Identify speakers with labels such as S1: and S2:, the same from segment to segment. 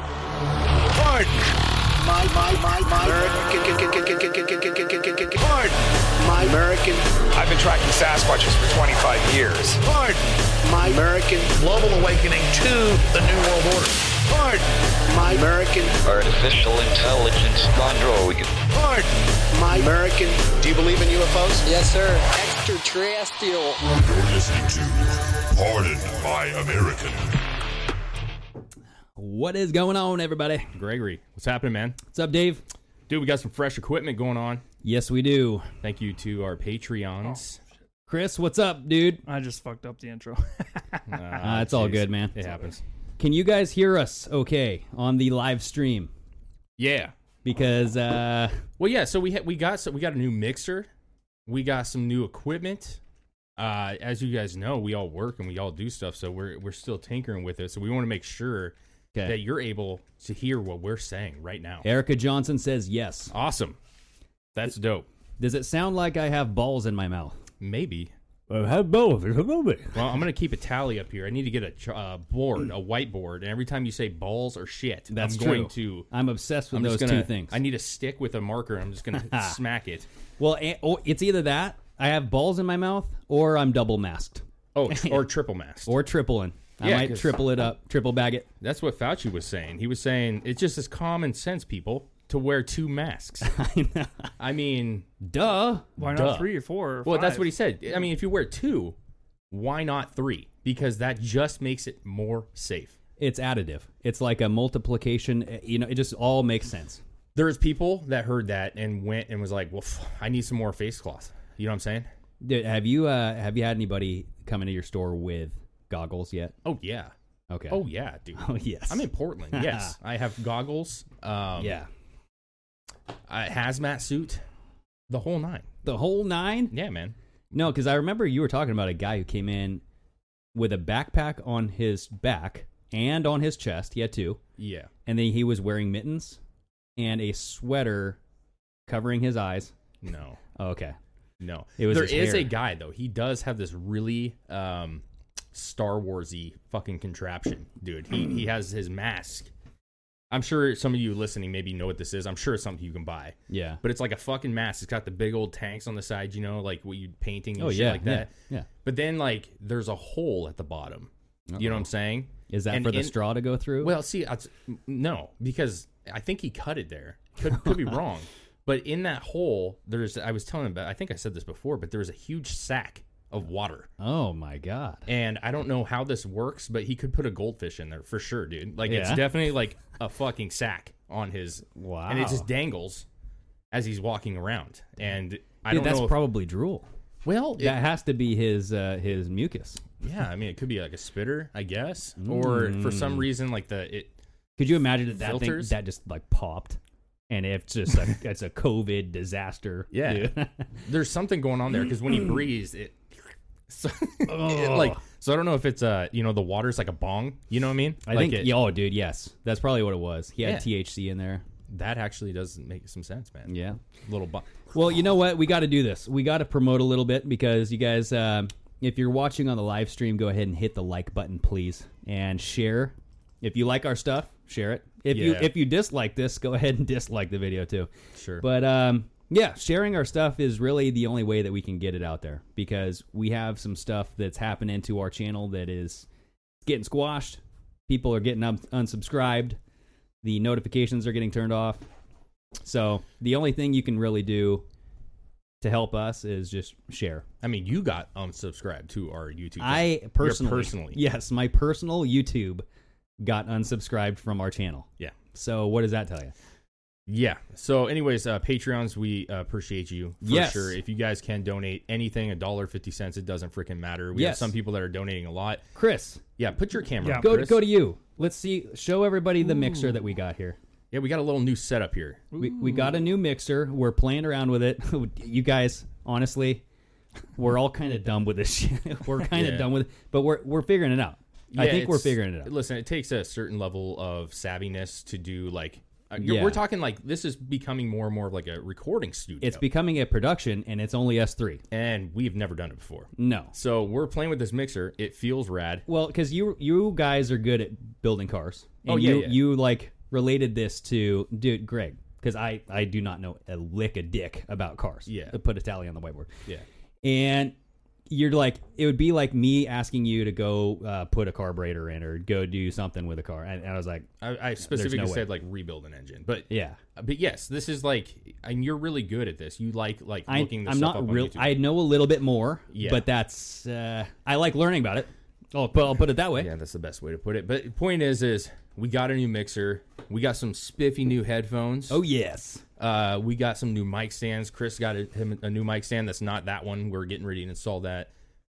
S1: Pardon.
S2: My, my, my, my American. Pardon. My American.
S1: I've been tracking Sasquatches for 25 years. Pardon.
S2: My American.
S1: Global awakening to the New World Order. Pardon.
S2: My American.
S3: Artificial intelligence on drogue.
S1: Pardon.
S2: My American.
S1: Do you believe in UFOs?
S4: Yes, sir. Extraterrestrial.
S5: You're listening to Pardon My American.
S6: What is going on, everybody?
S7: Gregory, what's happening, man?
S6: What's up, Dave?
S7: Dude, we got some fresh equipment going on.
S6: Yes, we do.
S7: Thank you to our
S6: Oh.
S7: Patreons. Uh,
S6: Chris, what's up, dude?
S8: I just fucked up the intro.
S6: Uh, it's all
S7: jeez.
S6: good, man.
S7: It happens.
S6: Can you guys hear us okay on the live stream?
S7: Yeah.
S6: Because uh,
S7: Well, yeah. So we ha- we got so we got a new mixer. We got some new equipment. Uh, as you guys know, we all work and we all do stuff, so we're we're still tinkering with it. So we want to make sure
S6: Okay.
S7: that you're able to hear what we're saying right now.
S6: Erica Johnson says yes.
S7: Awesome. That's dope.
S6: Does it sound like I have balls in my mouth?
S7: Maybe.
S6: I have balls in my mouth.
S7: Well, I'm gonna keep a tally up here. I need to get a ch- uh, board, a whiteboard, and every time you say balls or shit,
S6: That's
S7: I'm
S6: true.
S7: going to.
S6: I'm obsessed with
S7: I'm
S6: those
S7: just gonna,
S6: two things.
S7: I need a stick with a marker. I'm just gonna smack it.
S6: well, eh, oh, it's either that I have balls in my mouth, or I'm double masked,
S7: Oh, tr- or triple mast.
S6: or tripling. I
S7: Yeah,
S6: might
S7: 'cause-
S6: triple it up, triple bag it.
S7: That's what Fauci was saying. He was saying it's just as common sense, people, to wear two masks.
S6: I know.
S7: I mean,
S6: Duh.
S8: Why
S7: Duh.
S8: not three or four? Or
S7: well, that's
S8: five?
S7: what he said. I mean, if you wear two, why not three? Because that just makes it more safe.
S6: It's additive. It's like a multiplication. eh, You know, it just all makes sense.
S7: There's people that heard that and went and was like, "Well, pff, I need some more face cloth." You know what I'm saying?
S6: Dude, have you uh, have you had anybody come into your store with goggles yet?
S7: Oh yeah.
S6: Okay.
S7: Oh yeah, dude.
S6: Oh, yes.
S7: I'm in Portland. Yes, I have goggles. Um,
S6: yeah.
S7: a hazmat suit, the whole nine.
S6: The whole nine?
S7: Yeah, man.
S6: No, because I remember you were talking about a guy who came in with a backpack on his back and on his chest. He had two,
S7: Yeah.
S6: and then he was wearing mittens and a sweater covering his eyes.
S7: No.
S6: Oh, okay.
S7: No,
S6: It was
S7: there
S6: his
S7: is
S6: hair.
S7: a guy though. He does have this really um, Star Warsy fucking contraption, dude. He he has his mask. I'm sure some of you listening maybe know what this is. I'm sure it's something you can buy,
S6: Yeah.
S7: but it's like a fucking mask. It's got the big old tanks on the side, you know, like what you painting and
S6: oh
S7: shit
S6: yeah.
S7: like that.
S6: Yeah. yeah.
S7: But then like there's a hole at the bottom. You know what I'm saying?
S6: Is that
S7: And
S6: for the
S7: in-
S6: straw to go through?
S7: Well, see, that's, no, because I think he cut it there. Could, could be wrong. But in that hole, there's, I was telling him about, I think I said this before, but there was a huge sack of water.
S6: oh my god.
S7: And I don't know how this works, but he could put a goldfish in there for sure, dude. Like, it's
S6: Yeah.
S7: definitely like a fucking sack on his. And it
S6: Wow.
S7: just dangles as he's walking around. And I
S6: Dude,
S7: don't
S6: that's
S7: know. if-
S6: probably drool.
S7: well, it-
S6: That has to be his uh, his mucus.
S7: yeah, I mean, it could be like a spitter, I guess.
S6: Mm.
S7: Or for some reason, like the, it,
S6: Could you imagine that that thing,
S7: Filters?
S6: that just like popped? and it's just a, it's a COVID disaster.
S7: Yeah.
S6: dude.
S7: There's something going on there because when he breathes, it, so, it, like so. I don't know if it's uh you know the water's like a bong. You know what I mean?
S6: I
S7: Like
S6: think
S7: it-
S6: yeah, oh, dude, yes, that's probably what it was. He had THC in there.
S7: that actually does make some sense, man.
S6: Yeah.
S7: Little bong.
S6: Well, you know what? We got to do this. We got to promote a little bit because you guys, um, if you're watching on the live stream, go ahead and hit the like button, please, and share. If you like our stuff, share it. If you
S7: Yeah.
S6: if you dislike this, go ahead and dislike the video too.
S7: Sure.
S6: But um, yeah, sharing our stuff is really the only way that we can get it out there because we have some stuff that's happening to our channel that is getting squashed. People are getting un- unsubscribed. The notifications are getting turned off. So the only thing you can really do to help us is just share.
S7: I mean, you got unsubscribed to our YouTube. channel.
S6: I
S7: Your
S6: personally,
S7: personally,
S6: yes, my personal YouTube got unsubscribed from our channel.
S7: yeah,
S6: So what does that tell you?
S7: yeah. So, anyways, uh, Patreons, we uh, appreciate you for
S6: Yes.
S7: sure. If you guys can donate anything, a dollar fifty cents, it doesn't freaking matter. We have
S6: Yes.
S7: some people that are donating a lot.
S6: Chris,
S7: Yeah, put your camera. up,
S6: go
S7: Chris.
S6: go to you. Let's see. Show everybody the mixer that we got here.
S7: Yeah, we got a little new setup here.
S6: We, we got a new mixer. We're playing around with it. you guys, honestly, we're all kind of dumb with this shit. we're kind of
S7: Yeah.
S6: dumb with it, but we're we're figuring it out. I
S7: Yeah,
S6: think we're
S7: it's-
S6: figuring it out.
S7: Listen, it takes a certain level of savviness to do like. Uh, you're-
S6: Yeah.
S7: We're talking like this is becoming more and more of like a recording studio.
S6: It's becoming a production, and it's only us three.
S7: and we've never done it before.
S6: No,
S7: So we're playing with this mixer. It feels rad.
S6: well, because you you guys are good at building cars. And
S7: Oh, yeah,
S6: you,
S7: yeah.
S6: you like related this to dude Greg because I I do not know a lick a dick about cars.
S7: Yeah.
S6: put a tally on the whiteboard.
S7: Yeah.
S6: and you're like it would be like me asking you to go uh, put a carburetor in or go do something with a car and, and i was like
S7: I, I specifically
S6: no way.
S7: said like rebuild an engine, but uh,
S6: yeah
S7: but yes, this is like, and you're really good at this. You like like
S6: I,
S7: looking this
S6: i'm
S7: stuff
S6: not
S7: up
S6: real
S7: on YouTube.
S6: i know a little bit more
S7: Yeah. Oh,
S6: but that's uh, i like learning about it I'll put, I'll put it that way
S7: yeah, that's the best way to put it. But the point is, is we got a new mixer. We got some spiffy new headphones.
S6: oh yes
S7: Uh, we got some new mic stands. Chris got a, him a new mic stand. That's not that one. We're getting ready to install that.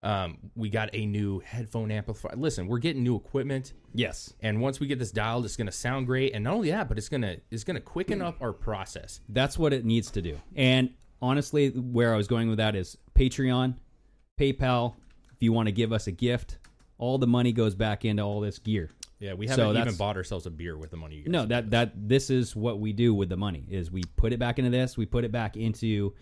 S7: Um, we got a new headphone amplifier. Listen, we're getting new equipment,
S6: yes
S7: and once we get this dialed, it's gonna sound great. And not only that, but it's gonna it's gonna quicken up our process.
S6: that's what it needs to do and honestly where i was going with that is patreon paypal if you want to give us a gift all the money goes back into all this gear
S7: Yeah, we
S6: So
S7: haven't even
S6: that's-
S7: bought ourselves a beer with the money. You guys
S6: No, that that this is what we do with the money is we put it back into this, we put it back into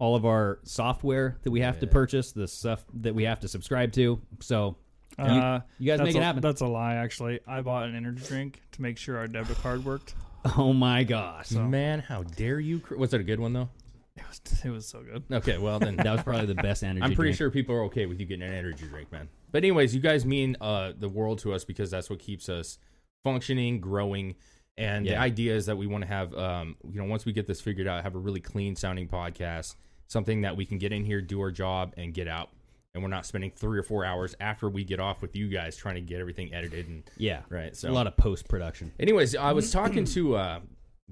S6: all of our software that we have to purchase, the stuff that we have to subscribe to. So you,
S8: Uh,
S6: you guys
S8: that's
S6: make it
S8: a-
S6: happen.
S8: That's a lie, actually. I bought an energy drink to make sure our debit card worked.
S6: Oh my gosh.
S7: Man, how dare you? Cr- Was it a good one though?
S8: It was, it was so good.
S7: Okay, well then
S6: That was probably the best energy.
S7: I'm pretty
S6: drink.
S7: sure people are okay with you getting an energy drink, man. But anyways, you guys mean uh, the world to us because that's what keeps us functioning, growing, and the
S6: Yeah.
S7: idea is that we want to have, um, you know, once we get this figured out, have a really clean sounding podcast, something that we can get in here, do our job, and get out, and we're not spending three or four hours after we get off with you guys trying to get everything edited and
S6: Yeah.
S7: right. So
S6: a lot of post production.
S7: Anyways, I was talking to uh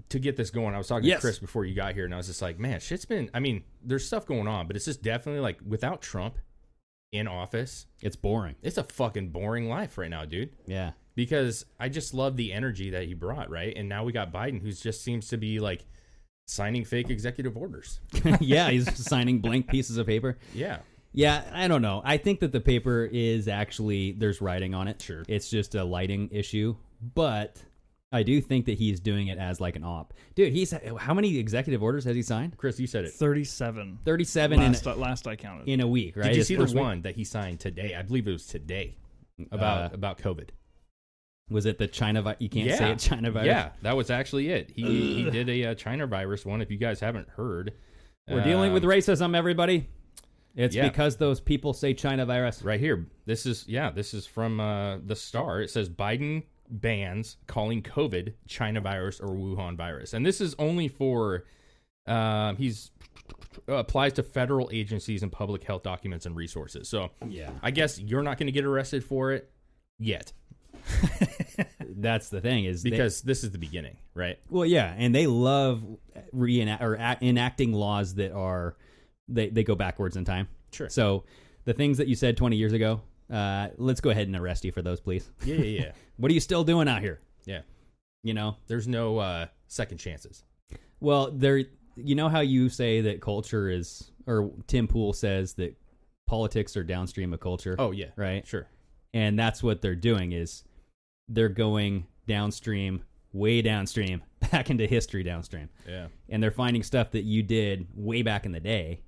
S7: to get this going. I was talking
S6: Yes.
S7: to Chris before you got here, and I was just like, man, shit's been. I mean, there's stuff going on, but it's just definitely like without Trump in office,
S6: It's boring.
S7: it's a fucking boring life right now, dude.
S6: Yeah.
S7: Because I just love the energy that he brought, right? And now we got Biden, who just seems to be like signing fake executive orders.
S6: yeah, he's signing blank pieces of paper.
S7: Yeah,
S6: Yeah, I don't know. I think that the paper is actually there's writing on it.
S7: Sure.
S6: It's just a lighting issue, but I do think that he's doing it as like an op. Dude, he's how many executive orders has he signed?
S7: Chris, you said it.
S8: 37.
S6: 37 in
S8: Last, I- last I counted.
S6: in a week, right?
S7: uh, Did you
S6: His
S7: see the
S6: first week-
S7: one that he signed today? I believe it was today about
S6: Uh,
S7: about COVID.
S6: Was it the China vi- you can't say it China virus?
S7: Yeah, that was actually it. He he did a uh, China virus one. If you guys haven't heard,
S6: We're dealing with
S7: Um,
S6: racism everybody. It's
S7: yeah.
S6: because those people say China virus.
S7: right here. This is yeah. This is from uh, the Star. It says Biden bans calling COVID China virus or Wuhan virus, and this is only for um, he's applies to federal agencies and public health documents and resources. So
S6: Yeah.
S7: I guess you're not going to get arrested for it yet
S6: That's the thing is they-
S7: because this is the beginning, right?
S6: Well, yeah, and they love reenact or act, enacting laws that are they they go backwards in time.
S7: Sure.
S6: So the things that you said 20 years ago, uh, let's go ahead and arrest you for those, please.
S7: Yeah, yeah, yeah,
S6: What are you still doing out here?
S7: yeah.
S6: You know,
S7: There's no uh, second chances.
S6: Well, there. You know how you say that culture is, or Tim Pool says that politics are downstream of culture.
S7: Oh yeah,
S6: right.
S7: Sure.
S6: and that's what they're doing is they're going downstream, way downstream, back into history downstream,
S7: Yeah.
S6: and they're finding stuff that you did way back in the day,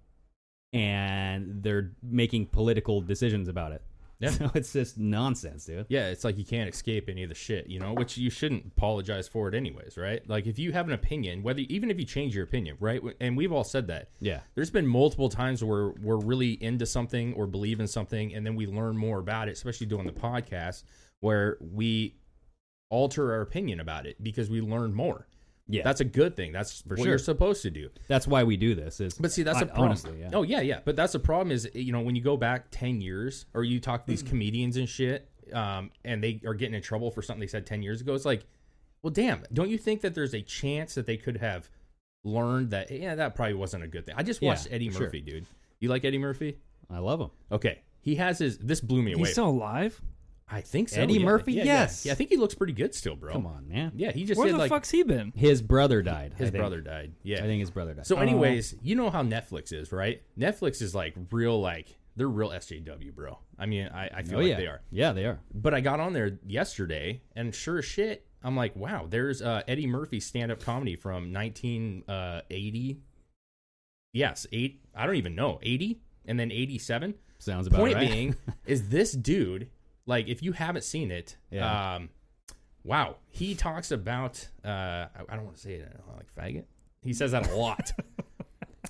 S6: and they're making political decisions about it.
S7: Yeah.
S6: So it's just nonsense, dude.
S7: Yeah, it's like you can't escape any of the shit, you know, which you shouldn't apologize for it anyways, right? Like if you have an opinion, whether even if you change your opinion, right? And we've all said that.
S6: Yeah.
S7: There's been multiple times where we're really into something or believe in something and then we learn more about it, especially doing the podcast where we alter our opinion about it because we learn more.
S6: Yeah.
S7: That's a good thing. That's
S6: For
S7: what you're
S6: sure.
S7: supposed to do.
S6: That's why we do this. Is
S7: But see, that's
S6: hon-
S7: a problem.
S6: honestly, yeah.
S7: Oh yeah, yeah. But that's the problem is you know when you go back ten years or you talk to
S8: Mm.
S7: these comedians and shit, um, and they are getting in trouble for something they said ten years ago. It's like, well, damn. Don't you think that there's a chance that they could have learned that? Yeah, that probably wasn't a good thing. I just
S6: Yeah,
S7: watched Eddie
S6: sure.
S7: Murphy, dude. You like Eddie Murphy?
S6: I love them.
S7: Okay, he has his. This blew me away.
S8: He's still alive.
S7: I think so.
S6: Eddie
S7: yeah.
S6: Murphy?
S7: Yeah,
S6: Yes.
S7: Yeah. Yeah, I think he looks pretty good still, bro.
S6: Come on, man.
S7: Yeah, he just
S8: Where
S7: did
S8: the
S7: like
S8: fuck's he been?
S6: His brother died. I
S7: his
S6: think.
S7: brother died. Yeah,
S6: I think his brother died.
S7: So, anyways, you know how Netflix is, right? Netflix is like real, like they're real SJW, bro. I mean, I, I feel
S6: oh
S7: like
S6: yeah,
S7: they are.
S6: Yeah, they are.
S7: But I got on there yesterday, and sure as shit, I'm like, wow, there's uh, Eddie Murphy stand-up comedy from 1980. Yes, eight. I don't even know, 80, and then 87.
S6: Sounds about
S7: Point
S6: right.
S7: being, is this dude like if you haven't seen it,
S6: Yeah.
S7: um, wow, he talks about uh, I, I don't want to say it I don't like faggot. He says that a lot.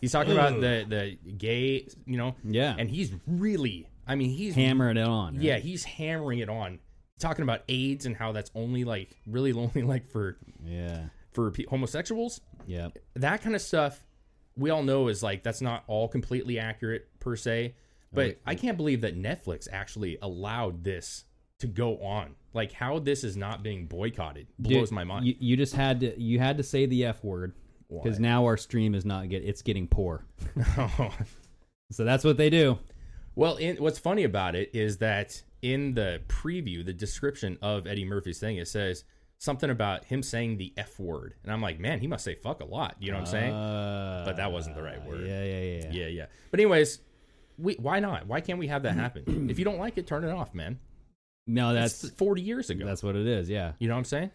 S7: he's talking about the the gay, you know,
S6: Yeah.
S7: and he's really, I mean, he's
S6: hammering it on. right?
S7: yeah, he's hammering it on, talking about AIDS and how that's only like really only like for
S6: yeah,
S7: for pe- homosexuals
S6: yeah.
S7: that kind of stuff we all know is like that's not all completely accurate per se but i can't believe that netflix actually allowed this to go on like how this is not being boycotted blows
S6: Dude,
S7: my mind
S6: You, you just had to you had to say the f word because now our stream is not get it's getting poor. So that's what they do.
S7: well in, what's funny about it is that in the preview the description of eddie murphy's thing it says something about him saying the f word and i'm like man he must say fuck a lot you know what i'm saying
S6: Uh,
S7: but that wasn't the right word
S6: yeah, yeah, yeah,
S7: yeah yeah but anyways we, why not why can't we have that happen if you don't like it turn it off man
S6: No,
S7: That's
S6: that's
S7: 40 years ago.
S6: that's what it is. Yeah.
S7: you know what I'm saying?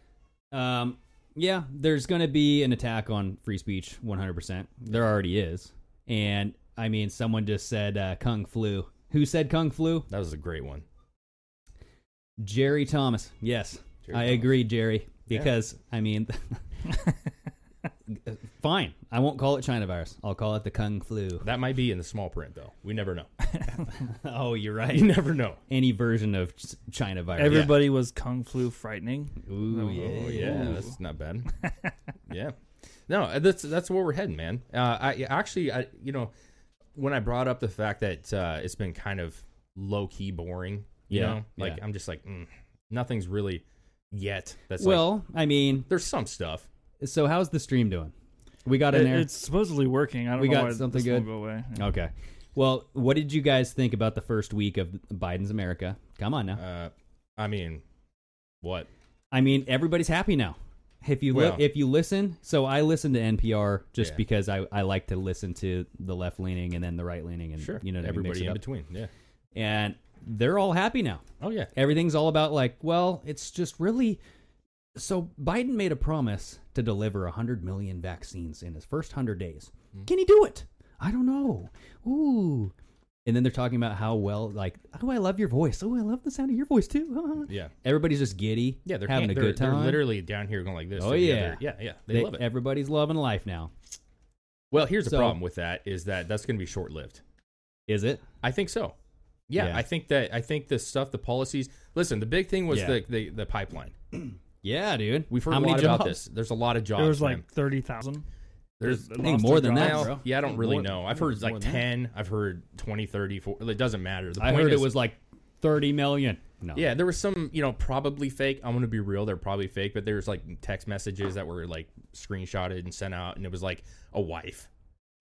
S6: Um. Yeah. There's going to be an attack on free speech. 100. percent There already is. And I mean, someone just said uh, kung flu. Who said kung flu?
S7: That was a great one.
S6: Jerry Thomas. Yes,
S7: Jerry
S6: I
S7: Thomas.
S6: agree, Jerry. Because I mean, fine. I won't call it China virus. I'll call it the Kung Flu.
S7: That might be in the small print though. We never know.
S6: oh, you're
S7: You
S6: right.
S7: never know.
S6: Any version of ch- China virus.
S8: Everybody was kung flu frightening.
S6: Ooh, yeah.
S7: Oh yeah, that's not bad. yeah, no, uh, that's that's where we're heading, man. Uh, I actually, I you know, when I brought up the fact that uh, it's been kind of low key boring, you
S6: Yeah,
S7: know, like
S6: yeah.
S7: I'm just like, mm, nothing's really yet. That's like,
S6: Well, I mean,
S7: there's some stuff.
S6: so how's the stream doing? We got in
S8: It-
S6: there.
S8: it's supposedly working. I don't
S6: We
S8: know
S6: got
S8: why
S6: something
S8: this won't
S6: good.
S8: Go away.
S6: Okay. Well, what did you guys think about the first week of Biden's America? Come on now.
S7: Uh, I mean, what?
S6: I mean, everybody's happy now. If you
S7: Well-
S6: li- if you listen, so I listen to NPR just
S7: Yeah.
S6: because I, I like to listen to the left leaning and then the right leaning and
S7: Sure,
S6: you know what I mean, mix it
S7: everybody in
S6: up.
S7: between. Yeah.
S6: And they're all happy now.
S7: Oh yeah.
S6: Everything's all about like, well, it's just really. So Biden made a promise to deliver 100 million vaccines in his first 100 days.
S7: Hmm.
S6: Can he do it? I don't know. Ooh. And then they're talking about how well, like, oh, I love your voice. Oh, I love the sound of your voice too.
S7: Yeah.
S6: Everybody's just giddy.
S7: Yeah, they're
S6: having a
S7: they're-
S6: good time.
S7: They're literally down here going like this.
S6: Oh,
S7: to the
S6: yeah.
S7: other. yeah, yeah. They, love it.
S6: Everybody's loving life now.
S7: well, here's the
S6: so-
S7: problem with that is that that's going to be short lived.
S6: Is it?
S7: I think so. Yeah,
S6: Yeah.
S7: I think that I think the stuff, the policies. Listen, the big thing was
S6: Yeah.
S7: the, the the pipeline.
S6: Yeah, dude.
S7: We've heard
S6: How
S7: a
S6: many
S7: lot about
S6: jobs?
S7: this. There's a lot of jobs.
S8: There was
S7: man.
S8: like thirty thousand.
S7: there's
S6: I think more than that,
S7: well,
S6: bro.
S7: yeah, I don't really
S6: More-
S7: know. I've heard like
S6: more than that.
S7: 10, I've heard 20, 30, 40. It doesn't matter. The
S6: I
S7: point
S6: heard
S7: is-
S6: it was like 30 million. No.
S7: Yeah, there was some, you know, probably fake. I'm gonna be real, they're probably fake, but there's like text messages that were like screenshotted and sent out, and it was like a wife,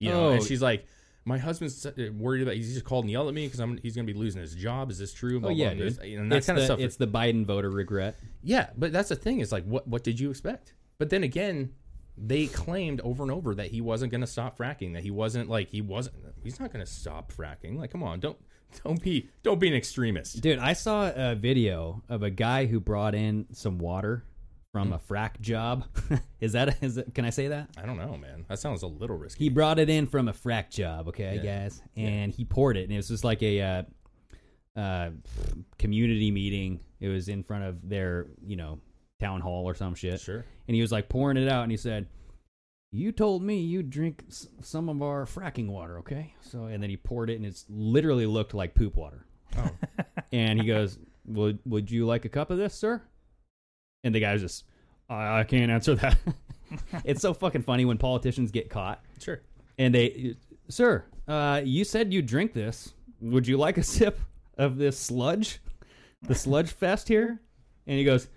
S7: you know, and
S6: Oh.
S7: she's like, my husband's uh, worried about. He's just called and yelled at me because I'm he's gonna be losing his job. Is this true?
S6: Oh
S7: Blah,
S6: yeah,
S7: blah,
S6: dude.
S7: this- and that
S6: it's
S7: kind
S6: the,
S7: of stuff.
S6: It's the Biden voter regret.
S7: yeah, but that's the thing. Is like, what what did you expect? But then again, they claimed over and over that he wasn't going to stop fracking. That he wasn't like he wasn't. He's not going to stop fracking. Like, come on, don't don't be don't be an extremist.
S6: Dude, I saw a video of a guy who brought in some water from a frack job. is that is it, can I say that?
S7: I don't know, man. That sounds a little risky.
S6: He brought it in from a frack job, okay, guys, and he poured it, and it was just like a uh, uh, community meeting. It was in front of their, you know, town hall or some shit.
S7: Sure.
S6: And he was like pouring it out, and he said, "You told me you drink s- some of our fracking water, okay?" So, and then he poured it, and it's literally looked like poop water. Oh. and he goes, "Would Would you like a cup of this, sir?" And the guy was just, "I, I can't answer that." it's so fucking funny when politicians get caught
S7: Sure.
S6: and they, sir, uh, you said you drink this. Would you like a sip of this sludge, the sludge fest here? And he goes,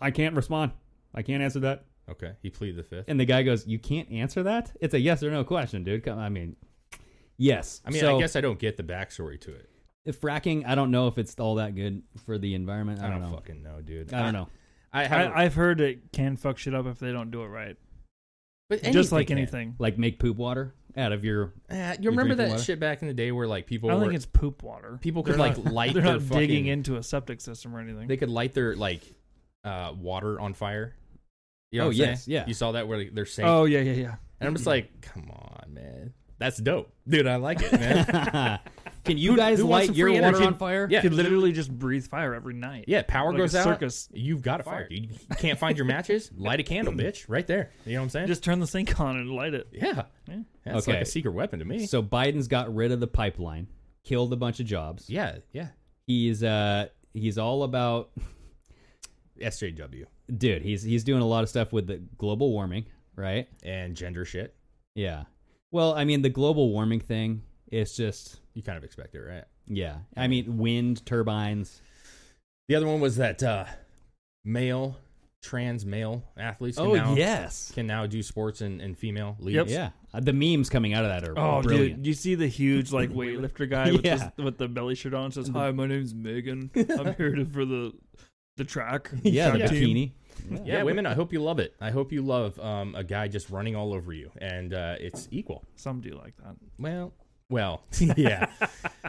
S6: I can't respond. I can't answer that.
S7: Okay. He pleaded the fifth.
S6: And the guy goes, You can't answer that? It's a yes or no question, dude. Come- I mean, yes.
S7: I mean,
S6: So,
S7: I guess I don't get the backstory to it.
S6: if fracking. I don't know if it's all that good for the environment. I
S7: I
S6: don't,
S7: don't,
S6: know.
S7: fucking know, dude.
S6: I don't know.
S7: I have.
S8: I, I've heard it can fuck shit up if they don't do it right.
S7: but
S8: Just like
S7: can.
S8: anything.
S6: Like make poop water out of your.
S7: Eh, you
S6: You're
S7: remember
S6: drinking
S7: that
S6: water?
S7: shit back in the day where like people
S8: I don't
S7: were,
S8: think it's poop water.
S7: people could
S8: They're
S7: like
S8: not-
S7: light
S8: They're
S7: their
S8: not
S7: fucking,
S8: digging into a septic system or anything.
S7: They could light their like uh, water on fire. You know
S6: Oh,
S7: what I'm saying?
S6: yes, yeah.
S7: You saw that where like, they're saying,
S8: oh yeah, yeah, yeah.
S7: and I'm just like, come on, man, that's dope, dude. I like it, man.
S6: Can you guys
S7: who
S6: light
S7: wants some
S6: your
S7: free
S6: water
S7: energy?
S6: on fire?
S7: Yeah.
S8: You could literally just breathe fire every night.
S7: yeah, power
S8: Like a
S7: goes out.
S8: circus.
S7: You've got a fire. dude. You can't find your matches. Light a candle, bitch, right there. You know what I'm saying?
S8: Just turn the sink on and light it.
S7: yeah. That's
S6: Okay.
S7: like a secret weapon to me.
S6: So Biden's got rid of the pipeline, killed a bunch of jobs.
S7: yeah, yeah.
S6: He's uh he's all about
S7: SJW
S6: dude, he's he's doing a lot of stuff with the global warming, right?
S7: and gender shit.
S6: Yeah. Well, I mean the global warming thing is just
S7: You kind of expect it, right?
S6: yeah. I mean wind turbines.
S7: The other one was that uh, male, trans male athletes. Can now,
S6: Oh, yes.
S7: can now do sports and, and female leagues.
S8: Yep.
S6: Yeah. Uh, The memes coming out of that are
S8: Oh,
S6: brilliant.
S8: dude, you see the huge like weightlifter guy with,
S6: Yeah.
S8: his, with the belly shirt on? Says, "Hi, my name's Megan. I'm here to, for the the track.
S6: Yeah, the
S8: track team."
S6: bikini.
S7: Yeah, women, I hope you love it. I hope you love um, a guy just running all over you, and uh, it's equal.
S8: Some do like that.
S7: Well, well, yeah.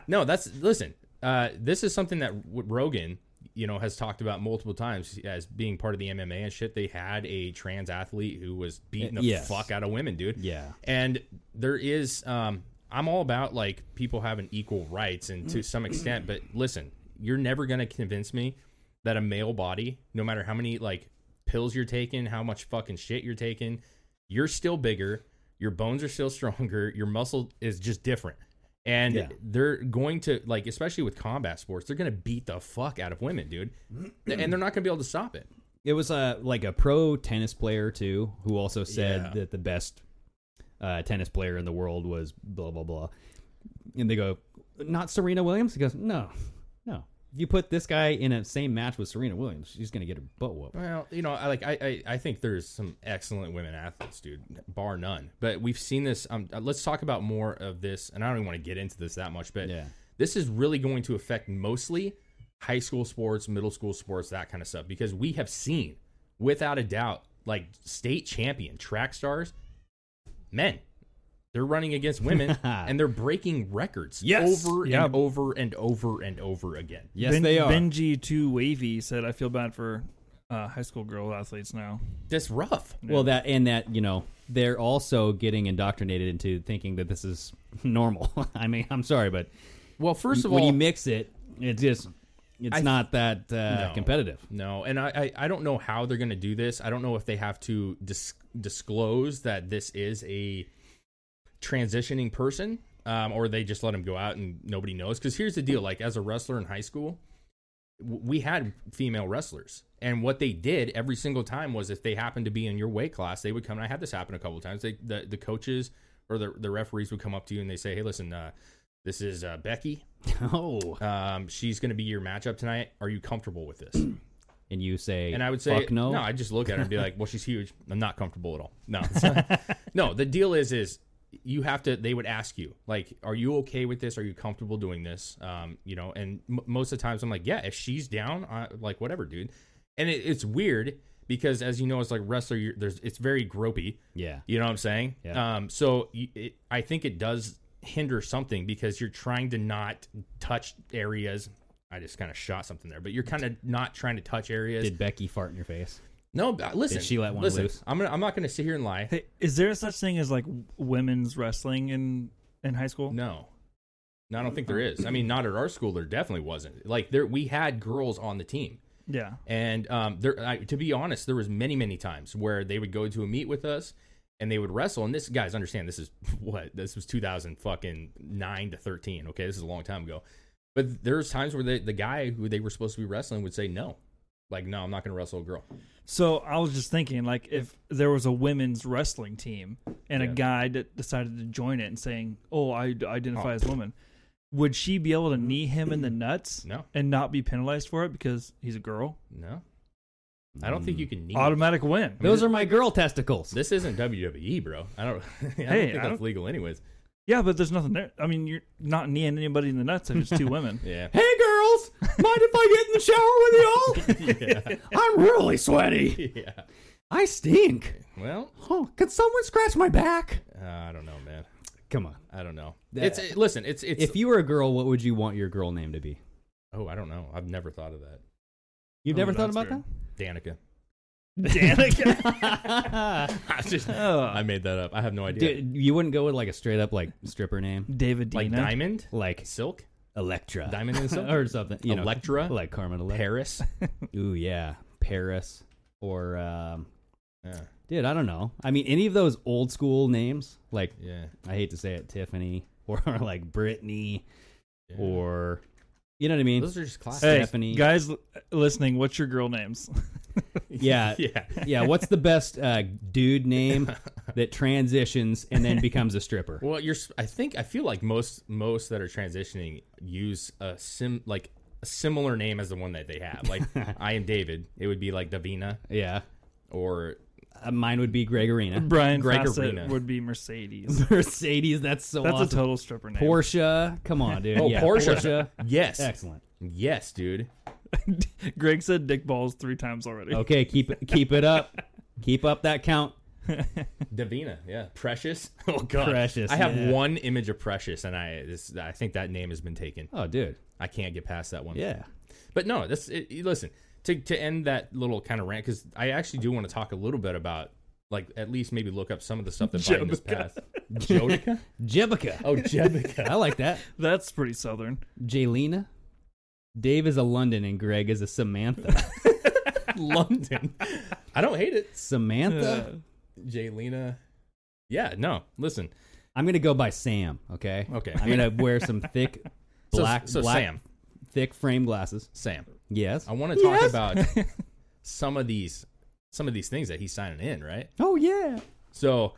S7: no, that's listen. Uh, this is something that w- Rogan, you know, has talked about multiple times as being part of the MMA and shit. They had a trans athlete who was beating the
S6: Uh, yes.
S7: fuck out of women, dude.
S6: Yeah.
S7: and there is. Um, I'm all about like people having equal rights and to some extent, but listen, you're never gonna convince me that a male body, no matter how many like pills you're taking, how much fucking shit you're taking, you're still bigger, your bones are still stronger, your muscle is just different. And
S6: Yeah.
S7: they're going to like, especially with combat sports, they're gonna beat the fuck out of women, dude. and they're not gonna be able to stop it.
S6: It was uh, like a pro tennis player too, who also said
S7: Yeah.
S6: that the best uh, tennis player in the world was blah blah blah. And they go, not Serena Williams. He goes, no, no. If you put this guy in a same match with Serena Williams, she's gonna get her butt whooped.
S7: Well, you know, I like I, I I think there's some excellent women athletes, dude, bar none. But we've seen this. Um, uh, let's talk about more of this, and I don't even want to get into this that much, but
S6: Yeah.
S7: this is really going to affect mostly high school sports, middle school sports, that kind of stuff, because we have seen, without a doubt, like state champion track stars, men. They're running against women and they're breaking records
S6: Yes.
S7: over
S8: Yeah.
S7: and over and over and over again.
S6: Yes,
S8: Ben-
S6: they are.
S8: Benji too wavy said, "I feel bad for uh, high school girl athletes now."
S7: That's rough.
S6: Well, that and that, you know, they're also getting indoctrinated into thinking that this is normal. I mean, I'm sorry, but
S7: Well, first of
S6: when
S7: all,
S6: you mix it, it's just it's
S7: I-
S6: not that uh,
S7: No.
S6: competitive.
S7: No, and I, I, I don't know how they're going to do this. I don't know if they have to dis- disclose that this is a transitioning person um, or they just let him go out and nobody knows. Because here's the deal like, as a wrestler in high school, w- we had female wrestlers. And what they did every single time was if they happened to be in your weight class, they would come. And I had this happen a couple of times. They, the, the coaches or the, the referees would come up to you and they say, hey, listen, uh, this is uh, Becky.
S6: Oh,
S7: Um, she's going to be your matchup tonight. Are you comfortable with this?
S6: and you say,
S7: and I would say
S6: Fuck no,
S7: I just look at her and be like, "Well, she's huge. I'm not comfortable at all." No, no. The deal is, is you have to. They would ask you, like, "Are you okay with this? Are you comfortable doing this?" Um, you know, and m- most of the times I'm like, "Yeah, if she's down, I, like, whatever, dude." And it, it's weird because as you know, it's like wrestler, you're, there's it's very gropey.
S6: Yeah.
S7: You know what I'm saying?
S6: Yeah.
S7: Um, so y it, I think it does hinder something because you're trying to not touch areas. I just kind of shot something there, but you're kind of not trying to touch areas.
S6: Did Becky fart in your face?
S7: no, but listen.
S6: she let one
S7: listen,
S6: loose?
S7: I'm gonna, I'm not going to sit here and lie.
S8: Hey, is there such thing as like w- women's wrestling in in high school?
S7: No. No, I don't think there is. I mean, not at our school. There definitely wasn't. Like there, we had girls on the team,
S8: Yeah.
S7: and um, there. I, to be honest, there was many, many times where they would go to a meet with us, and they would wrestle. And this guys understand this is what this was two thousand fucking nine to thirteen. Okay, this is a long time ago. But there's times where they, the guy who they were supposed to be wrestling would say no, like no, I'm not going to wrestle a girl.
S8: So I was just thinking, like, if there was a women's wrestling team and a
S7: Yeah.
S8: guy that decided to join it and saying, "Oh, I d- identify as woman," would she be able to knee him in the nuts?
S7: No.
S8: and not be penalized for it because he's a girl.
S7: No, I don't think you can. Need
S8: Automatic win.
S6: Those are my girl testicles.
S7: This isn't WWE, bro. I don't. I don't
S8: Hey,
S7: think
S8: I
S7: that's
S8: don't-
S7: legal, anyways.
S8: Yeah, but there's nothing there. I mean, you're not kneeing anybody in the nuts if it's two women.
S7: Yeah.
S6: Hey girls, mind if I get in the shower with y'all?
S7: Yeah.
S6: I'm really sweaty.
S7: yeah.
S6: I stink.
S7: Well,
S6: Oh, can someone scratch my back?
S7: uh, I don't know, man.
S6: Come on.
S7: I don't know.
S6: That-
S7: it's it- listen. It's it's.
S6: If you were a girl, what would you want your girl name to be?
S7: oh, I don't know. I've never thought of that.
S6: You've
S8: Oh,
S6: never thought
S8: that's
S6: about
S8: weird.
S7: Danica.
S6: that?
S7: I just. I made that up. I have no idea.
S6: Dude, you wouldn't go with like a straight up like stripper name,
S8: David
S7: like
S8: Dina.
S7: diamond,
S6: like
S7: silk,
S6: Electra,
S7: Diamond and Silk?
S6: or something. You know,
S7: Electra?
S6: like Carmen Electra.
S7: Paris.
S6: Ooh, yeah, Paris, or um,
S7: yeah.
S6: dude, I don't know. I mean, any of those old school names, like
S7: Yeah.
S6: I hate to say it, Tiffany, or like Brittany,
S7: yeah.
S6: or you know what I mean?
S7: those are just classic.
S8: Hey,
S6: Stephanie.
S8: guys l- listening, what's your girl names?
S6: yeah,
S7: Yeah.
S6: yeah. What's the best uh, dude name that transitions and then becomes a stripper?
S7: Well, you're. s- I think I feel like most most that are transitioning use a sim like a similar name as the one that they have. Like I am David. It would be like Davina
S6: Yeah,
S7: or
S6: uh, mine would be Gregorina.
S8: Brian
S7: Gregorina.
S8: Fassett would be Mercedes.
S6: Mercedes, that's so
S8: That's
S6: awesome.
S8: a total stripper name.
S6: Porsche. Come on, dude.
S7: oh
S6: yeah,
S7: Porsche.
S6: Porsche.
S7: Yes.
S6: Excellent.
S7: Yes, dude.
S8: Greg said dick balls three times already.
S7: Oh.
S6: Okay, keep it keep it up. Keep up that count.
S7: Davina, yeah, Precious. Oh God,
S6: Precious,
S7: I have
S6: yeah.
S7: one image of Precious, and I this, I think that name has been taken.
S6: Oh, dude.
S7: I can't get past that one.
S6: Yeah.
S7: but no, this it, you- listen to to end that little kind of rant because I actually do want to talk a little bit about like at least maybe look up some of the stuff that Biden has passed. Jodica.
S6: Jebica.
S7: Oh, Jebica.
S6: I like that.
S8: That's pretty southern.
S6: Jaylena. Dave is a London and Greg is a Samantha.
S7: London. I don't hate it.
S8: Uh,
S6: Samantha.
S7: Jaylena. Yeah, no. Listen,
S6: I'm gonna go by Sam. Okay.
S7: Okay.
S6: I'm gonna wear some thick
S7: So-
S6: black
S7: so
S6: black
S7: Sam.
S6: thick frame glasses.
S7: Sam.
S6: Yes.
S7: I want to talk about some of these some of these things that he's signing in, right?
S6: Oh yeah,
S7: So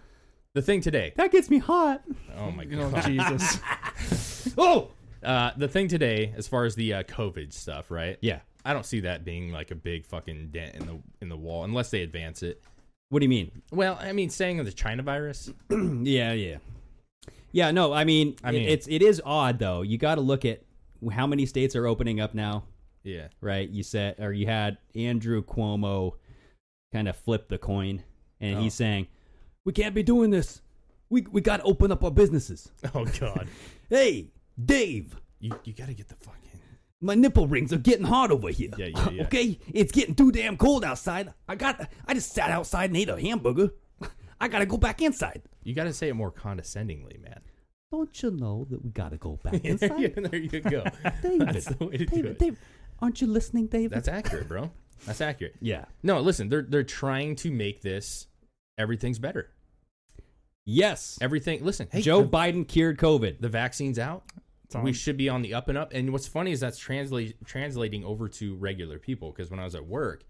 S7: the thing today.
S6: that gets me hot.
S7: Oh my god.
S8: Oh, Jesus.
S7: Oh, uh, the thing today, as far as the uh, COVID stuff, right?
S6: Yeah.
S7: I don't see that being like a big fucking dent in the in the wall unless they advance it.
S6: What do you mean?
S7: Well, I mean, saying the China virus,
S6: Yeah, yeah, yeah. No, I mean,
S7: I
S6: I mean,
S7: mean-
S6: it's it is odd though. You got to look at how many states are opening up now,
S7: yeah,
S6: right? You said, or you had Andrew Cuomo kind of flip the coin, and he's saying, "We can't be doing this. We we got to open up our businesses."
S7: Oh God,
S6: Hey, Dave,
S7: you you gotta get the fucking
S6: my nipple rings are getting hard over here.
S7: Yeah, yeah, yeah.
S6: Okay, it's getting too damn cold outside. I got, I just sat outside and ate a hamburger. I gotta go back inside.
S7: you gotta say it more condescendingly, man.
S6: Don't you know that we gotta go back inside?
S7: Yeah, there you go.
S6: David,
S7: That's the way to do
S6: David,
S7: it.
S6: David, aren't you listening, David?
S7: That's accurate, bro. That's accurate.
S6: yeah.
S7: No, listen, they're they're trying to make this everything's better.
S6: Yes.
S7: Everything. Listen, hey,
S6: Joe
S7: the,
S6: Biden cured COVID.
S7: the vaccine's out.
S8: on.
S7: We should be on the up and up. And what's funny is that's translate translating over to regular people. Because when I was at work,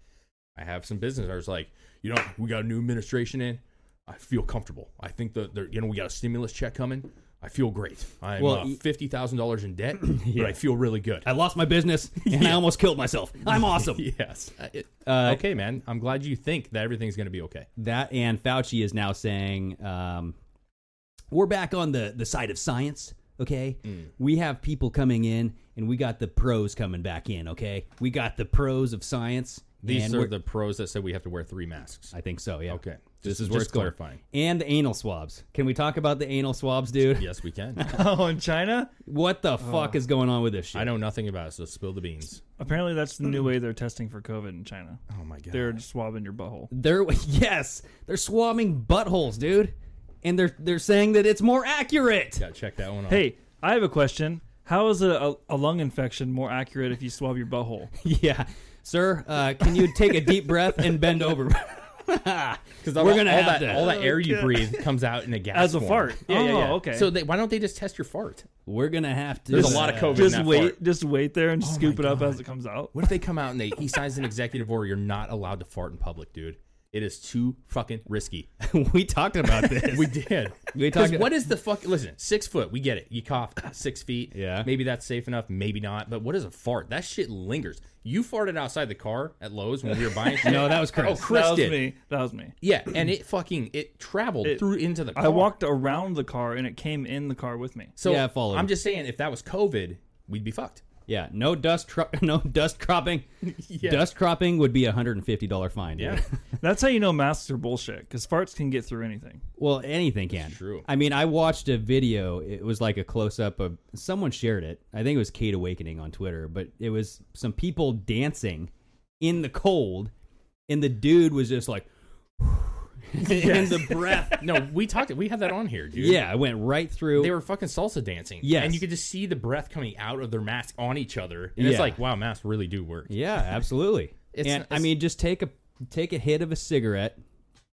S7: I have some business. I was like, you know, we got a new administration in. I feel comfortable. I think that they're, you know we got a stimulus check coming. I feel great. I'm
S6: Well,
S7: uh,
S6: y-
S7: fifty thousand dollars in debt,
S6: Yeah.
S7: but I feel really good.
S6: I lost my business and I almost killed myself. I'm awesome.
S7: yes. Uh, it-
S6: Uh,
S7: okay, man. I'm glad you think that everything's going to be okay.
S6: That and Fauci is now saying, um, we're back on the, the side of science, okay?
S7: Mm.
S6: We have people coming in and we got the pros coming back in, okay? We got the pros of science
S7: These
S6: And
S7: are
S6: we're-
S7: the pros that said we have to wear three masks.
S6: I think so. Yeah.
S7: Okay.
S6: This
S7: Just-
S6: is
S7: just
S6: worth going.
S7: clarifying.
S6: And the anal swabs. Can we talk about the anal swabs, dude?
S7: yes, we can.
S8: Oh, in China,
S6: What the fuck is going on with this shit?
S7: I know nothing about it, so spill the beans.
S8: apparently that's the new way they're testing for COVID in China.
S7: Oh my god.
S8: They're swabbing your butthole.
S6: They're yes, they're swabbing buttholes, dude, and they're they're saying that it's more accurate.
S7: yeah, check that one out.
S8: Hey, I have a question. How is a, a, a lung infection more accurate if you swab your butthole?
S6: Yeah, sir, uh, can you take a deep breath and bend over? Because
S7: all
S6: we're
S7: that-
S6: gonna
S7: all
S6: have
S7: that,
S6: to.
S7: all that air you breathe comes out in a gas
S8: As a
S7: form.
S8: fart.
S7: Yeah, yeah,
S8: Oh,
S7: yeah.
S8: okay.
S7: So they, why don't they just test your fart?
S6: We're gonna have to.
S7: There's a lot of COVID in
S8: Just
S7: that
S8: wait,
S7: fart.
S8: just wait there and
S7: Oh
S8: scoop it
S7: my
S8: up
S7: God.
S8: as it comes out.
S7: What if they come out and they he signs an executive order? You're not allowed to fart in public, dude. It is too fucking risky.
S6: we talked about this.
S7: We did.
S6: We
S7: 'Cause
S6: talked-
S7: What is the fuck? Listen, six foot. We get it. You cough six feet.
S6: Yeah.
S7: Maybe that's safe enough. Maybe not. But what is a fart? That shit lingers. You farted outside the car at Lowe's when we were buying. shit.
S6: No, that was Chris.
S7: Oh, Chris
S8: that was
S7: did.
S8: me. That was me.
S7: Yeah, and it fucking it traveled
S8: It-
S7: through into the. car.
S8: I walked around the car and it came in the car with me.
S7: So
S6: Yeah, I followed.
S7: I'm just saying, if that was COVID, we'd be fucked.
S6: yeah, no dust, tro- no dust cropping.
S7: Yeah.
S6: Dust cropping would be a hundred and fifty dollar fine. dude.
S7: Yeah.
S8: That's how you know masks are bullshit because farts can get through anything.
S6: Well, anything can.
S7: true.
S6: I mean, I watched a video. It was like a close up of someone shared it. I think it was Kate Awakening on Twitter, but it was some people dancing in the cold, and the dude was just like, and the breath.
S7: no, we talked. We had that on here, dude.
S6: Yeah, it went right through.
S7: They were fucking salsa dancing.
S6: Yes.
S7: And you could just see the breath coming out of their mask on each other. And
S6: Yeah.
S7: it's like, wow, masks really do work.
S6: yeah, absolutely.
S7: It's-
S6: and I
S7: it's-
S6: mean, just take a take a hit of a cigarette.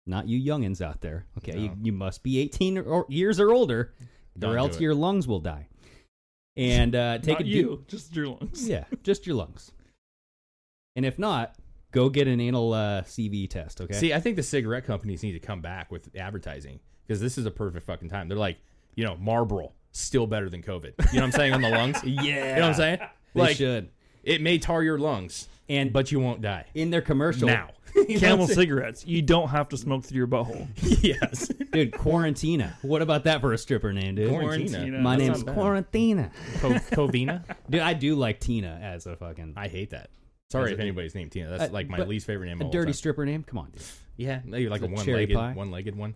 S6: Not you youngins out there. Okay, you, you must be 18 or, or years or older,
S7: Don't
S6: or
S7: do
S6: else
S7: it.
S6: your lungs will die. And uh, take
S8: Not
S6: a
S8: you,
S6: deep,
S8: just your lungs.
S6: Yeah, just your lungs. And if not, go get an anal uh, CV test. Okay.
S7: See, I think the cigarette companies need to come back with advertising because this is a perfect fucking time. They're like, you know, Marlboro still better than COVID. You know what I'm saying on the lungs? yeah. You know what I'm saying?
S6: they
S7: like,
S6: should.
S7: it may tar your lungs,
S6: And but
S7: but you won't die
S6: in their commercial
S7: now.
S8: Camel cigarettes. You don't have to smoke through your butthole.
S7: yes.
S6: dude, Quarantina. What about that for a stripper name, dude?
S7: Quarantina.
S6: My
S8: That's
S6: name's
S7: not bad.
S6: Quarantina.
S7: Co- Covina.
S6: Dude, I do like Tina as a fucking
S7: I hate that. Sorry
S6: Is
S7: if
S6: it-
S7: anybody's named Tina. That's
S6: Uh,
S7: like my
S6: but
S7: least favorite name.
S6: a
S7: of all
S6: dirty
S7: time.
S6: stripper name. Come on, dude.
S7: Yeah, maybe like a
S6: The cherry
S7: one-legged,
S6: pie.
S7: one-legged one.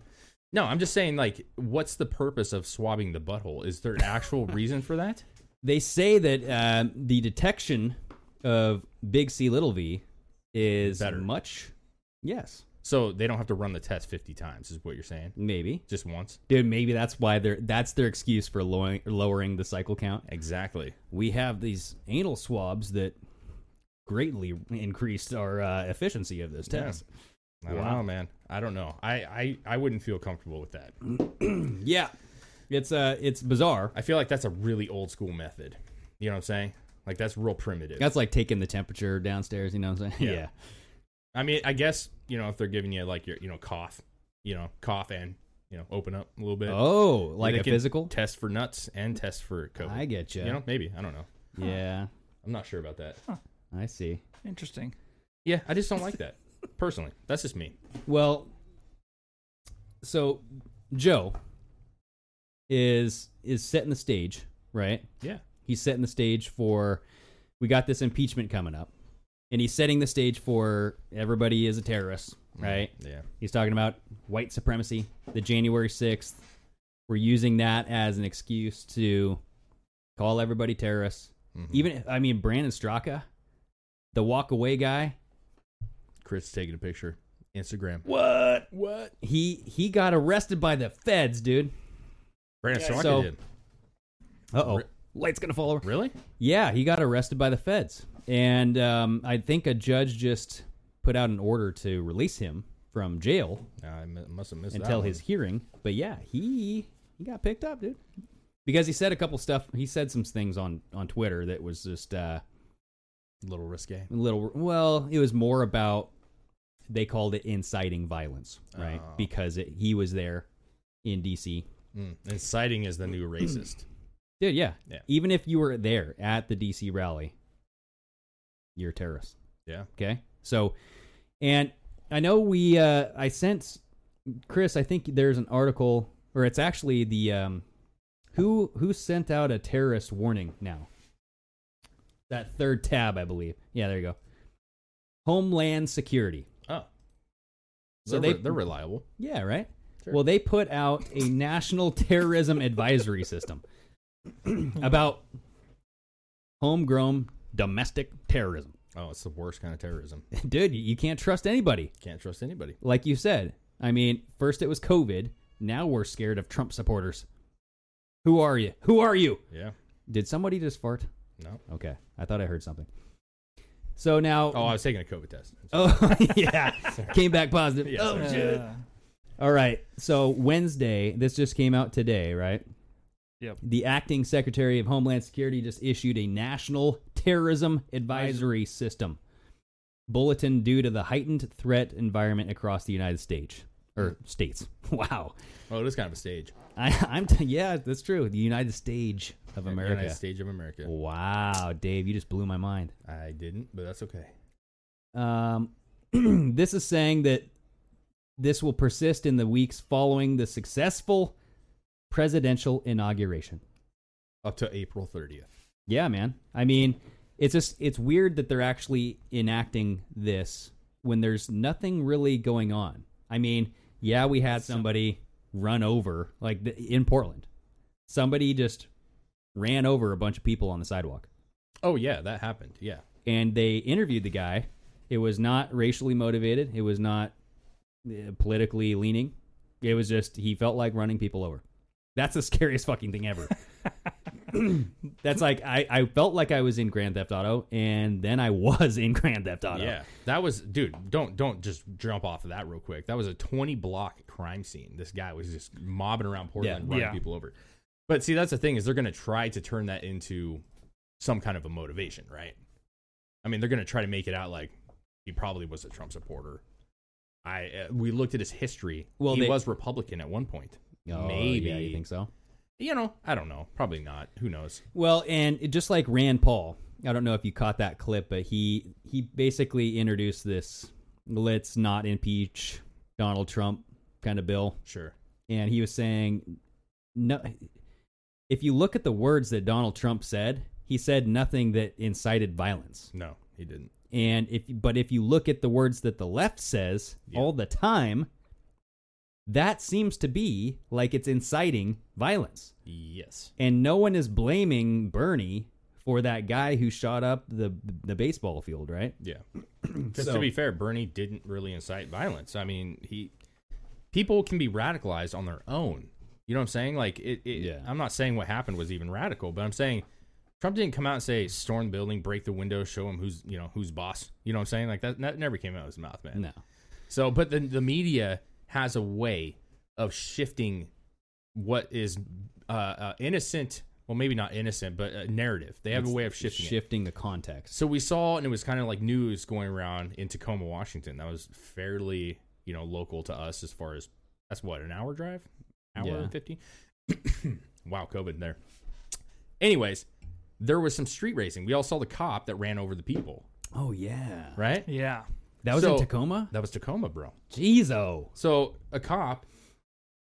S7: No, I'm just saying. Like, what's the purpose of swabbing the butthole? Is there an actual reason for that?
S6: They say that um, the detection of big C little V is
S7: Better.
S6: much. Yes,
S7: So they don't have to run the test 50 times, is what you're saying?
S6: maybe,
S7: Just once.
S6: dude. Maybe that's why they're that's their excuse for lowering lowering the cycle count.
S7: Exactly.
S6: we have these anal swabs that greatly increased our uh, efficiency of this test.
S7: I don't know, man. I don't know. I, I I wouldn't feel comfortable with that.
S6: Yeah. It's uh it's bizarre.
S7: I feel like that's a really old school method. You know what I'm saying? Like that's real primitive.
S6: That's like taking the temperature downstairs, you know what I'm saying?
S7: Yeah. I mean, I guess you know if they're giving you like your you know cough, you know cough and you know open up a little bit.
S6: Oh, like
S7: They
S6: a
S7: can
S6: physical?
S7: test for nuts and test for COVID.
S6: I get ya.
S7: You know, maybe I don't know.
S6: Yeah.
S7: I'm not sure about that.
S6: I see.
S8: Interesting.
S7: Yeah, I just don't like that personally. That's just me.
S6: Well, so Joe is is setting the stage, right?
S7: Yeah,
S6: He's setting the stage for we got this impeachment coming up. And he's setting the stage for everybody is a terrorist, right?
S7: yeah.
S6: He's talking about white supremacy, the January 6th. We're using that as an excuse to call everybody terrorists. Even, I mean, Brandon Straka, the walk away guy,
S7: Chris taking a picture, Instagram.
S8: What?
S7: What?
S6: he, he got arrested by the feds, dude.
S7: Brandon
S6: Yeah,
S7: Straka
S6: so-
S7: did.
S6: Uh oh. Light's going to fall over.
S7: Really?
S6: Yeah, he got arrested by the feds. And um, I think a judge just put out an order to release him from jail
S7: No, I mi- must have missed that
S6: until
S7: one.
S6: his hearing. But yeah, he he got picked up, dude, because he said a couple stuff. He said some things on on Twitter that was just uh,
S7: little risque.
S6: a little. Well, it was more about they called it inciting violence, right?
S7: Oh.
S6: Because it, he was there in D.C.
S7: Mm. Inciting is the new racist.
S6: Dude, yeah.
S7: Yeah.
S6: Even if you were there at the D.C. rally, you're a terrorist.
S7: Yeah.
S6: Okay. So, and I know we, uh, I sent Chris, I think there's an article, or it's actually the, um, who, who sent out a terrorist warning now? That third tab, I believe. Yeah, there you go. Homeland Security.
S7: Oh,
S6: So
S7: so
S6: they-
S7: they they're reliable.
S6: Yeah, right.
S7: Sure.
S6: Well, they put out a national terrorism advisory system about homegrown domestic terrorism.
S7: Oh, it's the worst kind of terrorism.
S6: Dude, you- you can't trust anybody.
S7: Can't trust anybody.
S6: Like you said, I mean, first it was COVID. Now we're scared of Trump supporters. Who are you? Who are you?
S7: Yeah.
S6: Did somebody just fart?
S7: No.
S6: Okay, I thought I heard something. So now,
S7: Oh, I was taking a COVID test.
S6: Oh, yeah, came back positive. oh, shit.
S8: Uh,
S6: All right. So Wednesday, this just came out today, right?
S8: Yep.
S6: The acting Secretary of Homeland Security just issued a national terrorism advisory system bulletin due to the heightened threat environment across the United States or
S7: Hmm.
S6: states. Wow.
S7: Oh, it is kind of a stage.
S6: I, I'm t- yeah, that's true. The United Stage of America.
S7: United stage of America.
S6: Wow, Dave, you just blew my mind.
S7: I didn't, but that's okay.
S6: Um, this is saying that this will persist in the weeks following the successful presidential inauguration.
S7: Up to April 30th.
S6: Yeah, man. I mean, it's just it's weird that they're actually enacting this when there's nothing really going on. I mean, yeah, we had somebody run over like th- in Portland. Somebody just ran over a bunch of people on the sidewalk.
S7: Oh yeah, that happened. Yeah.
S6: and they interviewed the guy. It was not racially motivated. It was not uh, politically leaning. It was just he felt like running people over. That's the scariest fucking thing ever. That's like I, I felt like I was in Grand Theft Auto, and then I was in Grand Theft Auto.
S7: Yeah. That was dude, don't don't just jump off of that real quick. That was a 20 block crime scene. This guy was just mobbing around Portland
S6: Yeah.
S7: running
S8: Yeah.
S7: people over. But see, that's the thing is they're going to try to turn that into some kind of a motivation, right? I mean, they're going to try to make it out like he probably was a Trump supporter. I uh, we looked at his history.
S6: Well,
S7: he
S6: they-
S7: was Republican at one point.
S6: Oh,
S7: Maybe
S6: yeah, you think so?
S7: You know, I don't know. Probably not. Who knows?
S6: Well, and it, just like Rand Paul, I don't know if you caught that clip, but he he basically introduced this "let's not impeach Donald Trump" kind of bill.
S7: Sure.
S6: and he was saying no if you look at the words that Donald Trump said, he said nothing that incited violence.
S7: No, he didn't.
S6: And if but if you look at the words that the left says
S7: Yeah.
S6: all the time, that seems to be like it's inciting violence.
S7: Yes.
S6: And no one is blaming Bernie for that guy who shot up the the baseball field, right?
S7: Yeah. Just
S6: So-
S7: to be fair, Bernie didn't really incite violence. I mean, he people can be radicalized on their own. You know what I'm saying? Like it, it
S6: Yeah.
S7: I'm not saying what happened was even radical, but I'm saying Trump didn't come out and say storm the building, break the window, show him who's, you know, who's boss. You know what I'm saying? Like that, that never came out of his mouth, man.
S6: No.
S7: So, but the the media has a way of shifting what is uh, uh innocent, well maybe not innocent, but uh, narrative. They have a
S6: It's
S7: way of shifting it.
S6: shifting the context.
S7: So we saw, and it was kind of like news going around in Tacoma, Washington. That was fairly, you know, local to us as far as that's what an hour drive, hour
S6: Yeah.
S7: and fifty. wow, COVID there. Anyways, there was some street racing. We all saw the cop that ran over the people,
S6: Oh yeah.
S7: right?
S8: yeah.
S6: That was in
S7: So-
S6: Tacoma?
S7: That was Tacoma, bro.
S6: Jeez-o.
S7: So a cop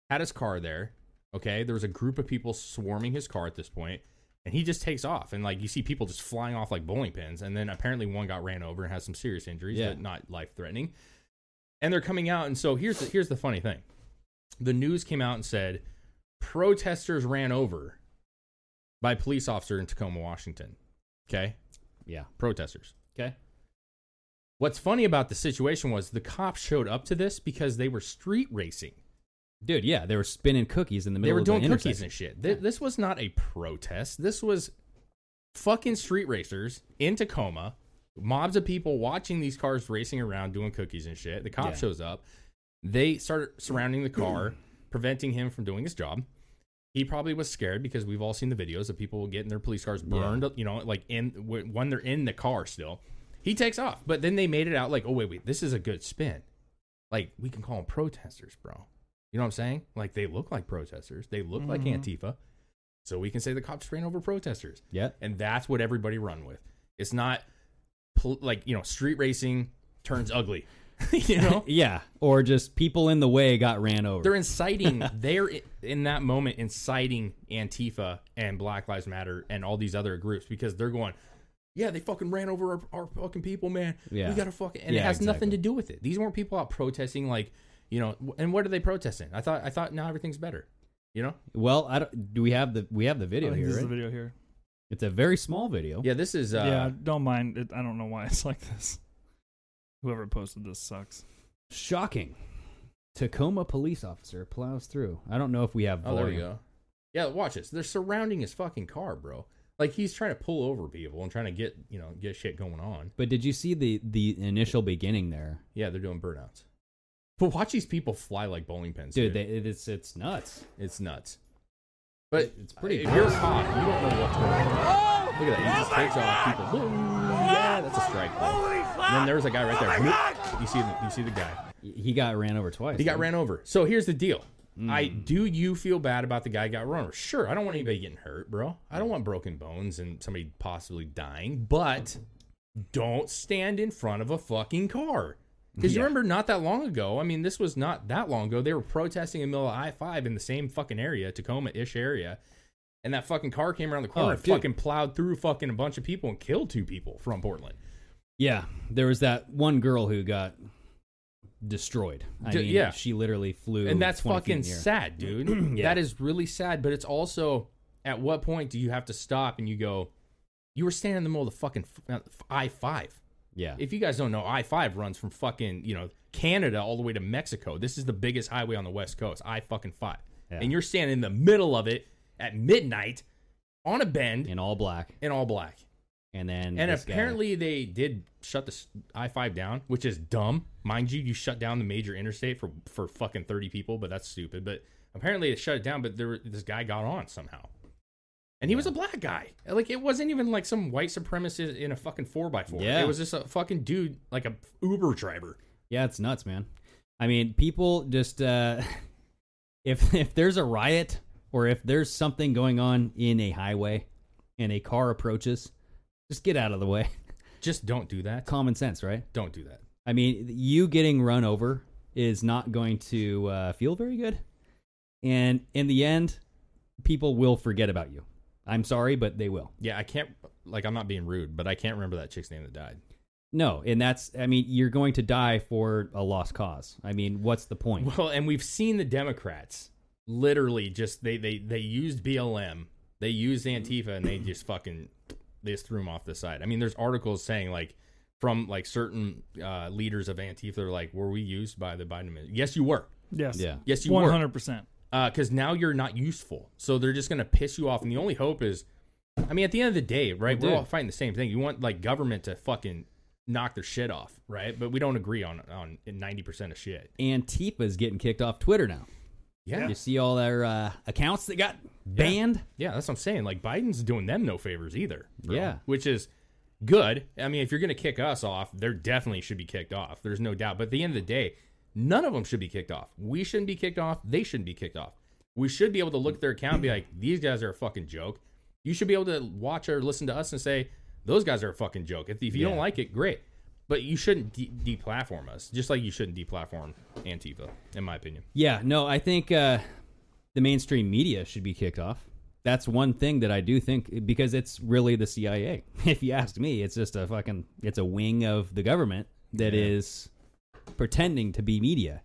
S7: had his car there. Okay, there was a group of people swarming his car at this point, and he just takes off. And like you see people just flying off like bowling pins. And then apparently one got ran over and has some serious injuries,
S6: Yeah.
S7: but not life threatening. And they're coming out. And so here's the, here's the funny thing: the news came out and said protesters ran over by police officer in Tacoma, Washington. Okay,
S6: Yeah.
S7: protesters.
S6: Okay.
S7: What's funny about the situation was the cops showed up to this because they were street racing.
S6: Dude, yeah, they were spinning cookies in the middle.
S7: They were
S6: of
S7: doing
S6: an
S7: cookies
S6: intersection.
S7: and shit. Th- This was not a protest. This was fucking street racers in Tacoma, mobs of people watching these cars racing around doing cookies and shit. The cop
S6: Yeah.
S7: shows up. They start surrounding the car, preventing him from doing his job. He probably was scared because we've all seen the videos of people getting their police cars burned, you know, like in wh- when they're in the car still. He takes off, but then they made it out like, oh, wait, wait, this is a good spin. Like, we can call them protesters, bro. You know what I'm saying? Like they look like protesters. They look like Antifa. So we can say the cops ran over protesters.
S6: Yeah.
S7: And that's what everybody run with. It's not pol- like, you know, street racing turns ugly. you know?
S6: Yeah, or just people in the way got ran over.
S7: They're inciting, they're i- in that moment inciting Antifa and Black Lives Matter and all these other groups because they're going, yeah, they fucking ran over our, our fucking people, man.
S6: Yeah.
S7: We got to fucking, and
S6: Yeah,
S7: it has nothing
S6: exactly.
S7: to do with it. These weren't people out protesting, like, you know, w- and what are they protesting? I thought, I thought now everything's better, you know?
S6: Well, I don't, do we have the we have the video
S8: I think
S6: here?
S8: Oh, this is
S6: Right?
S8: the video here.
S6: It's a very small video.
S7: Yeah, this is, uh,
S8: yeah, don't mind. It, I don't know why it's like this. Whoever posted this sucks.
S6: Shocking. Tacoma police officer plows through. I don't know if we have.
S7: oh, there we
S6: volume.
S7: go. Yeah, watch this. They're surrounding his fucking car, bro. Like he's trying to pull over people and trying to get, you know, get shit going on.
S6: But did you see the the initial beginning there,
S7: Yeah, they're doing burnouts. But watch these people fly like bowling pins,
S6: dude?
S7: dude.
S6: They, it's it's nuts.
S7: it's nuts. But
S6: It's pretty-
S7: If you're a cop, you don't know what's going on. Look at that. He just takes off people. Woo! Yeah, that's a strike. And then there's a guy right there. Whoop. You see, the, you see the guy.
S6: He got ran over twice.
S7: He got
S6: dude.
S7: ran over. So here's the deal. I do you feel bad about the guy who got run over? Sure, I don't want anybody getting hurt, bro. I don't want broken bones and somebody possibly dying, but don't stand in front of a fucking car. Because you
S6: Yeah.
S7: remember not that long ago, I mean, this was not that long ago. They were protesting in the middle of I 5 in the same fucking area, Tacoma ish area. And that fucking car came around the corner
S6: Oh,
S7: and
S6: dude.
S7: fucking plowed through fucking a bunch of people and killed two people from Portland.
S6: Yeah, there was that one girl who got destroyed. I
S7: D-
S6: mean,
S7: yeah.
S6: she literally flew,
S7: and that's
S6: 20 feet in
S7: fucking
S6: the air.
S7: sad, dude.
S6: Yeah.
S7: That is really sad. But it's also, at what point do you have to stop and you go, you were standing in the middle of the fucking uh, I five.
S6: Yeah,
S7: If you guys don't know, I five runs from fucking you know Canada all the way to Mexico. This is the biggest highway on the West Coast. I fucking five,
S6: Yeah.
S7: and you're standing in the middle of it at midnight on a bend
S6: in all black,
S7: in all black.
S6: and then
S7: And
S6: this guy-
S7: apparently they did shut the I five down, which is dumb, mind you. You shut down the major interstate for for fucking thirty people, but that's stupid. But apparently they shut it down. But there, this guy got on somehow, and he was a black guy. Like it wasn't even like some white supremacist in a fucking four by four.
S6: Yeah.
S7: it was just a fucking dude, like a Uber driver.
S6: yeah, it's nuts, man. I mean, people just uh, if if there's a riot or if there's something going on in a highway and a car approaches, just get out of the way.
S7: Just don't do that.
S6: Common sense, right?
S7: Don't do that.
S6: I mean, you getting run over is not going to uh, feel very good. And in the end, people will forget about you. I'm sorry, but they will.
S7: Yeah, I can't. Like I'm not being rude, but I can't remember that chick's name that died.
S6: No, and that's, I mean, you're going to die for a lost cause. I mean, what's the point?
S7: Well, and we've seen the Democrats literally just they they they used BLM, they used Antifa, and they just fucking they just threw them off the side. I mean, there's articles saying like from like certain uh, leaders of Antifa, they're like, "Were we used by the Biden administration?" Yes, you were.
S8: Yes.
S6: Yeah.
S7: Yes, you
S8: One
S7: were
S8: hundred percent.
S7: because now you're not useful. So they're just going to piss you off. And the only hope is, I mean, at the end of the day, right?
S6: Well,
S7: we're
S6: dude.
S7: all fighting the same thing. You want like government to fucking knock their shit off, right? But we don't agree on on ninety percent of shit.
S6: Antifa's getting kicked off Twitter now.
S7: Yeah,
S6: You see all their uh, accounts that got banned?
S7: Yeah, that's what I'm saying. Like Biden's doing them no favors either.
S6: Yeah.
S7: Which is good. I mean, if you're going to kick us off, they definitely should be kicked off. There's no doubt. But at the end of the day, none of them should be kicked off. We shouldn't be kicked off. They shouldn't be kicked off. We should be able to look at their account and be like, these guys are a fucking joke. You should be able to watch or listen to us and say, those guys are a fucking joke. If, if you don't
S6: Yeah.
S7: like it, great. But you shouldn't de- deplatform us, just like you shouldn't deplatform Antifa, in my opinion.
S6: Yeah, no, I think uh, the mainstream media should be kicked off. That's one thing that I do think because it's really the CIA. If you ask me, it's just a fucking it's a wing of the government that
S7: Yeah.
S6: is pretending to be media.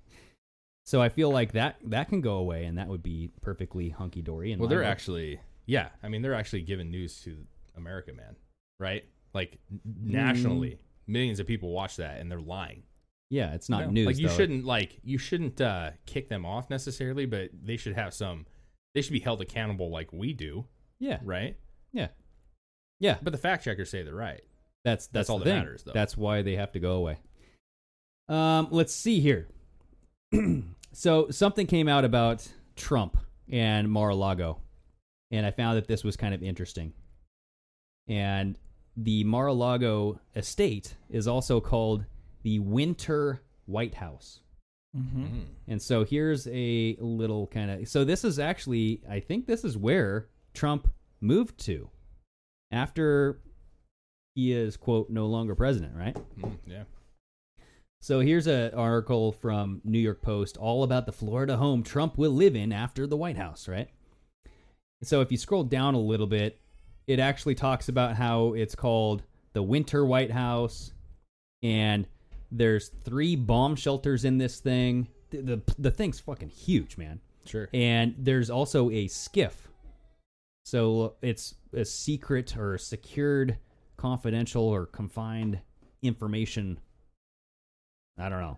S6: So I feel like that that can go away, and that would be perfectly hunky dory.
S7: Well, they're actually, yeah. I mean, they're actually giving news to America, man. Right? Like n-
S6: Hmm.
S7: nationally, millions of people watch that, and they're lying.
S6: yeah, it's not
S7: No.
S6: news.
S7: Like you
S6: though.
S7: shouldn't like you shouldn't uh, kick them off necessarily, but they should have some. They should be held accountable like we do,
S6: Yeah,
S7: right?
S6: yeah, yeah.
S7: But the fact checkers say they're right.
S6: That's that's,
S7: all
S6: the
S7: that
S6: thing.
S7: matters, though.
S6: That's why they have to go away. Um, let's see here. so something came out about Trump and Mar-a-Lago, and I found that this was kind of interesting. And the Mar-a-Lago estate is also called the Winter White House.
S8: Mm-hmm.
S7: Mm.
S6: And so here's a little kind of. So this is actually, I think this is where Trump moved to after he is, quote, no longer president, right?
S7: Mm, yeah.
S6: So here's an article from New York Post all about the Florida home Trump will live in after the White House, right? So if you scroll down a little bit, it actually talks about how it's called the winter White House, and there's three bomb shelters in this thing. The the, the thing's fucking huge, man.
S7: Sure.
S6: And there's also a skiff. So it's a secret or secured, confidential or confined information. I don't know.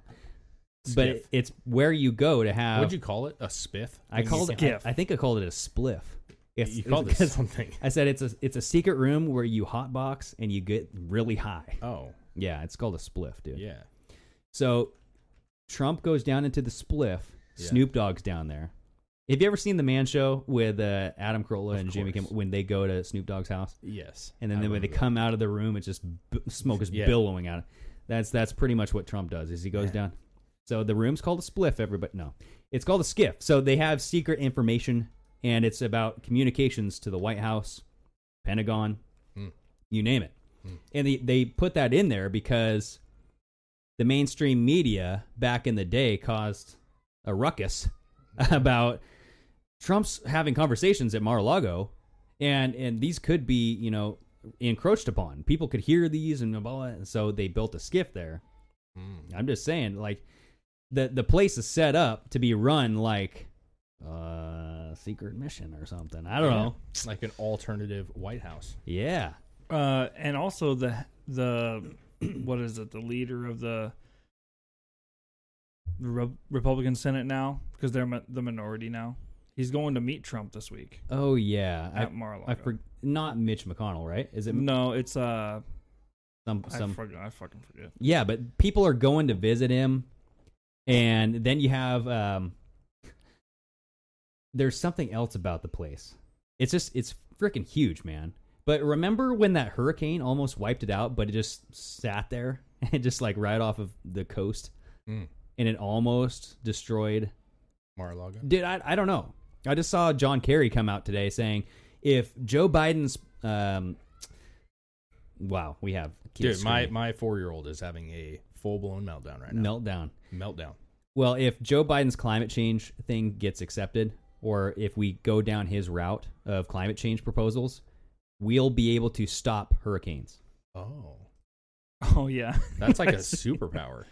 S6: But
S7: Skiff.
S6: it- it's where you go to have.
S7: What'd you call it? A spiff?
S6: I
S7: When
S6: called
S7: you,
S6: it.
S8: Skiff.
S6: I, I think I called it a spliff. It's-
S7: You called it
S6: because
S7: something.
S6: I said it's a it's a secret room where you hotbox and you get really high.
S7: Oh,
S6: Yeah, it's called a spliff, dude.
S7: yeah.
S6: So Trump goes down into the spliff.
S7: Yeah.
S6: Snoop Dogg's down there. Have you ever seen the Man Show with uh, Adam Carolla
S7: Of
S6: and Jimmy
S7: course.
S6: Kimmel when they go to Snoop Dogg's house?
S7: Yes.
S6: And then
S7: I
S6: they- when they
S7: remember.
S6: come out of the room, it's just b- smoke is
S7: Yeah.
S6: billowing out. That's that's pretty much what Trump does. Is he goes down. So the room's called a spliff. Everybody, no, it's called a skiff. So they have secret information, and it's about communications to the White House, Pentagon,
S7: Hmm.
S6: you name it. And they they put that in there because the mainstream media back in the day caused a ruckus about Trump's having conversations at Mar-a-Lago, and and these could be you know encroached upon. People could hear these and blah, blah, and so they built a skiff there.
S8: Hmm.
S6: I'm just saying, like the the place is set up to be run like uh secret mission or something. I don't know.
S7: Yeah. Like an alternative White House.
S6: Yeah,
S8: Uh, and also the the what is it? The leader of the Re- Republican Senate now because they're mi- the minority now. He's going to meet Trump this week.
S6: Oh yeah,
S8: At
S6: I,
S8: Mar-a-Lago.
S6: I for, not Mitch McConnell, right? Is it
S8: No, it's uh,
S6: some
S8: I,
S6: some?
S8: forgot, I fucking forget.
S6: yeah, but people are going to visit him, and then you have um. There's something else about the place. It's just it's freaking huge, man. But remember when that hurricane almost wiped it out, but it just sat there and just like right off of the coast,
S7: Mm.
S6: and it almost destroyed
S7: Mar-a-Lago.
S6: Did I? I don't know. I just saw John Kerry come out today saying if Joe Biden's um, wow, we have kids
S7: Dude, my,
S6: screaming.
S7: my four year old is having a full blown meltdown right now.
S6: meltdown.
S7: Meltdown.
S6: Well, if Joe Biden's climate change thing gets accepted, or if we go down his route of climate change proposals, we'll be able to stop hurricanes.
S7: Oh,
S8: Oh yeah,
S7: that's like a
S8: That's-
S7: superpower.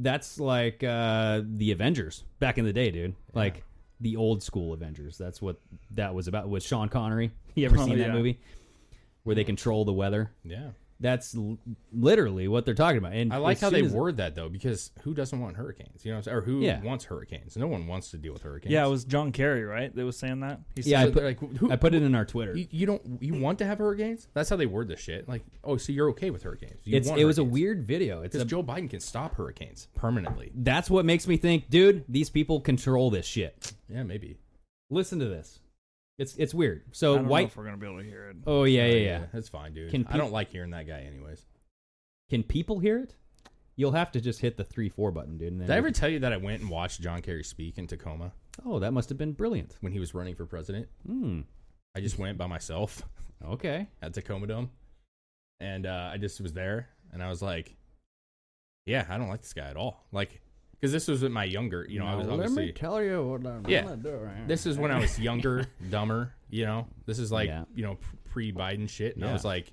S6: That's like uh, the Avengers back in the day, dude. Like the old school Avengers. That's what that was about. With Sean Connery, you ever
S8: Oh,
S6: seen that
S8: yeah.
S6: movie where they control the weather?
S7: Yeah.
S6: That's l- literally what they're talking about. And
S7: I like
S6: as
S7: how
S6: soon
S7: they
S6: as-
S7: word that though, because who doesn't want hurricanes? You know, what I'm saying? or who
S6: Yeah.
S7: wants hurricanes? No one wants to deal with hurricanes.
S8: yeah. It was John Kerry, right? That was saying that. He
S6: Yeah, I
S7: So
S6: put,
S7: they're like, who-
S6: I put it in our Twitter.
S7: You, you don't. You want to have hurricanes? That's how they word this shit. Like, oh, so you're okay with hurricanes? You
S6: it's
S7: want
S6: it was a
S7: hurricanes.
S6: weird video. It's
S7: because
S6: a,
S7: Joe Biden can stop hurricanes permanently.
S6: that's what makes me think, dude. These people control this shit.
S7: Yeah, maybe.
S6: Listen to this. It's it's weird.
S8: I
S6: So
S8: don't know
S6: white.
S8: if we're gonna be able to hear it.
S6: Oh yeah, yeah, yeah.
S7: That's fine, dude.
S6: Can
S7: I
S6: peop-
S7: don't like hearing that guy, anyways.
S6: Can people hear it? You'll have to just hit the three four button, dude. And then
S7: Did I ever tell you that I went and watched John Kerry speak in Tacoma
S6: oh, that must have been brilliant.
S7: when he was running for president?
S6: Hmm.
S7: I just went by myself
S6: Okay.
S7: at Tacoma Dome, and uh, I just was there, and I was like, "Yeah, I don't like this guy at all." Like, because this was with my younger, you know, I was obviously.
S6: tell you what I'm
S7: Yeah. gonna do this is when I was younger, dumber. You know, this is like
S6: Yeah.
S7: you know pre Biden shit, and I
S6: Yeah.
S7: was like,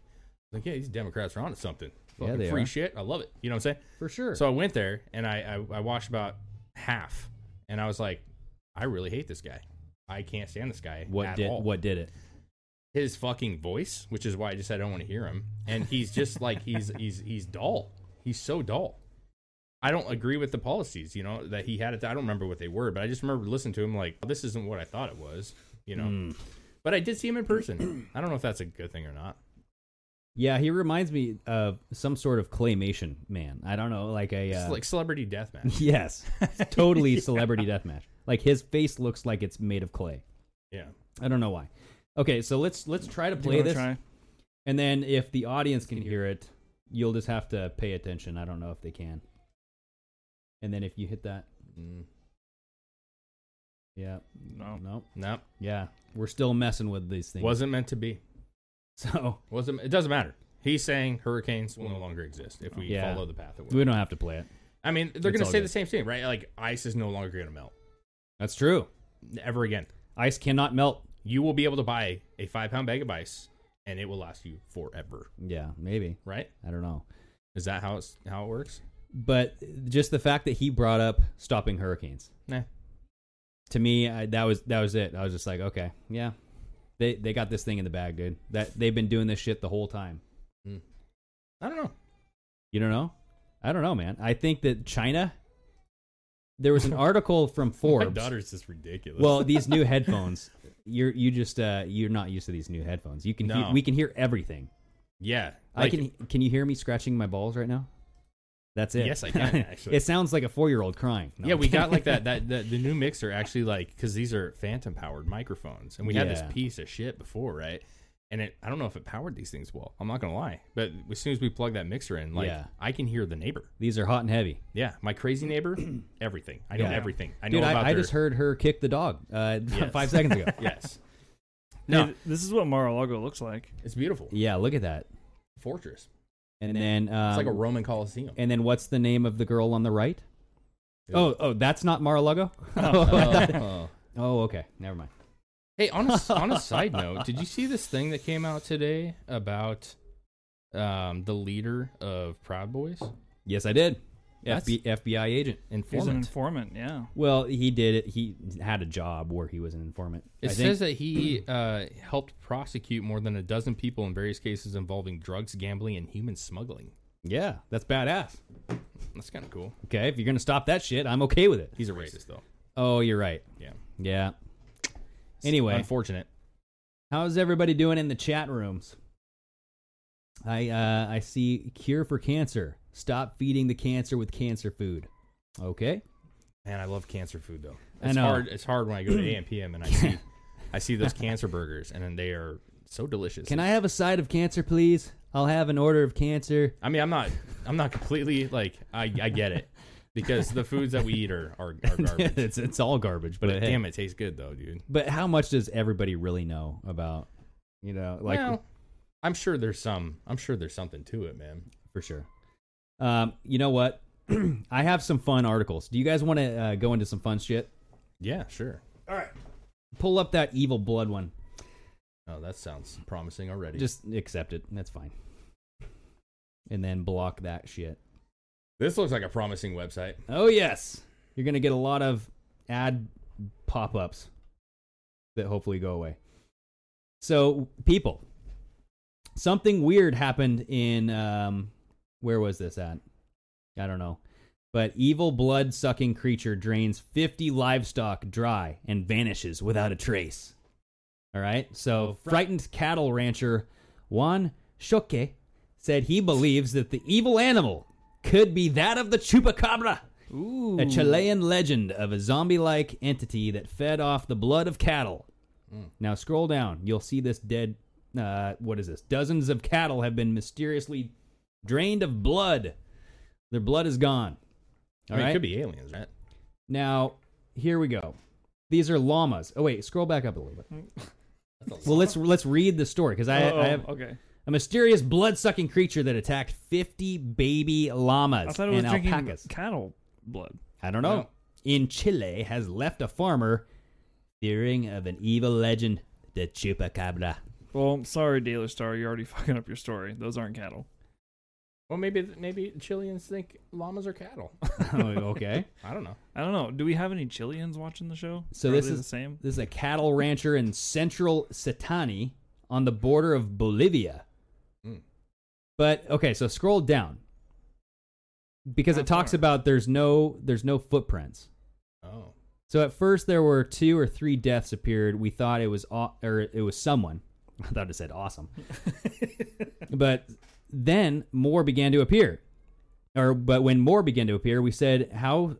S7: like yeah, these Democrats are onto something.
S6: Yeah,
S7: Fucking
S6: they
S7: free
S6: are.
S7: shit. I love it. You know what I'm saying?
S6: for sure.
S7: So I went there and I, I I watched about half, and I was like, I really hate this guy. I can't stand this guy.
S6: what
S7: at
S6: did
S7: all.
S6: what did it?
S7: his fucking voice, which is why I just said I don't want to hear him. And he's just like he's he's he's dull. He's so dull. I don't agree with the policies, you know, that he had. At the, I don't remember what they were, but I just remember listening to him like this isn't what I thought it was, you know.
S6: Hmm.
S7: But I did see him in person. I don't know if that's a good thing or not.
S6: Yeah, he reminds me of some sort of claymation man. I don't know, like a
S7: It's
S6: uh,
S7: like celebrity deathmatch.
S6: yes, totally celebrity deathmatch. Like his face looks like it's made of clay.
S7: yeah.
S6: I don't know why. Okay, so let's let's try to
S8: Do you
S6: play
S8: wanna
S6: this,
S8: try?
S6: and then if the audience can hear it, you'll just have to pay attention. I don't know if they can. And then if you hit that,
S7: Mm, Oh.
S6: yeah,
S8: No.
S6: no,
S7: no,
S6: yeah, we're still messing with these things.
S7: wasn't meant to be.
S6: so
S7: Wasn't. It doesn't matter. He's saying hurricanes will no longer exist if we
S6: Yeah.
S7: follow the path. That
S6: we
S7: we're
S6: don't have to play it.
S7: I mean, they're
S6: It's
S7: going
S6: all
S7: to say
S6: good.
S7: the same thing, right? Like ice is no longer going to melt
S6: That's true.
S7: ever again.
S6: Ice cannot melt.
S7: you will be able to buy a five pound bag of ice and it will last you forever.
S6: Yeah, maybe.
S7: Right?
S6: I don't know.
S7: Is that how it's how it works?
S6: But just the fact that he brought up stopping hurricanes
S7: Nah.
S6: to me, I, that was that was it. I was just like, okay, yeah, they they got this thing in the bag, dude. That they've been doing this shit the whole time.
S7: I don't know.
S6: You don't know? I don't know, man. I think that China. There was an article from
S7: My
S6: Forbes.
S7: daughter's just ridiculous.
S6: Well, these new headphones. You're you just uh, you're not used to these new headphones. You can
S7: No.
S6: he- we can hear everything.
S7: yeah.
S6: I
S7: like-
S6: can can you hear me scratching my balls right now? That's it.
S7: Yes, I can, actually.
S6: it sounds like a four year old crying. No,
S7: yeah,
S6: I'm
S7: we
S6: kidding.
S7: got like that, that that the new mixer actually like because these are phantom powered microphones, and we had this
S6: Yeah.
S7: piece of shit before, right? And it, I don't know if it powered these things well. I'm not gonna lie, but as soon as we plug that mixer in, like
S6: Yeah.
S7: I can hear the neighbor.
S6: These are hot and heavy.
S7: Yeah, my crazy neighbor, everything. I know
S6: Yeah.
S7: everything. I know
S6: Dude,
S7: about.
S6: I, I
S7: their-
S6: just heard her kick the dog uh,
S7: Yes.
S6: five seconds ago.
S7: Yes,
S8: No,
S7: No.
S8: this is what Mar-a-Lago looks like.
S7: it's beautiful.
S6: Yeah, look at that.
S7: Fortress.
S6: And then um,
S7: It's like a Roman Colosseum.
S6: And then what's the name of the girl on the right?
S7: Yeah.
S6: Oh, oh, that's not Mar-a-Lago.
S7: Oh.
S6: oh, okay, never mind.
S7: Hey, on a, on a side note, did you see this thing that came out today about um, the leader of Proud Boys?
S6: Yes, I did.
S7: That's-
S6: FB, FBI agent.
S8: He's an
S7: Informant.
S8: informant. Yeah.
S6: Well, he did it. He had a job where he was an informant.
S7: It
S6: I think-
S7: says that he uh, helped prosecute more than a dozen people in various cases involving drugs, gambling, and human smuggling.
S6: yeah, that's badass.
S7: That's kind of cool.
S6: Okay, if you're gonna stop that shit, I'm okay with it.
S7: He's a racist, though.
S6: Oh, you're right.
S7: Yeah.
S6: Yeah. Anyway,
S7: unfortunate.
S6: how's everybody doing in the chat rooms? I uh, I see cure for cancer. Stop feeding the cancer with cancer food. Okay.
S7: Man, I love cancer food though.
S6: I
S7: It's
S6: know.
S7: hard. It's hard when I go to AM PM and I see, I see those cancer burgers, and then they are so delicious.
S6: Can I
S7: It's-
S6: have a side of cancer, please? I'll have an order of cancer.
S7: I mean, I'm not. I'm not completely like. I, I get it because the foods that we eat are are, are garbage.
S6: it's it's all garbage, but,
S7: but
S6: hey.
S7: damn, it tastes good though, dude.
S6: But how much does everybody really know about? You know, like
S7: well, I'm sure there's some. I'm sure there's something to it, man.
S6: for sure. Um, you know what? I have some fun articles. Do you guys want to uh, go into some fun shit?
S7: Yeah, sure.
S6: Pull up that evil blood one.
S7: Oh, that sounds promising already.
S6: Just accept it. That's fine. And then block that shit.
S7: this looks like a promising website.
S6: Oh yes, you're gonna get a lot of ad pop-ups that hopefully go away. So people, something weird happened in um, where was this at? I don't know, but evil blood-sucking creature drains 50 livestock dry and vanishes without a trace. All right, so frightened cattle rancher Juan Shoke said he believes that the evil animal could be that of the chupacabra, a Chilean legend of a zombie like entity that fed off the blood of cattle.
S7: Hmm.
S6: Now, scroll down. You'll see this dead. Uh, what is this? Dozens of cattle have been mysteriously drained of blood. Their blood is gone.
S7: I mean,
S6: Alright.
S7: it could be aliens, right?
S6: Now, here we go. These are llamas. Oh wait, scroll back up a little bit. Well, let's let's read the story because I,
S8: oh,
S6: I have
S8: okay.
S6: a mysterious blood-sucking creature that attacked 50 baby llamas
S8: I thought it was
S6: and
S8: drinking
S6: alpacas.
S8: cattle blood.
S6: I don't know. In Chile, has left a farmer fearing of an evil legend, the chupacabra.
S8: Well, I'm sorry, Daily Star, you're already fucking up your story. Those aren't cattle.
S7: Well, maybe maybe Chileans think llamas are cattle.
S8: Oh,
S6: okay.
S7: I don't know.
S8: I don't know. Do we have any Chileans watching the show?
S6: So
S8: Are
S6: this
S8: they
S6: is
S8: the same.
S6: This is a cattle rancher in central Setani on the border of Bolivia.
S7: Mm.
S6: But okay, so scroll down because
S8: How
S6: it talks
S8: far?
S6: about there's no there's no footprints.
S7: Oh,
S6: So at first there were two or three deaths appeared. We thought it was aw- or it was someone. I thought it said awesome. but then more began to appear. Or but when more began to appear, we said how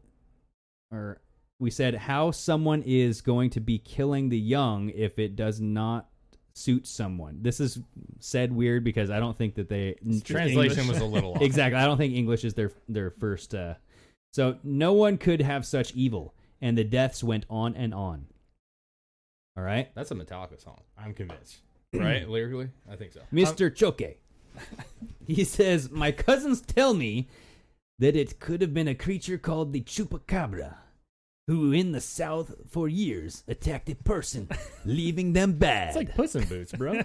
S6: or we said how someone is going to be killing the young if it does not suit someone. This is said weird because I don't think that they
S7: translation
S6: English-
S7: was a little off.
S6: exactly. I don't think English is their their first. Uh, so no one could have such evil, and the deaths went on and on. All right,
S7: That's a Metallica song. I'm convinced. Right? Lyrically? I think so.
S6: Mister Choke. he says, "My cousins tell me that it could have been a creature called the chupacabra, who in the South for years attacked a person, leaving them bad.
S7: It's like Puss in Boots, bro.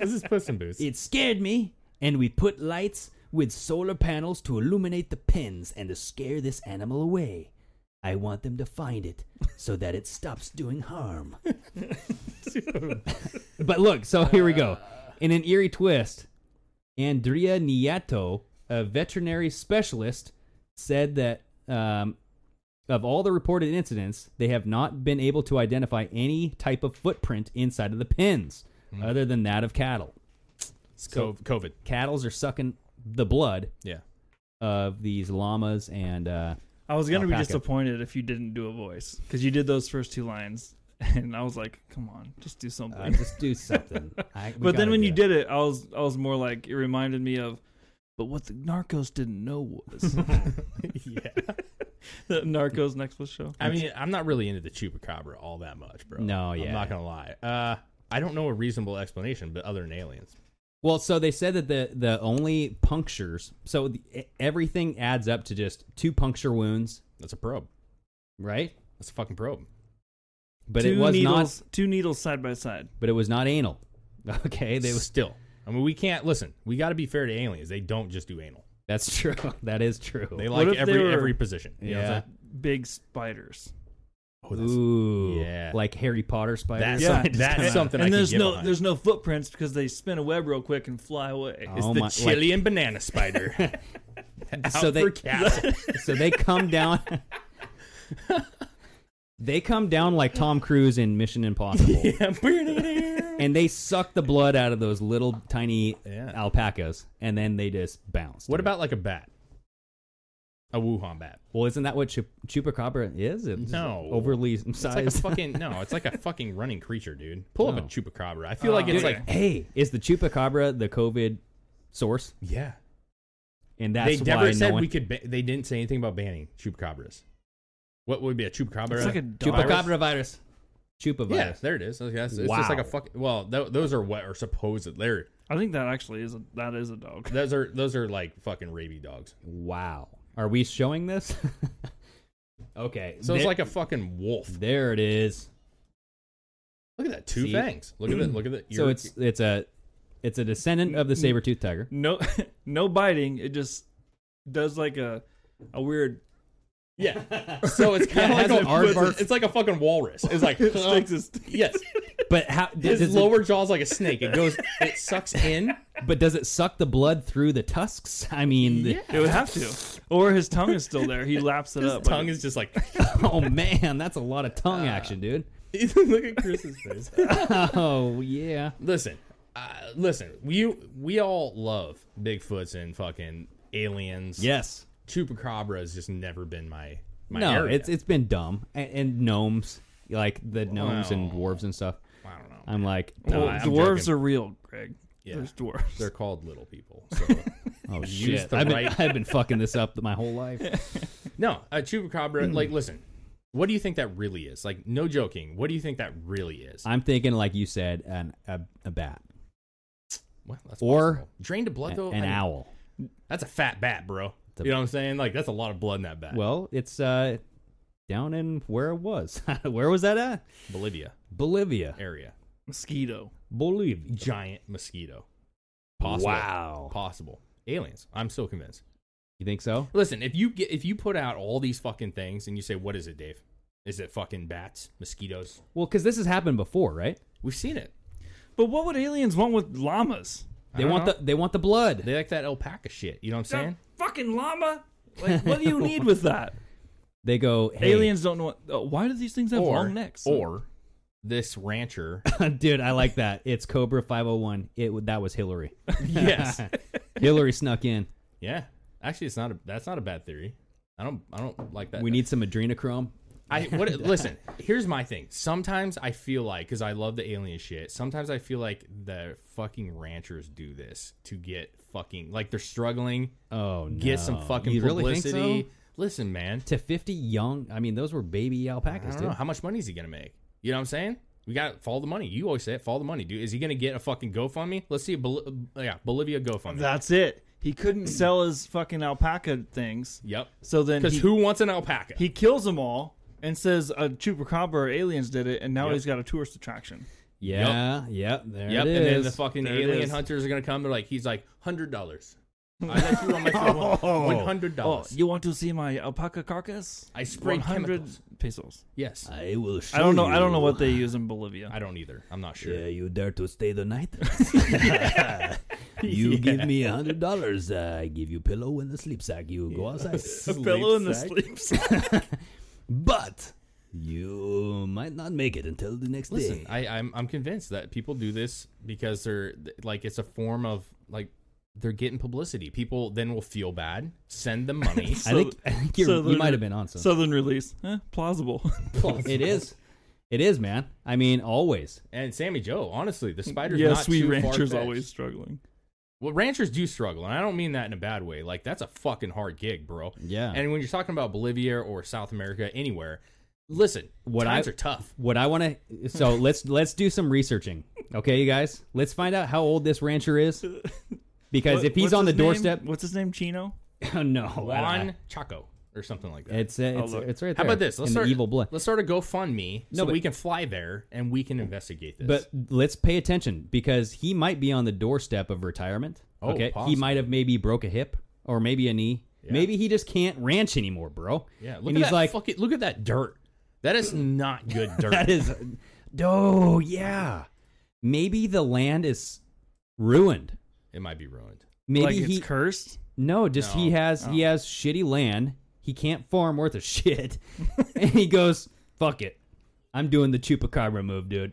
S7: this is Puss in Boots.
S6: It scared me, and we put lights with solar panels to illuminate the pens and to scare this animal away. I want them to find it so that it stops doing harm. but look, so here we go. In an eerie twist, Andrea Nieto, a veterinary specialist, said that um, of all the reported incidents, they have not been able to identify any type of footprint inside of the pens other than that of cattle
S7: It's co- COVID.
S6: cattles are sucking the blood
S7: Yeah.
S6: of these llamas and uh
S8: I was gonna be
S6: Alpaca.
S8: disappointed if you didn't do a voice because you did those first two lines, and I was like, "Come on, just do something."
S6: uh, just do something I, we
S8: but then
S6: gotta
S8: when
S6: do
S8: you
S6: it.
S8: did it, I was I was more like it reminded me of, but what the Narcos didn't know was
S7: yeah.
S8: the Narcos Netflix show.
S7: I mean, I'm not really into the chupacabra all that much, bro.
S6: No, yeah.
S7: I'm not gonna lie. Uh, I don't know a reasonable explanation, but other than aliens,
S6: well so they said that the the only punctures so the, e- everything adds up to just two puncture wounds
S7: that's a probe.
S6: right
S7: That's a fucking probe.
S6: but
S8: two
S6: it was
S8: needles,
S6: not
S8: two needles side by side.
S6: but it was not anal okay they
S7: They
S6: was
S7: still. I mean, we can't listen. We got to be fair to aliens. They don't just do anal.
S6: that's true that is true
S7: They like
S8: if they
S7: every
S8: were-
S7: every position. You know what I'm
S6: Yeah.
S7: saying?
S8: Big spiders.
S6: ooh
S7: Yeah.
S6: like harry potter spiders
S7: That's something- that's
S6: Kinda-
S7: something I
S8: and
S7: can
S8: there's
S7: get
S8: no
S7: behind.
S8: there's no footprints because they spin a web real quick and fly away.
S6: Oh
S7: It's the
S6: my- like-
S7: chili and banana spider. Out
S6: so they
S7: for cattle.
S6: so they come down they come down like tom cruise in mission impossible
S7: yeah.
S6: and they suck the blood out of those little tiny
S7: Yeah.
S6: alpacas and then they just bounce
S7: What
S6: dude.
S7: about like a bat? A Wuhan bat.
S6: well isn't that what chup- chupacabra is it's
S7: No.
S6: overly sized
S7: It's like a fucking no. It's like a fucking running creature, dude. Pull up
S6: No. Oh,
S7: a chupacabra. I feel like it's like
S6: hey is the chupacabra the covid source
S7: yeah.
S6: and that's
S7: they
S6: why
S7: never
S6: no
S7: said
S6: one-
S7: we could. Ba- they didn't say anything about banning chupacabras. What would be a chupacabra?
S8: It's like a dog.
S6: chupacabra virus chupa
S7: Yeah,
S6: virus
S7: there it is. Okay, that's- it's just like a
S6: Wow.
S7: fuck. Well, th- those are what are supposed. They're
S8: I think that actually is a that is a dog.
S7: those are those are like fucking rabies dogs.
S6: wow are we showing this okay
S7: So it's
S6: there-
S7: like a fucking wolf.
S6: there it is
S7: Look at that, two
S6: See?
S7: fangs. Look at it. Look at it.
S6: So it's it's a it's a descendant
S7: Mm-hmm.
S6: of the saber tooth tiger.
S8: No no biting. It just does like a a weird
S7: yeah. So it's kind
S6: Yeah, it has
S7: of like
S6: an
S7: a
S6: aardvark.
S7: It's like a fucking walrus. It's like uh,
S8: sticks his-
S7: yes.
S6: But how does,
S7: His
S6: does
S7: lower
S6: it,
S7: jaw's like a snake. It goes. It sucks in.
S6: but does it suck the blood through the tusks? I mean, the,
S8: It would have to. Or his tongue is still there. He laps it
S7: His
S8: up. like
S7: tongue
S8: a-
S7: is just like.
S6: oh man, that's a lot of
S7: Uh,
S6: tongue action, dude.
S7: look at Chris's face.
S6: Oh yeah,
S7: listen, uh, listen. We we all love Bigfoots and fucking aliens.
S6: yes.
S7: chupacabra has just never been my my
S6: no,
S7: area.
S6: it's it's been dumb and, and gnomes like the gnomes and
S7: Wow.
S6: dwarves and stuff.
S7: I don't know.
S6: I'm like,
S7: No,
S8: Well,
S7: I- I'm
S8: dwarves
S7: joking.
S8: are real, Greg.
S7: Yeah.
S8: There's dwarves.
S7: They're called little people. So.
S6: oh
S7: Use
S6: shit,
S7: the
S6: I've been
S7: right-
S6: I've been fucking this up my whole life.
S7: no, a chupacabra.
S6: Mm.
S7: like, listen. What do you think that really is? Like, no joking. What do you think that really is?
S6: I'm thinking like you said, an a, a bat,
S7: Well, that's
S6: Or-
S7: possible. drained to blood though.
S6: an
S7: I mean,
S6: owl.
S7: That's a fat bat, bro.
S6: The-
S7: you know what I'm saying? Like, that's a lot of blood in that bat.
S6: Well, it's uh down in where it was. where was that at?
S7: Bolivia
S6: Bolivia.
S7: area,
S8: Mosquito.
S6: Bolivia.
S7: giant mosquito. Possible.
S6: Wow.
S7: Possible. Aliens. I'm still convinced.
S6: You think so?
S7: Listen, if you get if you put out all these fucking things and you say, "What is it, Dave? Is it fucking bats, mosquitoes?"
S6: Well, because this has happened before, right?
S7: We've seen it.
S8: But what would aliens want with llamas?
S7: I
S6: They
S7: don't
S6: want
S7: know.
S6: the they want the blood.
S7: They like that alpaca shit. You know what I'm saying?
S8: That fucking llama? Like, what do you need with that?
S6: they go hey,
S8: Aliens don't know. What, uh, why do these things have
S7: or
S8: long necks?
S7: or this rancher.
S6: Dude, I like that. It's Cobra 501. It w- that was Hillary.
S7: yes.
S6: Hillary snuck in.
S7: Yeah. Actually, it's not a that's not a bad theory. I don't I don't like that.
S6: We need some adrenochrome.
S7: I what listen, here's my thing. Sometimes I feel like cuz I love the alien shit. Sometimes I feel like the fucking ranchers do this to get fucking like they're struggling,
S6: Oh no.
S7: get some fucking
S6: you really think
S7: publicity.
S6: so?
S7: Listen, man.
S6: To 50 young, I mean those were baby
S7: I
S6: alpacas,
S7: don't
S6: dude.
S7: know how much money is he gonna make. You know what I'm saying? We got follow the money. You always say it. Follow the money, dude. Is he gonna get a fucking GoFundMe? Let's see a Bol- yeah Bolivia GoFundMe.
S8: That's it. He couldn't sell his fucking alpaca things.
S7: yep.
S8: So then
S7: Because
S8: he,
S7: who wants an alpaca?
S8: he kills them all and says a chupacabra or aliens did it, and now
S7: Yep.
S8: he's got a tourist attraction.
S6: Yeah, yep, there
S7: yep,
S6: it is.
S7: and then the fucking
S6: There it
S7: alien
S6: is.
S7: hunters are gonna come. They're like, he's like hundred dollars. I let you on my phone. One hundred
S8: Oh,
S7: dollars.
S8: you want to see my alpaca carcass?
S7: I sprayed chemicals.
S8: pesos.
S7: Yes,
S6: I will.
S8: I don't know. I don't know what they use in Bolivia.
S7: I don't either. I'm not sure.
S6: Yeah, Uh, you dare to stay the night? you give me a hundred dollars. uh, I give you pillow and a sleep sack. You go outside.
S8: a pillow in the sleeves.
S6: But you might not make it until the next
S7: Listen,
S6: day.
S7: I, I'm I'm convinced that people do this because they're th- like it's a form of like they're getting publicity. People then will feel bad, send them money.
S6: I think, I think you're, you might have been on something.
S8: Southern release. Eh, plausible.
S6: it is. It is, man. I mean, always.
S7: and Sammy Joe, honestly, the spider's
S8: yes,
S7: not
S8: we
S7: too
S8: ranchers
S7: far-fetched.
S8: always struggling.
S7: Well, ranchers do struggle, and I don't mean that in a bad way. Like that's a fucking hard gig, bro.
S6: Yeah.
S7: And when you're talking about Bolivia or South America, anywhere, listen,
S6: What
S7: times
S6: I-
S7: are tough.
S6: What I want to so let's let's do some researching. Okay, you guys, let's find out how old this rancher is. Because
S8: What-
S6: if he's
S8: what's
S6: on the
S8: his name?
S6: doorstep,
S8: what's his name? Chino.
S6: no, I don't-
S7: Juan Chaco or something like that.
S6: It's uh, it's,
S8: look.
S6: it's right there.
S7: How about this? Let's
S6: in
S7: start
S6: the evil blood.
S7: Let's start a GoFundMe
S6: No,
S7: so
S6: but-
S7: we can fly there and we can investigate this.
S6: But let's pay attention because he might be on the doorstep of retirement.
S7: Oh,
S6: okay, he
S7: possibly.
S6: might have maybe broke a hip or maybe a knee. Maybe he just can't ranch anymore, bro.
S7: yeah, look
S6: and
S7: at
S6: he's
S7: that
S6: like,
S7: fucking look at that dirt. That is not good dirt.
S6: that is, oh yeah. Maybe the land is ruined.
S7: it might be ruined.
S6: Maybe
S8: like
S6: he
S8: it's cursed.
S6: No, just he
S7: No.
S6: has he has shitty land. He can't farm worth a shit, and he goes, "Fuck it, I'm doing the chupacabra move, dude."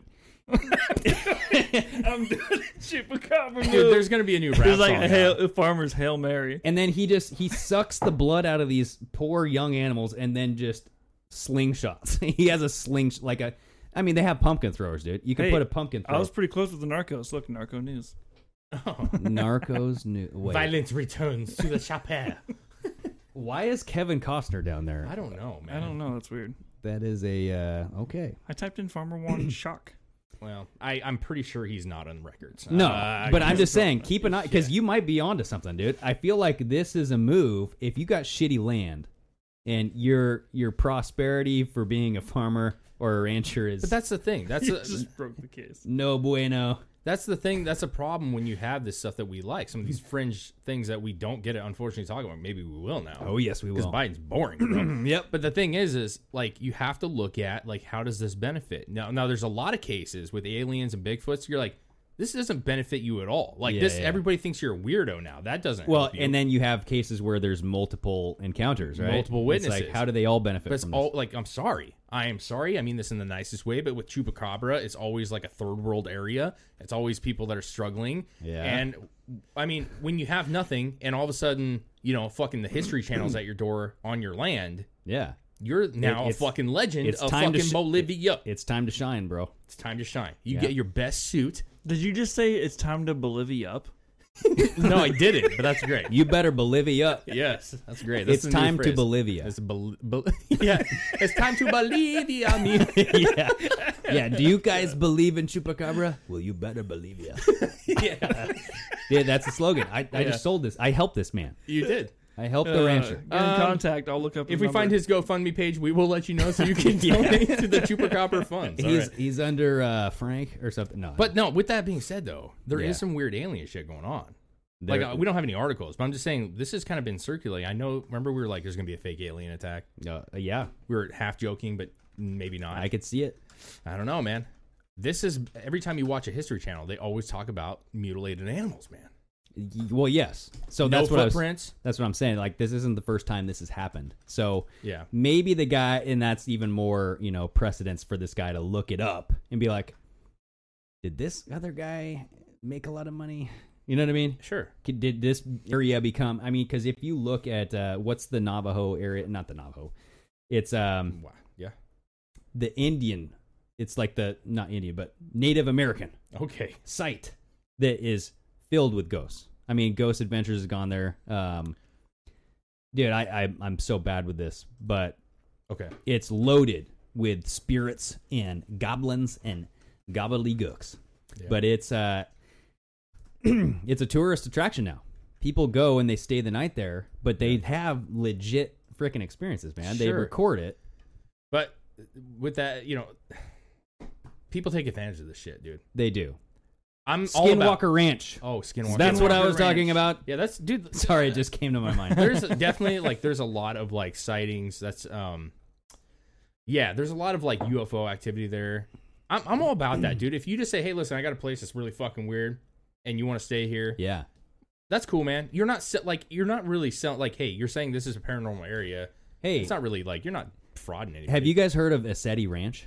S8: Chupacabra.
S7: Dude, there's gonna be a new rap
S8: It's like
S7: song
S8: a,
S7: now.
S8: hail, a farmer's hail mary.
S6: And then he just he sucks the blood out of these poor young animals, and then just slingshots. he has a sling like a, I mean, they have pumpkin throwers, dude. You can
S8: Hey,
S6: put a pumpkin
S8: I
S6: thrower.
S8: was pretty close with the narcos. Look, narco news.
S6: Narcos new. Wait,
S7: Violence returns to the chapelle.
S6: why is Kevin Costner down there?
S7: I don't know, man.
S8: I don't know. That's weird.
S6: That is a uh, okay.
S8: I typed in farmer Warren shock.
S7: Well, I, I'm pretty sure he's not on records.
S6: No,
S7: Uh,
S6: but I'm just saying, keep an eye because you might be onto something, dude. I feel like this is a move. If you got shitty land, and your your prosperity for being a farmer or a rancher is
S7: But that's the thing. That's
S6: Uh,
S8: You
S7: a,
S8: just broke the case.
S6: no bueno.
S7: that's the thing. That's a problem when you have this stuff that we like. Some of these fringe things that we don't get. to Unfortunately, talk about. Maybe we will now.
S6: Oh yes, we
S7: because
S6: will.
S7: Biden's boring. Bro. yep. But the thing is, is like you have to look at like how does this benefit? Now, now there's a lot of cases with aliens and Bigfoots. You're like, this doesn't benefit you at all. Like
S6: Yeah,
S7: this,
S6: yeah.
S7: everybody thinks you're a weirdo now. That doesn't.
S6: well,
S7: help you.
S6: and then you have cases where there's multiple encounters, right?
S7: Multiple
S6: It's like,
S7: witnesses.
S6: how do they all benefit?
S7: But it's
S6: from this?
S7: all like I'm sorry. I am sorry. I mean this in the nicest way, but with Chupacabra, it's always like a third world area. It's always people that are struggling.
S6: Yeah.
S7: And I mean, when you have nothing and all of a sudden, you know, fucking the history channel's at your door on your land,
S6: yeah,
S7: you're now
S6: it's-
S7: a fucking legend
S6: it's
S7: of
S6: time to
S7: fucking
S6: sh-
S7: Bolivia.
S6: it's time to shine, bro.
S7: it's time to shine. You get your best suit.
S8: Did you just say it's time to Bolivia up?
S7: No, I did it, but that's great.
S6: You better Bolivia up.
S7: Yes, that's great. That's
S6: it's
S7: the new
S6: time to
S7: phrase.
S6: Bolivia.
S7: It's bel- bel- yeah, it's time to Bolivia. I mean,
S6: yeah, yeah. Do you guys believe in chupacabra? Well, you better believe yeah. yeah, that's the slogan. I, I just sold this. I helped this man.
S7: you did.
S6: I helped
S7: Uh,
S6: the rancher.
S8: Get in contact. I'll look up.
S7: If we find his GoFundMe page, we will let you know so you can donate to the Chupacabra funds. all
S6: He's
S7: right.
S6: he's under uh, Frank or something. No,
S7: But no, with that being said, though, there is
S6: Yeah.
S7: some weird alien shit going on.
S6: there-
S7: like, uh, we don't have any articles, but I'm just saying this has kind of been circulating. I know, remember, we were like, there's going to be a fake alien attack.
S6: uh, yeah,
S7: We were half joking, but maybe not.
S6: I
S7: I,
S6: could see it.
S7: don't know, man. This is every time you watch a History Channel, they always talk about mutilated animals, man.
S6: Y- Well, yes. So
S7: No
S6: that's what I was-
S7: footprints.
S6: that's what I'm saying. Like this isn't the first time this has happened. So
S7: Yeah.
S6: maybe the guy, and that's even more you know precedence for this guy to look it up and be like, did this other guy make a lot of money? You know what I mean?
S7: Sure.
S6: Could- did this area become i mean because if you look at uh, what's the navajo area not the navajo it's um
S7: Wow. Yeah.
S6: the indian it's like the not indian but native american
S7: Okay.
S6: site that is filled with ghosts i mean ghost adventures has gone there um dude i, I i'm so bad with this but
S7: Okay.
S6: it's loaded with spirits and goblins and gobbledygooks. But it's uh it's a tourist attraction now. People go and they stay the night there, but they have legit freaking experiences, man. They
S7: Sure.
S6: record it.
S7: But uh, with that, you know, people take advantage of this shit, dude.
S6: They do.
S7: I'm all about-
S6: Skinwalker Ranch.
S7: Oh, Skinwalker.
S6: That's what I
S7: Ranch.
S6: was talking about.
S7: Yeah, that's dude.
S6: Sorry, it just came to my mind.
S7: there's definitely like there's a lot of like sightings that's um yeah there's a lot of like ufo activity there i'm, I'm all about that dude if you just say hey listen i got a place that's really fucking weird and you want to stay here
S6: yeah.
S7: that's cool man you're not se- like you're not really selling like hey you're saying this is a paranormal area
S6: Hey,
S7: it's not really like you're not frauding anything
S6: have you guys heard of Ascetti Ranch?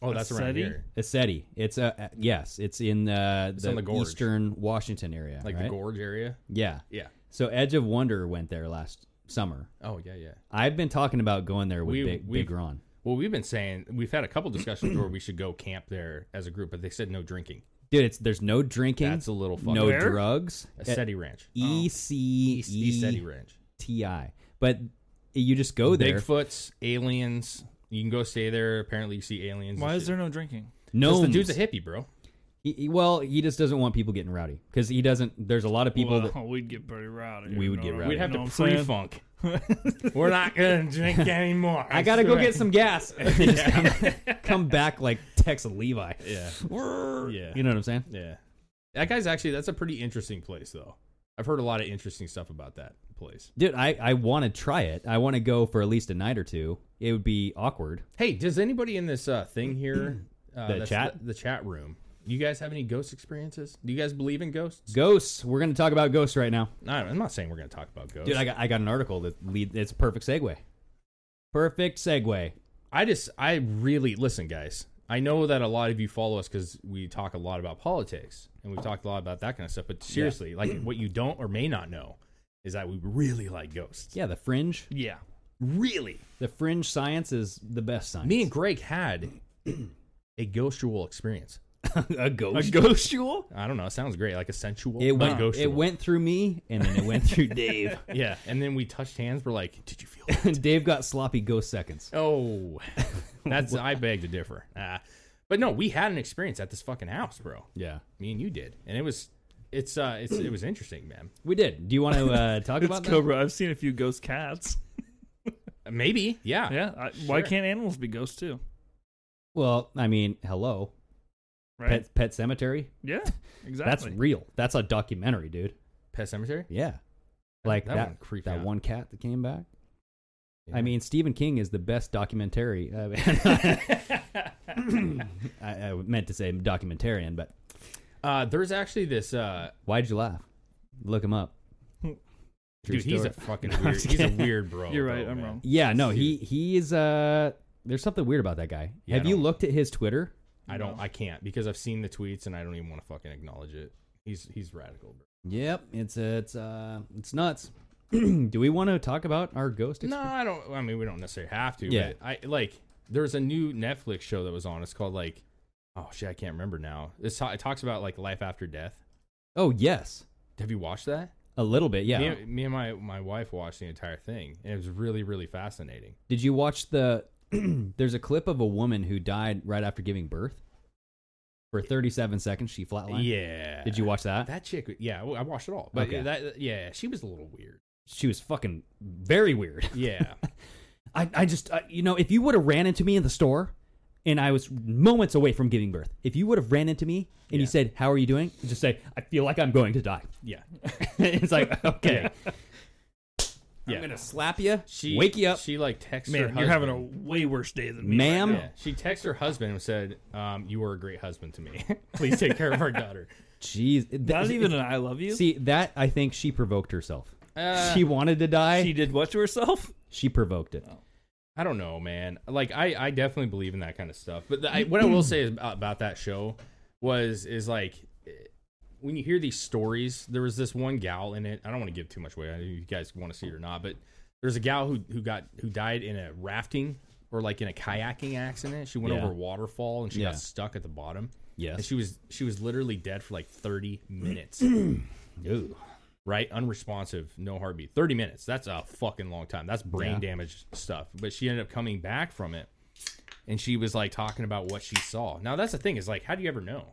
S7: oh that's around
S8: Seti?
S7: here
S6: Ascetti. It's a uh, yes. It's in uh,
S7: It's
S6: the,
S7: on the gorge.
S6: eastern Washington area.
S7: like
S6: right?
S7: the gorge area
S6: Yeah.
S7: yeah
S6: So Edge of Wonder went there last summer.
S7: oh yeah yeah
S6: I've been talking about going there with
S7: We-
S6: Big,
S7: we-
S6: Big Ron.
S7: well we've been saying we've had a couple discussions where we should go camp there as a group but they said no drinking
S6: Dude, it's there's no drinking.
S7: that's a little fucking
S6: no
S8: Where?
S6: drugs.
S7: a SETI ranch
S6: E C
S7: East, East Eddy
S6: E
S7: Ranch.
S6: T I. But you just go there.
S7: Bigfoots, aliens. You can go stay there. Apparently, you see aliens.
S8: Why is there no drinking?
S6: no,
S7: no? The dude's a hippie, bro.
S6: He, he- well, he just doesn't want people getting rowdy because he doesn't. There's a lot of people.
S8: well,
S6: that,
S8: we'd get pretty rowdy.
S6: We
S8: you
S6: would
S8: know
S6: get
S8: what I mean?
S6: rowdy.
S7: We'd have
S8: Know
S7: to
S8: what I'm saying?
S7: pre-funk. We're not gonna drink anymore.
S6: I gotta go
S7: swear.
S6: get some gas. Come back like Tex Levi.
S7: Yeah, yeah,
S6: You know what I'm saying?
S7: yeah. That guy's actually. That's a pretty interesting place, though. I've heard a lot of interesting stuff about that place.
S6: Dude, I, I want to try it. I want to go for at least a night or two. It would be awkward.
S7: Hey, does anybody in this uh, thing here, uh,
S6: The
S7: that's
S6: chat?
S7: the, the chat room? You guys have any ghost experiences? Do you guys believe in ghosts?
S6: Ghosts. We're gonna talk about ghosts right now,
S7: No, I'm not saying we're gonna talk about ghosts.
S6: dude. I got I got an article that lead. It's a perfect segue. Perfect segue.
S7: I just, I really listen, guys. I know that a lot of you follow us because we talk a lot about politics and we've talked a lot about that kind of stuff. But seriously, like what you don't or may not know is that we really like ghosts.
S6: Yeah, the fringe.
S8: Yeah.
S7: Really,
S6: The fringe science is the best science.
S7: me and Greg had a ghostual experience.
S6: a ghost.
S7: ghostual? I don't know. It sounds great, like a sensual.
S6: It
S7: but
S6: went.
S7: ghostual.
S6: It went through me, and then it went through Dave.
S7: Yeah, and then we touched hands. We're like, "Did you feel?" that?"
S6: Dave got sloppy ghost seconds.
S7: oh, that's. I beg to differ. Uh, but no, we had an experience at this fucking house, bro.
S6: Yeah,
S7: me and you did, and it was it's uh it's it was interesting, man.
S6: we did. Do you want to uh, talk
S8: It's
S6: about
S8: Cobra. I've seen a few ghost cats.
S7: Maybe, yeah,
S6: Ah.
S8: Yeah. I, Why
S7: Sure.
S8: can't animals be ghosts too?
S6: that? Well, I mean, hello,
S8: Right?
S6: pet pet cemetery.
S8: yeah.
S6: That's
S8: Exactly.
S6: real. That's a documentary, dude.
S7: Pet Cemetery.
S6: Yeah, like
S7: that
S6: that
S7: one creeped
S6: that
S7: out.
S6: one cat that came back.
S7: Yeah.
S6: I mean, Stephen King is the best documentary. I, mean- I, I meant to say documentarian, but
S7: Uh, there's actually this uh
S6: why'd you laugh? Look him up. True
S7: dude. He's a
S6: story.
S7: fucking
S6: No, I'm
S7: weird.
S6: just
S7: He's a
S6: kidding.
S7: weird bro.
S8: You're
S7: bro,
S8: right, I'm
S7: man.
S8: wrong.
S6: Yeah, no, he he is. Uh, there's something weird about that guy.
S7: Yeah, I
S6: Have you
S7: don't-
S6: looked at his Twitter?
S7: I don't. I can't because I've seen the tweets and I don't even want to fucking acknowledge it. He's he's radical. Bro.
S6: Yep, it's it's uh it's nuts. Do we want to talk about our ghost?
S7: No,
S6: experience?
S7: I don't. I mean, we don't necessarily have to.
S6: Yeah.
S7: But I like. There's a new Netflix show that was on. It's called like. Oh shit, I can't remember now. It's, it talks about like life after death.
S6: Oh yes,
S7: Have you watched that?
S6: a little bit. Yeah.
S7: Me, me and my, my wife watched the entire thing, and it was really, really fascinating.
S6: Did you watch the? there's a clip of a woman who died right after giving birth. For 37 seconds, she flatlined.
S7: Yeah.
S6: Did you watch that?
S7: That chick, yeah, well, I watched it all. But
S6: Okay.
S7: that, yeah, she was a little weird.
S6: She was fucking very weird.
S7: Yeah.
S6: I, I just, I, you know, if you would have ran into me in the store and I was moments away from giving birth, if you would have ran into me and you
S7: Yeah.
S6: said, How are you doing? I'd Just say, I feel like I'm going to die.
S7: yeah.
S6: it's like, okay.
S7: Yeah.
S6: I'm going to slap you,
S7: She,
S6: wake you up. Um,
S7: She, like, texted her
S8: Man,
S7: husband.
S8: you're having a way worse day than me.
S6: Ma'am?
S8: right now.
S7: Yeah. She texted her husband and said, um, You were a great husband to me. Please take care of our daughter.
S6: Jeez. Th-
S8: Not even an I love you.
S6: See, that, I think she provoked herself.
S7: Uh,
S6: she wanted to die.
S8: she
S6: She,
S8: did what to herself?
S6: provoked it.
S7: I don't know, man. Like, I, I definitely believe in that kind of stuff. But the, I, what I will say is about, about that show was, is like, eh, when you hear these stories, there was this one gal in it. I don't want to give too much away. I don't know if you guys want to see it or not, but there's a gal who who got who died in a rafting or like in a kayaking accident. She went
S6: Yeah.
S7: over a waterfall and she
S6: Yeah.
S7: got stuck at the bottom.
S6: Yes.
S7: and she was she was literally dead for like 30 minutes.
S6: Ooh.
S7: right? Unresponsive, no heartbeat. 30 minutes. That's a fucking long time. That's brain
S6: Yeah.
S7: damage stuff. But she ended up coming back from it and she was like talking about what she saw. Now, that's the thing is like, how do you ever know?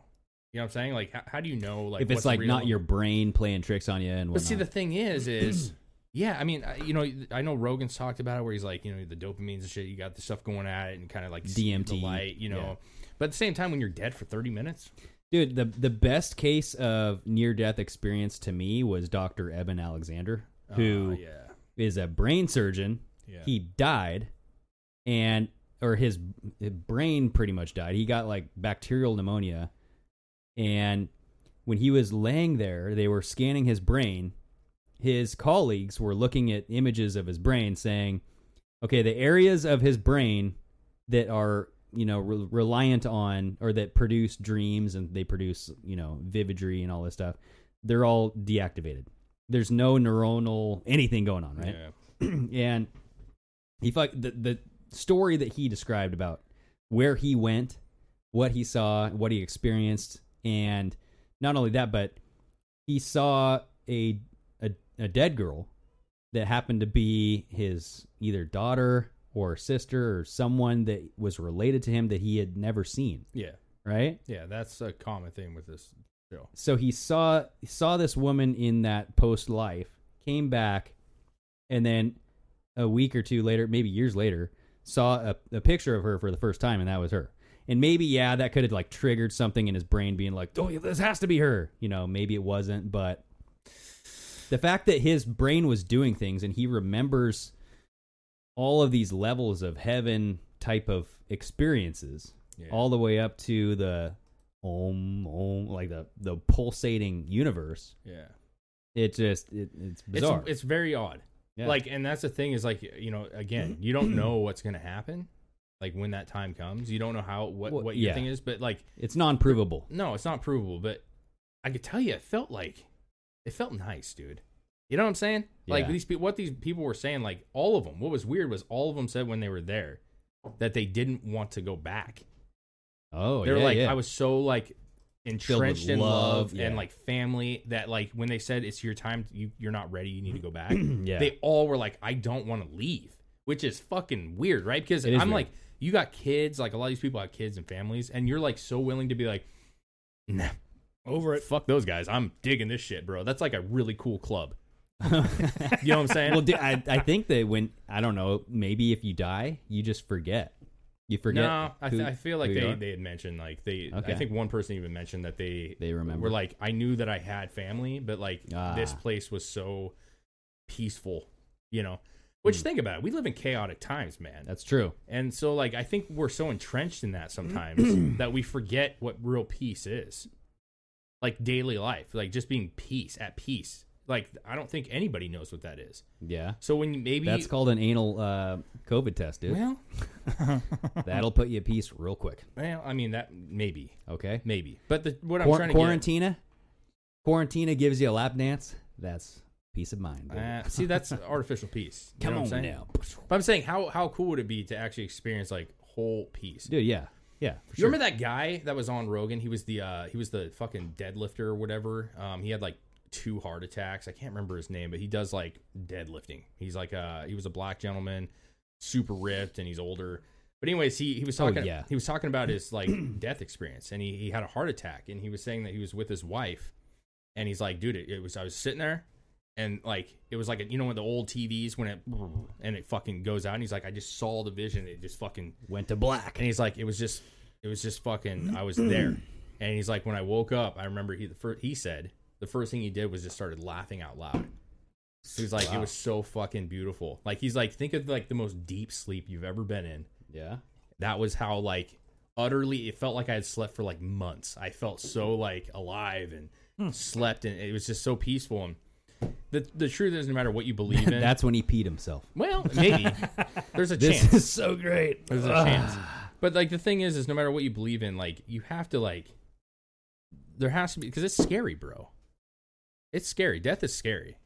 S7: You know what I'm saying? Like, how, how do you know? Like,
S6: if it's
S7: what's
S6: like
S7: real?
S6: not your brain playing tricks on you and
S7: But see,
S6: whatnot.
S7: the thing is, is Yeah, I mean, I- you know, I know Rogan's talked about it where he's like, you know, the dopamines and shit, you got the stuff going at it and kind of like see the
S6: DMT,
S7: light, you know.
S6: yeah.
S7: But at the same time, when you're dead for 30 minutes,
S6: Dude, the the best case of near death experience to me was Dr. Eben Alexander, who
S7: uh,
S6: is
S7: yeah.
S6: a brain surgeon.
S7: Yeah.
S6: He died and or his b- brain pretty much died. He got like bacterial pneumonia and when he was laying there, they were scanning his brain. His colleagues were looking at images of his brain saying, "Okay, the areas of his brain that are you know re- reliant on or that produce dreams and they produce you know vividry and all this stuff they're all deactivated there's no neuronal anything going on right
S7: Yeah.
S6: and he fuck the, the story that he described about where he went what he saw what he experienced and not only that but he saw a a, a dead girl that happened to be his either daughter or sister or someone that was related to him that he had never seen,
S7: Yeah.
S6: right?
S7: Yeah. That's a common thing with this show.
S6: So he saw saw this woman in that post life, came back, and then a week or two later, maybe years later, saw a, a picture of her for the first time, and that was her. And maybe yeah, that could have like triggered something in his brain, being like, "Oh, this has to be her." You know, maybe it wasn't, but the fact that his brain was doing things and he remembers all of these levels of heaven type of experiences
S7: Yeah.
S6: all the way up to the om om like the the pulsating universe
S7: Yeah.
S6: it just it, it's
S7: It's,
S6: bizarre
S7: it's very odd.
S6: Yeah.
S7: Like, and that's the thing is like, you know, again, you don't know what's going to happen. Like when that time comes, you don't know how, what,
S6: Well,
S7: what your
S6: yeah.
S7: thing is. But like,
S6: it's non-provable
S7: No, it's not provable, but I could tell you it felt like it felt nice, dude. You know what I'm saying? Like
S6: Yeah.
S7: these people, what these people were saying, like all of them. What was weird was all of them said when they were there that they didn't want to go back.
S6: oh
S7: they were
S6: yeah,
S7: like,
S6: yeah.
S7: I was so like entrenched in
S6: love,
S7: love,
S6: yeah.
S7: and like family that like when they said it's your time, you you're not ready, you need to go back.
S6: Yeah.
S7: they all were like, I don't want to leave, which is fucking weird, right? Because
S6: It
S7: I'm
S6: is weird.
S7: like, you got kids, like a lot of these people have kids and families, and you're like so willing to be like, nah,
S8: Over it.
S7: fuck those guys. I'm digging this shit, bro. That's like a really cool club. you know what I'm saying?
S6: well, dude, I, I think that when I don't know, maybe if you die, you just forget. You forget.
S7: no, I, th-
S6: who-
S7: I feel like
S6: who you
S7: they,
S6: are.
S7: they had mentioned like they.
S6: Okay.
S7: I think one person even mentioned that they
S6: They remember.
S7: were like I knew that I had family, but like this
S6: Ah.
S7: place was so peaceful, you know. Which think about it, we live in chaotic times, man.
S6: Hmm. That's true.
S7: and so like I think we're so entrenched in that sometimes that we forget what real peace is, like daily life, like just being peace at peace. Like I don't think anybody knows what that is.
S6: Yeah.
S7: So when you maybe
S6: That's called an anal uh, COVID test, dude.
S7: well,
S6: That'll put you at peace real quick.
S7: well, I mean that maybe
S6: Okay.
S7: maybe, but the, what I'm
S6: Quar-
S7: trying to get at-
S6: quarantina. Quarantina gives you a lap dance. That's peace of mind. baby.
S7: Uh, see, that's artificial peace. You
S6: Come
S7: know
S6: on
S7: what I'm saying?
S6: now,
S7: But I'm saying, how how cool would it be to actually experience like whole peace?
S6: dude. Yeah. Yeah. For
S7: you
S6: sure.
S7: remember that guy that was on Rogan? He was the uh, he was the fucking deadlifter or whatever. Um, he had like two heart attacks. I can't remember his name, but he does like deadlifting. He's like uh, he was a black gentleman, super ripped, and he's older. But anyways, he he was
S6: Oh,
S7: talking.
S6: yeah.
S7: He was talking about his like death experience, and he he had a heart attack, and he was saying that he was with his wife, and he's like, dude, it, it was I was sitting there. And like it was like you know when the old TVs when it and it fucking goes out and he's like I just saw the vision it just fucking
S6: Went to black.
S7: and he's like, it was just, it was just fucking. I was there, and he's like, when I woke up, I remember he the first he said the first thing he did was just started laughing out loud. He was like, it was so fucking beautiful. Like he's like, think of like the most deep sleep you've ever been in.
S6: Yeah.
S7: That was how like utterly it felt like I had slept for like months. I felt so like alive and
S6: Hmm.
S7: slept, and it was just so peaceful. And the the truth is, no matter what you believe in,
S6: That's when he peed himself.
S7: well, maybe there's a
S6: This
S7: chance.
S6: is so great.
S7: There's a chance. But like the thing is, is no matter what you believe in, like you have to like. There has to be because it's scary, bro. It's scary. Death is scary.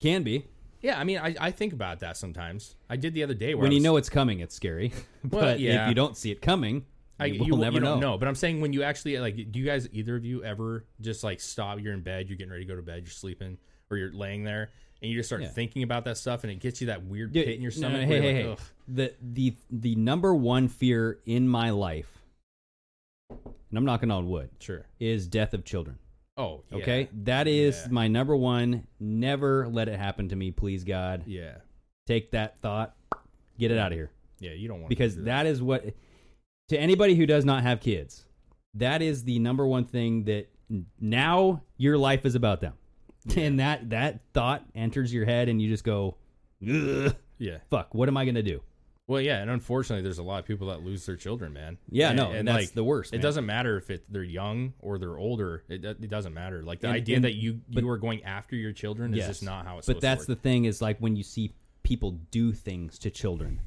S6: Can be.
S7: Yeah, I mean, I, I think about that sometimes. I did the other day where
S6: When
S7: I
S6: you
S7: was-
S6: know it's coming, it's scary. but
S7: Well, yeah.
S6: if you don't see it coming,
S7: I,
S6: you will
S7: you,
S6: never
S7: you don't
S6: know.
S7: know. But I'm saying when you actually like, do you guys either of you ever just like stop? You're in bed, you're getting ready to go to bed, you're sleeping, or you're laying there, and you just start
S6: Yeah.
S7: thinking about that stuff, and it gets you that weird
S6: Dude,
S7: pit in your
S6: no, no, hey,
S7: stomach. where you're
S6: hey,
S7: like,
S6: hey.
S7: "Ugh."
S6: The the the number one fear in my life, and I'm knocking on wood,
S7: Sure.
S6: is death of children.
S7: Oh, yeah.
S6: Okay, that is
S7: Yeah.
S6: my number one. Never let it happen to me, please God.
S7: Yeah,
S6: Take that thought, get it out of here,
S7: yeah. You don't want
S6: because that is what to anybody who does not have kids, that is the number one thing that n- now your life is about them, and that that thought enters your head, and you just go, "Ugh,
S7: Yeah.
S6: fuck, what am I gonna do?
S7: Well, yeah, and unfortunately, there's a lot of people that lose their children, man.
S6: Yeah,
S7: and,
S6: no, and that's the worst,
S7: It
S6: man.
S7: doesn't matter if it, they're young or they're older. It, do- it doesn't matter. Like the
S6: And-
S7: idea
S6: and-
S7: that you
S6: but-
S7: you are going after your children is just not how it's.
S6: But that's the thing is like when you see people do things to children.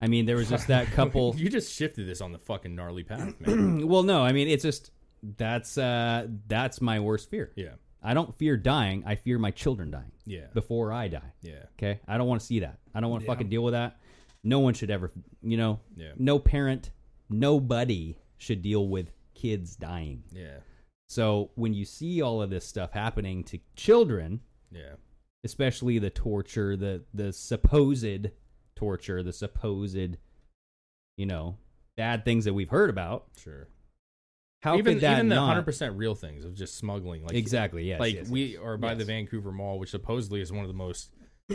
S6: I mean, there was just that couple.
S7: you just shifted this on the fucking gnarly path, man.
S6: well, no, I mean it's just that's uh that's my worst fear.
S7: yeah,
S6: I don't fear dying. I fear my children dying.
S7: Yeah.
S6: Before I die.
S7: yeah,
S6: Okay. I don't want to see that. I don't want to fucking deal with that. No one should ever, you know,
S7: Yeah.
S6: no parent, nobody should deal with kids dying.
S7: yeah,
S6: So when you see all of this stuff happening to children,
S7: yeah,
S6: especially the torture, the the supposed torture, the supposed, you know, bad things that we've heard about.
S7: sure.
S6: How
S7: even
S6: could that
S7: even the
S6: not-
S7: hundred percent real things of just smuggling, like
S6: exactly? Yes,
S7: like
S6: yes,
S7: we
S6: yes.
S7: are by the
S6: Yes.
S7: Vancouver Mall, which supposedly is one of the most.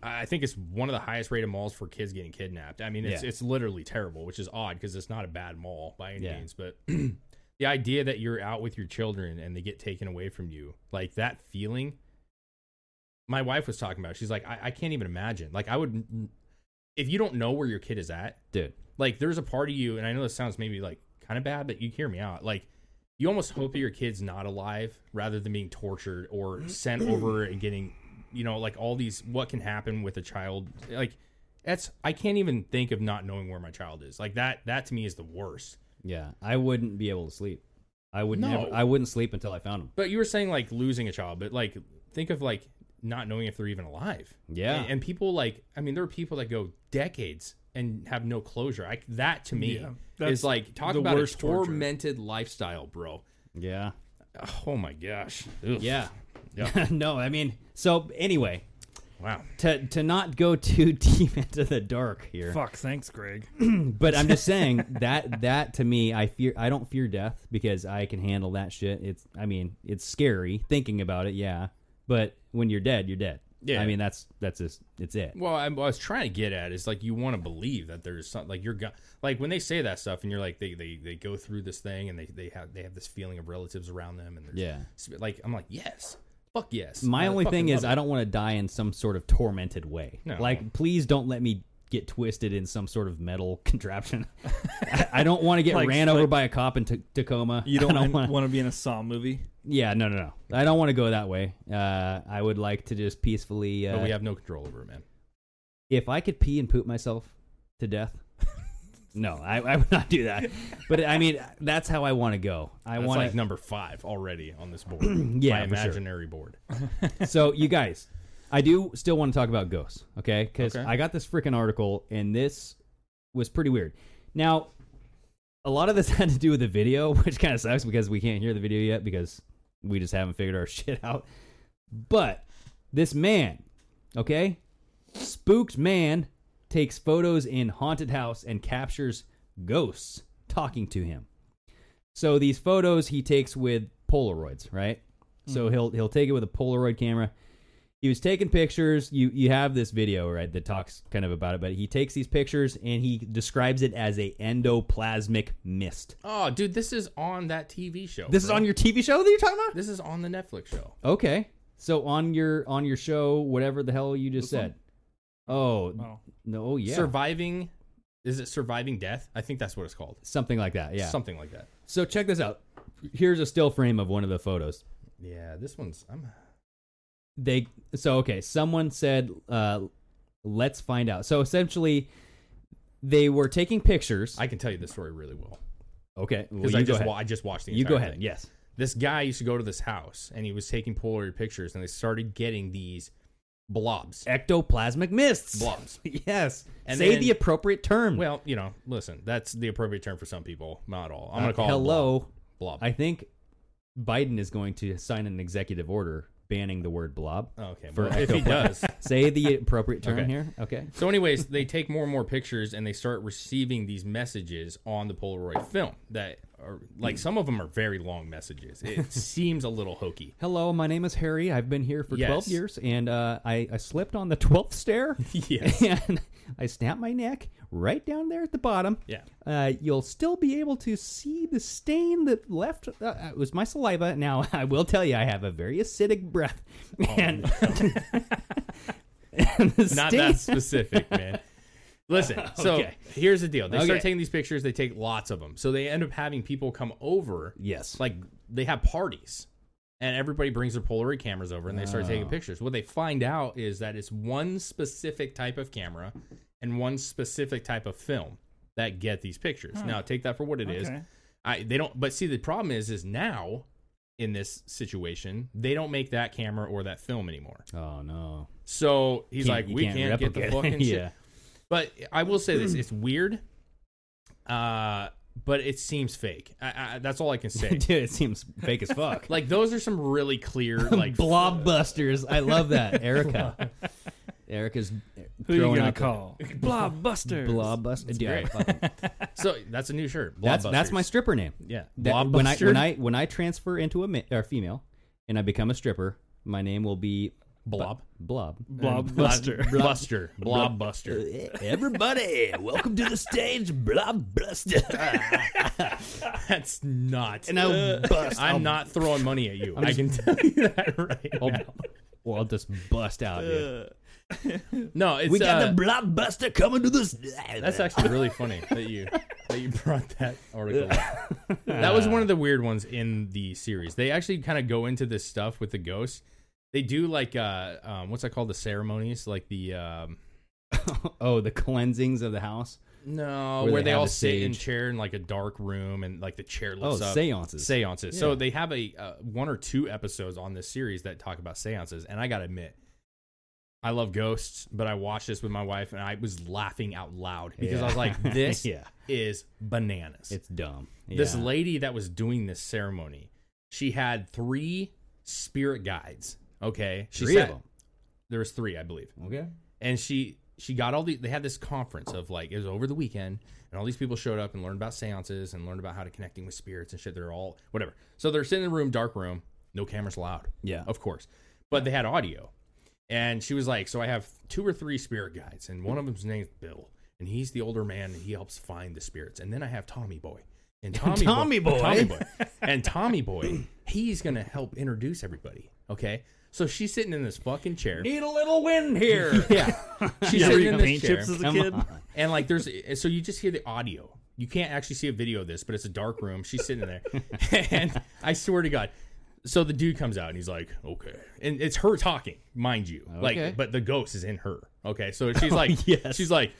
S7: I I think it's one of the highest rated malls for kids getting kidnapped. I mean, it's
S6: Yeah.
S7: it's literally terrible, which is odd because it's not a bad mall by any
S6: Yeah.
S7: means. But the idea that you're out with your children and they get taken away from you, like that feeling. My wife was talking about. it. She's like, I, I can't even imagine. Like, I would, if you don't know where your kid is at,
S6: dude.
S7: like there's a part of you and i know this sounds maybe like kind of bad but you hear me out like you almost hope that your kid's not alive rather than being tortured or sent over and getting you know like all these what can happen with a child like that's i can't even think of not knowing where my child is like that that to me is the worst
S6: Yeah, I wouldn't be able to sleep. I would
S7: No.
S6: never. I wouldn't sleep until I found him.
S7: but you were saying like losing a child but like think of like not knowing if they're even alive
S6: Yeah.
S7: and, and people like i mean there are people that go decades and have no closure I, that to me
S8: Yeah,
S7: is
S8: that's
S7: like talk
S8: the
S7: about
S8: worst
S7: a
S8: torture.
S7: tormented lifestyle bro
S6: Yeah,
S7: Oh my gosh. Ugh.
S6: yeah, no, I mean, so anyway,
S7: Wow.
S6: to to not go too deep into the dark here,
S8: Fuck, thanks, Greg.
S6: but I'm just saying that that to me, I fear. I don't fear death because I can handle that shit. It's. I mean, it's scary thinking about it. Yeah, but when you're dead, you're dead.
S7: Yeah.
S6: I mean, that's that's just it's it.
S7: Well, I, what I was trying to get at is like you want to believe that there's something like you're go- like when they say that stuff and you're like they, they they go through this thing and they they have they have this feeling of relatives around them and there's,
S6: Yeah.
S7: sp- like I'm like yes fuck yes
S6: My
S7: I
S6: only
S7: fucking
S6: thing is
S7: love
S6: I
S7: it.
S6: don't want to die in some sort of tormented way.
S7: No.
S6: Like, please don't let me get twisted in some sort of metal contraption. I, I don't want to get
S8: Like-
S6: ran over
S8: like-
S6: by a cop in T- Tacoma.
S8: You don't,
S6: I wanna-
S8: want to be in a Saw movie.
S6: Yeah, no, no, no. I don't want to go that way. Uh, I would like to just peacefully. Uh,
S7: but we have no control over it, man
S6: if I could pee and poop myself to death. No, I, I would not do that. But I mean, that's how I want to go. I
S7: that's
S6: want
S7: like number five already on this board my
S6: for sure.
S7: imaginary board
S6: so you guys, I do still want to talk about ghosts, okay? Because
S7: Okay.
S6: I got this freaking article, and this was pretty weird. Now, a lot of this had to do with the video, which kind of sucks because we can't hear the video yet because we just haven't figured our shit out. But this man, okay, spooked man takes photos in haunted house and captures ghosts talking to him. So these photos he takes with Polaroids, right? So he'll he'll take it with a Polaroid camera. He was taking pictures. You you have this video right that talks kind of about it, but he takes these pictures and he describes it as a endoplasmic mist.
S7: oh dude this is on that TV show
S6: This is
S7: bro.
S6: on your TV show that you're talking about?
S7: this is on the Netflix show
S6: Okay, so on your on your show, whatever the hell you just said. Oh,
S8: Oh.
S6: no, oh, yeah,
S7: surviving is it surviving death I think that's what it's called
S6: something like that. Yeah.
S7: something like that
S6: so check this out. Here's a still frame of one of the photos.
S7: yeah this one's I'm
S6: they so okay someone said uh let's find out so essentially they were taking pictures
S7: I can tell you this story really well
S6: okay well,
S7: because
S6: you
S7: I
S6: go
S7: just
S6: ahead.
S7: wa- I just watched the.
S6: you
S7: entire
S6: go ahead
S7: thing.
S6: yes
S7: This guy used to go to this house and he was taking Polaroid pictures, and they started getting these blobs.
S6: ectoplasmic mists
S7: Blobs.
S6: yes
S7: And
S6: say
S7: then-
S6: the appropriate term
S7: Well, you know, listen, that's the appropriate term for some people, not all. I'm
S6: Uh,
S7: gonna call
S6: hello
S7: It blob. blob.
S6: i think biden is going to sign an executive order banning the word blob
S7: Okay,
S6: for
S7: well, if he
S6: ectoplasmic-
S7: does.
S6: say the appropriate term
S7: Okay.
S6: here okay
S7: So, anyways, they take more and more pictures and they start receiving these messages on the Polaroid film that are like some of them are very long messages. It seems a little hokey.
S6: Hello, my name is Harry. I've been here for 12
S7: Yes.
S6: years, and uh, I, I slipped on the 12th stair.
S7: Yes.
S6: And I snapped my neck right down there at the bottom.
S7: Yeah.
S6: Uh, you'll still be able to see the stain that left. Uh, it was my saliva. Now, I will tell you, I have a very acidic breath.
S7: Oh,
S6: And, and the
S7: Not
S6: stain-
S7: that specific, man. Listen, so
S6: Okay.
S7: here's the deal. They
S6: Okay.
S7: start taking these pictures, they take lots of them. So they end up having people come over.
S6: Yes.
S7: Like they have parties. And everybody brings their Polaroid cameras over and they start
S6: Ah.
S7: taking pictures. What they find out is that it's one specific type of camera and one specific type of film that get these pictures.
S6: Hmm.
S7: Now take that for what it is.
S8: Okay.
S7: I they don't but see the problem is is now in this situation, they don't make that camera or that film anymore.
S6: Oh, no.
S7: So he's
S6: Can't-
S7: like,
S6: you
S7: we can't, get the
S6: replicate it.
S7: fucking
S6: yeah.
S7: shit. But I will say this: it's weird, uh, but it seems fake. I, I, that's all I can say.
S6: Dude, it seems fake as fuck.
S7: like those are some really clear, like uh,
S6: Blobbusters. I love that, Erica. Erica's
S8: Who you
S6: throwing
S8: gonna
S6: out the-
S8: call? Blobbusters.
S6: Blobbusters. Dude, I
S7: great.
S6: fucking-
S7: So that's a new shirt.
S6: that's that's my
S7: Blockbusters.
S6: stripper name.
S7: Yeah,
S6: That, when I
S7: Blockbuster?
S6: when I when I transfer into a ma- or female and I become a stripper, my name will be
S7: Blob.
S6: Blob. Uh,
S8: Blobbuster.
S7: Blockbuster. Blobbuster.
S6: Everybody, welcome to the stage, Blobbuster.
S7: That's not.
S6: and I'll bust.
S7: I'm not throwing money at you. I can tell you that right.
S6: I'll,
S7: now.
S6: well, I'll just bust out. Dude.
S7: No, it's uh,
S6: Blobbuster coming to this.
S7: That's actually really funny that you that you brought that article. up. that was one of the weird ones in the series. They actually kind of go into this stuff with the ghosts. They do like uh um, what's that called the ceremonies like the um
S6: oh, the cleansings of the house.
S7: no
S6: Where
S7: where,
S6: they
S7: they,
S6: have
S7: all
S6: the
S7: sit in
S6: sage.
S7: chair in like a dark room and like the chair lifts
S6: Oh,
S7: up
S6: seances.
S7: seances so
S6: Yeah.
S7: they have a uh, one or two episodes on this series that talk about seances and I gotta admit I love ghosts but I watched this with my wife and I was laughing out loud because I was
S6: Yeah.
S7: like this
S6: Yeah.
S7: is bananas
S6: It's dumb.
S7: this
S6: Yeah.
S7: lady that was doing this ceremony, she had three spirit guides. Okay, she
S6: Three
S7: sat-
S6: of them.
S7: There was three, I believe,
S6: Okay.
S7: and she she got all the. They had this conference of like it was over the weekend, and all these people showed up and learned about seances and learned about how to connecting with spirits and shit. They're all whatever. So they're sitting in a room, dark room, no cameras allowed.
S6: Yeah.
S7: of course, but they had audio, and she was like, "So I have two or three spirit guides, and one of them's named Bill." And he's the older man, and he helps find the spirits. And then I have Tommy Boy, and Tommy,
S6: Tommy Boy.
S7: Tommy Boy, and Tommy Boy, he's gonna help introduce everybody. Okay, so she's sitting in this fucking chair.
S6: Need a little wind here.
S7: Yeah, she's sitting in this
S8: paint
S7: chair,
S8: chips as a
S6: Come
S8: kid.
S6: on.
S7: and like there's eh, so you just hear the audio. You can't actually see a video of this, but it's a dark room. She's sitting there, and I swear to God. So the dude comes out and he's like, "Okay," and it's her talking, mind you.
S6: Okay.
S7: Like, but the ghost is in her. Okay, so she's like,
S6: yes.
S7: she's like,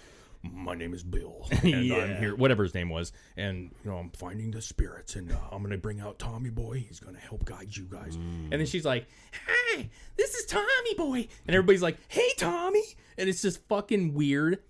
S7: "My name is Bill, and I'm
S6: Yeah.
S7: here, whatever his name was, and you know I'm finding the spirits, and uh, I'm gonna bring out Tommy Boy. He's gonna help guide you guys."
S6: Mm.
S7: And then she's like, "Hi, this is Tommy Boy," and everybody's like, "Hey, Tommy," and it's just fucking weird.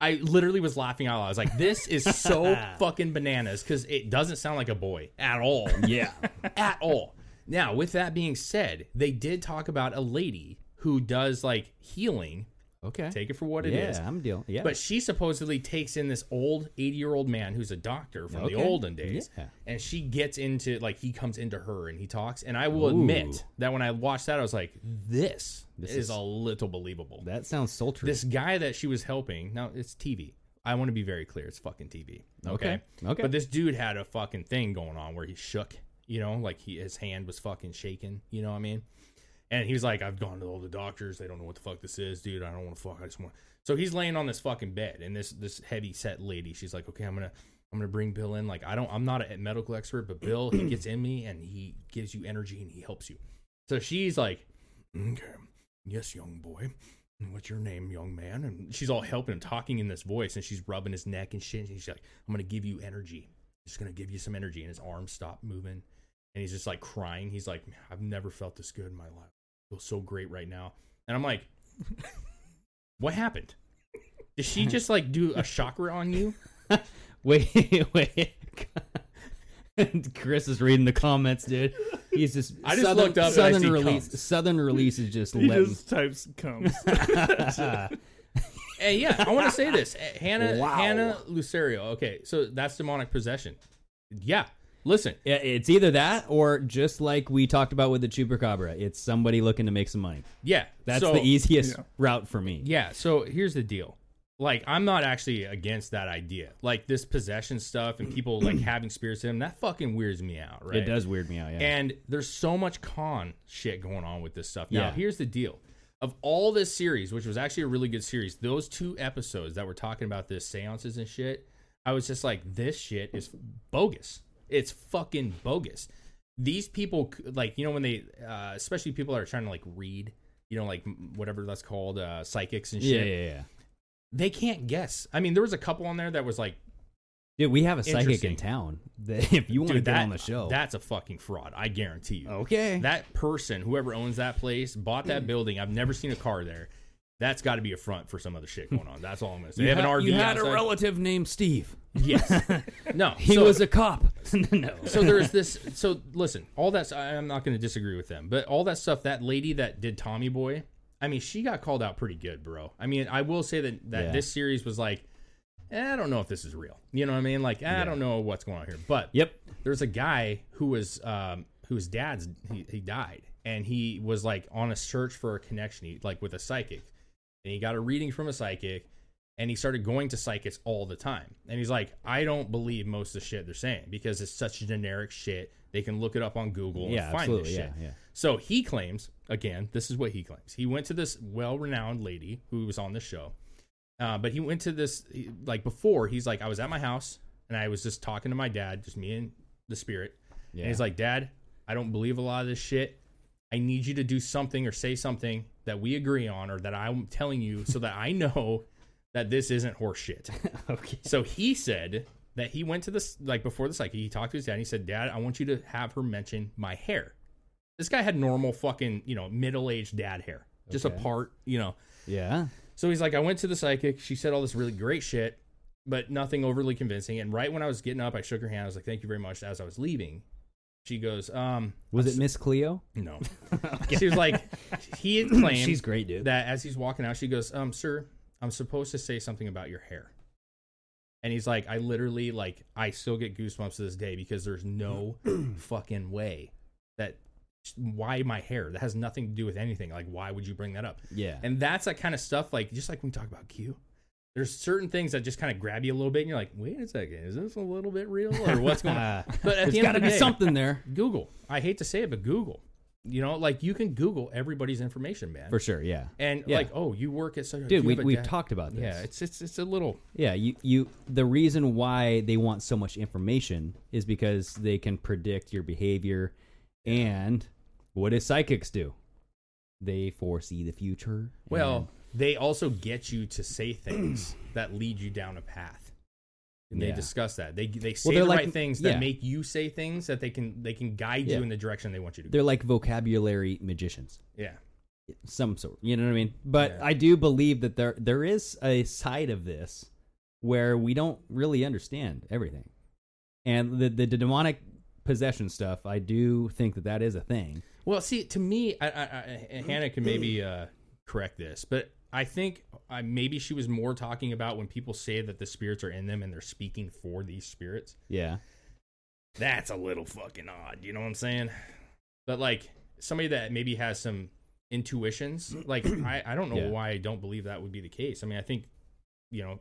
S7: I literally was laughing out loud. I was like, this is so fucking bananas because it doesn't sound like a boy at all. Yeah. at all. Now, with that being said, they did talk about a lady who does like healing.
S6: Okay.
S7: Take it for what it
S6: yeah,
S7: is.
S6: I'm dealing. Yeah.
S7: But she supposedly takes in this old 80 year old man who's a doctor from
S6: Okay.
S7: the olden days.
S6: Yeah.
S7: And she gets into, like, he comes into her and he talks. And I will
S6: Ooh.
S7: admit that when I watched that, I was like, this,
S6: This
S7: is,
S6: is-
S7: a little believable
S6: that sounds sultry.
S7: this guy that she was helping now it's tv i want to be very clear it's fucking tv okay?
S6: Okay, okay.
S7: but this dude had a fucking thing going on where he shook you know like he, his hand was fucking shaking you know what i mean and he was like i've gone to all the doctors they don't know what the fuck this is dude i don't want to fuck i just want so he's laying on this fucking bed and this this heavy set lady she's like okay i'm gonna i'm gonna bring bill in like i don't i'm not a medical expert but bill he gets in me and he gives you energy and he helps you so she's like okay yes young boy what's your name, young man? And she's all helping him, talking in this voice, and she's rubbing his neck and shit. And she's like, I'm gonna give you energy. I'm just gonna give you some energy. And his arms stop moving. And he's just like crying. He's like, "Man, I've never felt this good in my life. I feel so great right now. And I'm like, What happened? Did she just like do a chakra on you?
S6: wait, wait. Chris is reading the comments, dude. He's just.
S7: I just
S6: Southern,
S7: looked up and I
S6: Southern
S7: see
S6: release.
S7: cums.
S6: Southern release is just
S8: He
S6: letting.
S8: just types comes.
S7: Hey, yeah, I want to say this. Eh, Hannah
S6: Wow.
S7: Hannah Lucerio. Okay, so that's demonic possession. Yeah. Listen,
S6: Yeah, It's either that or just like we talked about with the chupacabra, it's somebody looking to make some money.
S7: yeah,
S6: That's
S7: so-
S6: the easiest route for me.
S7: Yeah, so here's the deal. Like, I'm not actually against that idea. Like this possession stuff and people like having spirits in them, that fucking weirds me out, right?
S6: It does weird me out. Yeah.
S7: And there's so much con shit going on with this stuff. Now,
S6: Yeah.
S7: here's the deal. Of all this series, which was actually a really good series, those two episodes that were talking about this seances and shit, I was just like, this shit is bogus. It's fucking bogus. These people, c- like, you know, when they, uh, especially people that are trying to like read, you know, like m- whatever that's called, uh, psychics and
S6: yeah,
S7: shit,
S6: yeah, yeah.
S7: they can't guess. I mean, there was a couple on there that was like,
S6: Dude, we have a psychic in
S7: Interesting.
S6: town. That if you want to
S7: Dude,
S6: get
S7: that,
S6: on the show,
S7: That's a fucking fraud. I guarantee you.
S6: Okay. Mm.
S7: That person, whoever owns that place, bought that building. I've never seen a car there. That's got to be a front for some other shit going on. That's all I'm gonna say.
S6: you
S7: they have
S6: ha-
S7: an RV.
S6: You had
S7: outside.
S6: a relative named Steve.
S7: Yes. No.
S6: He
S7: so-
S6: was a cop. no.
S7: so there's this. So listen, all that's. I- I'm not going to disagree with them, but all that stuff. That lady that did Tommy Boy. I mean, she got called out pretty good, bro. I mean, I will say that that
S6: Yeah.
S7: this series was like, eh, I don't know if this is real. You know what I mean? Like, eh, I don't know what's going on here. But
S6: Yep.
S7: there's a guy who was um, whose dad's he, he died, and he was like on a search for a connection, he, like with a psychic, and he got a reading from a psychic, and he started going to psychics all the time. And he's like, I don't believe most of the shit they're saying because it's such generic shit. They can look it up on Google
S6: Yeah,
S7: and find this
S6: absolutely,
S7: shit.
S6: yeah, yeah.
S7: So he claims, again, this is what he claims. He went to this well renowned lady who was on the show. Uh, but he went to this, he- like before, he's like, I was at my house and I was just talking to my dad, just me and the spirit.
S6: Yeah.
S7: And he's like, Dad, I don't believe a lot of this shit. I need you to do something or say something that we agree on or that I'm telling you so that I know that this isn't horse shit.
S6: okay.
S7: So he said that he went to this like before the psychic. He talked to his dad. And he said, "Dad, I want you to have her mention my hair." This guy had normal fucking you know middle aged dad hair, just a part you know.
S6: Yeah.
S7: So he's like, "I went to the psychic. She said all this really great shit, but nothing overly convincing." And right when I was getting up, I shook her hand. I was like, "Thank you very much." As I was leaving, she goes, "Um,
S6: Was it Miss Cleo?
S7: no. She was like, he had claimed
S6: She's great, dude.
S7: That as he's walking out, she goes, um, sir, I'm supposed to say something about your hair. And he's like, I literally like, I still get goosebumps to this day because there's no fucking way that why my hair that has nothing to do with anything. Like, why would you bring that up?
S6: Yeah.
S7: And that's that kind of stuff. Like, just like when we talk about Q, there's certain things that just kind of grab you a little bit, and you're like, wait a second, is this a little bit real or what's going on? But at
S6: There's
S7: the end
S6: got
S7: of
S6: to
S7: the
S6: be
S7: day,
S6: something there
S7: Google. I hate to say it, but Google. You know, like you can Google everybody's information, man.
S6: for sure. Yeah.
S7: And
S6: Yeah.
S7: like, oh, you work at such a
S6: Dude,
S7: you
S6: we-
S7: have a
S6: we've
S7: dad-
S6: talked about this.
S7: Yeah, it's it's it's a little
S6: Yeah, you, you the reason why they want so much information is because they can predict your behavior and what do psychics do? They foresee the future.
S7: well.
S6: and-
S7: They also get you to say things that lead you down a path. And they
S6: Yeah.
S7: discuss that. They they say
S6: they're
S7: the
S6: like-
S7: right things that
S6: yeah.
S7: make you say things that they can they can guide
S6: Yeah.
S7: you in the direction they want you to go.
S6: they're like vocabulary magicians.
S7: Yeah.
S6: some sort. You know what I mean? But
S7: Yeah.
S6: I do believe that there there is a side of this where we don't really understand everything, and the the, demonic possession stuff. I do think that that is a thing.
S7: Well, see, to me, I, I, I, and Hannah can maybe
S6: Mm.
S7: uh, correct this, but I think I, maybe she was more talking about when people say that the spirits are in them and they're speaking for these spirits.
S6: Yeah.
S7: That's a little fucking odd. You know what I'm saying? But like somebody that maybe has some intuitions, like I, I don't know
S6: Yeah.
S7: why I don't believe that would be the case. I mean, I think, you know,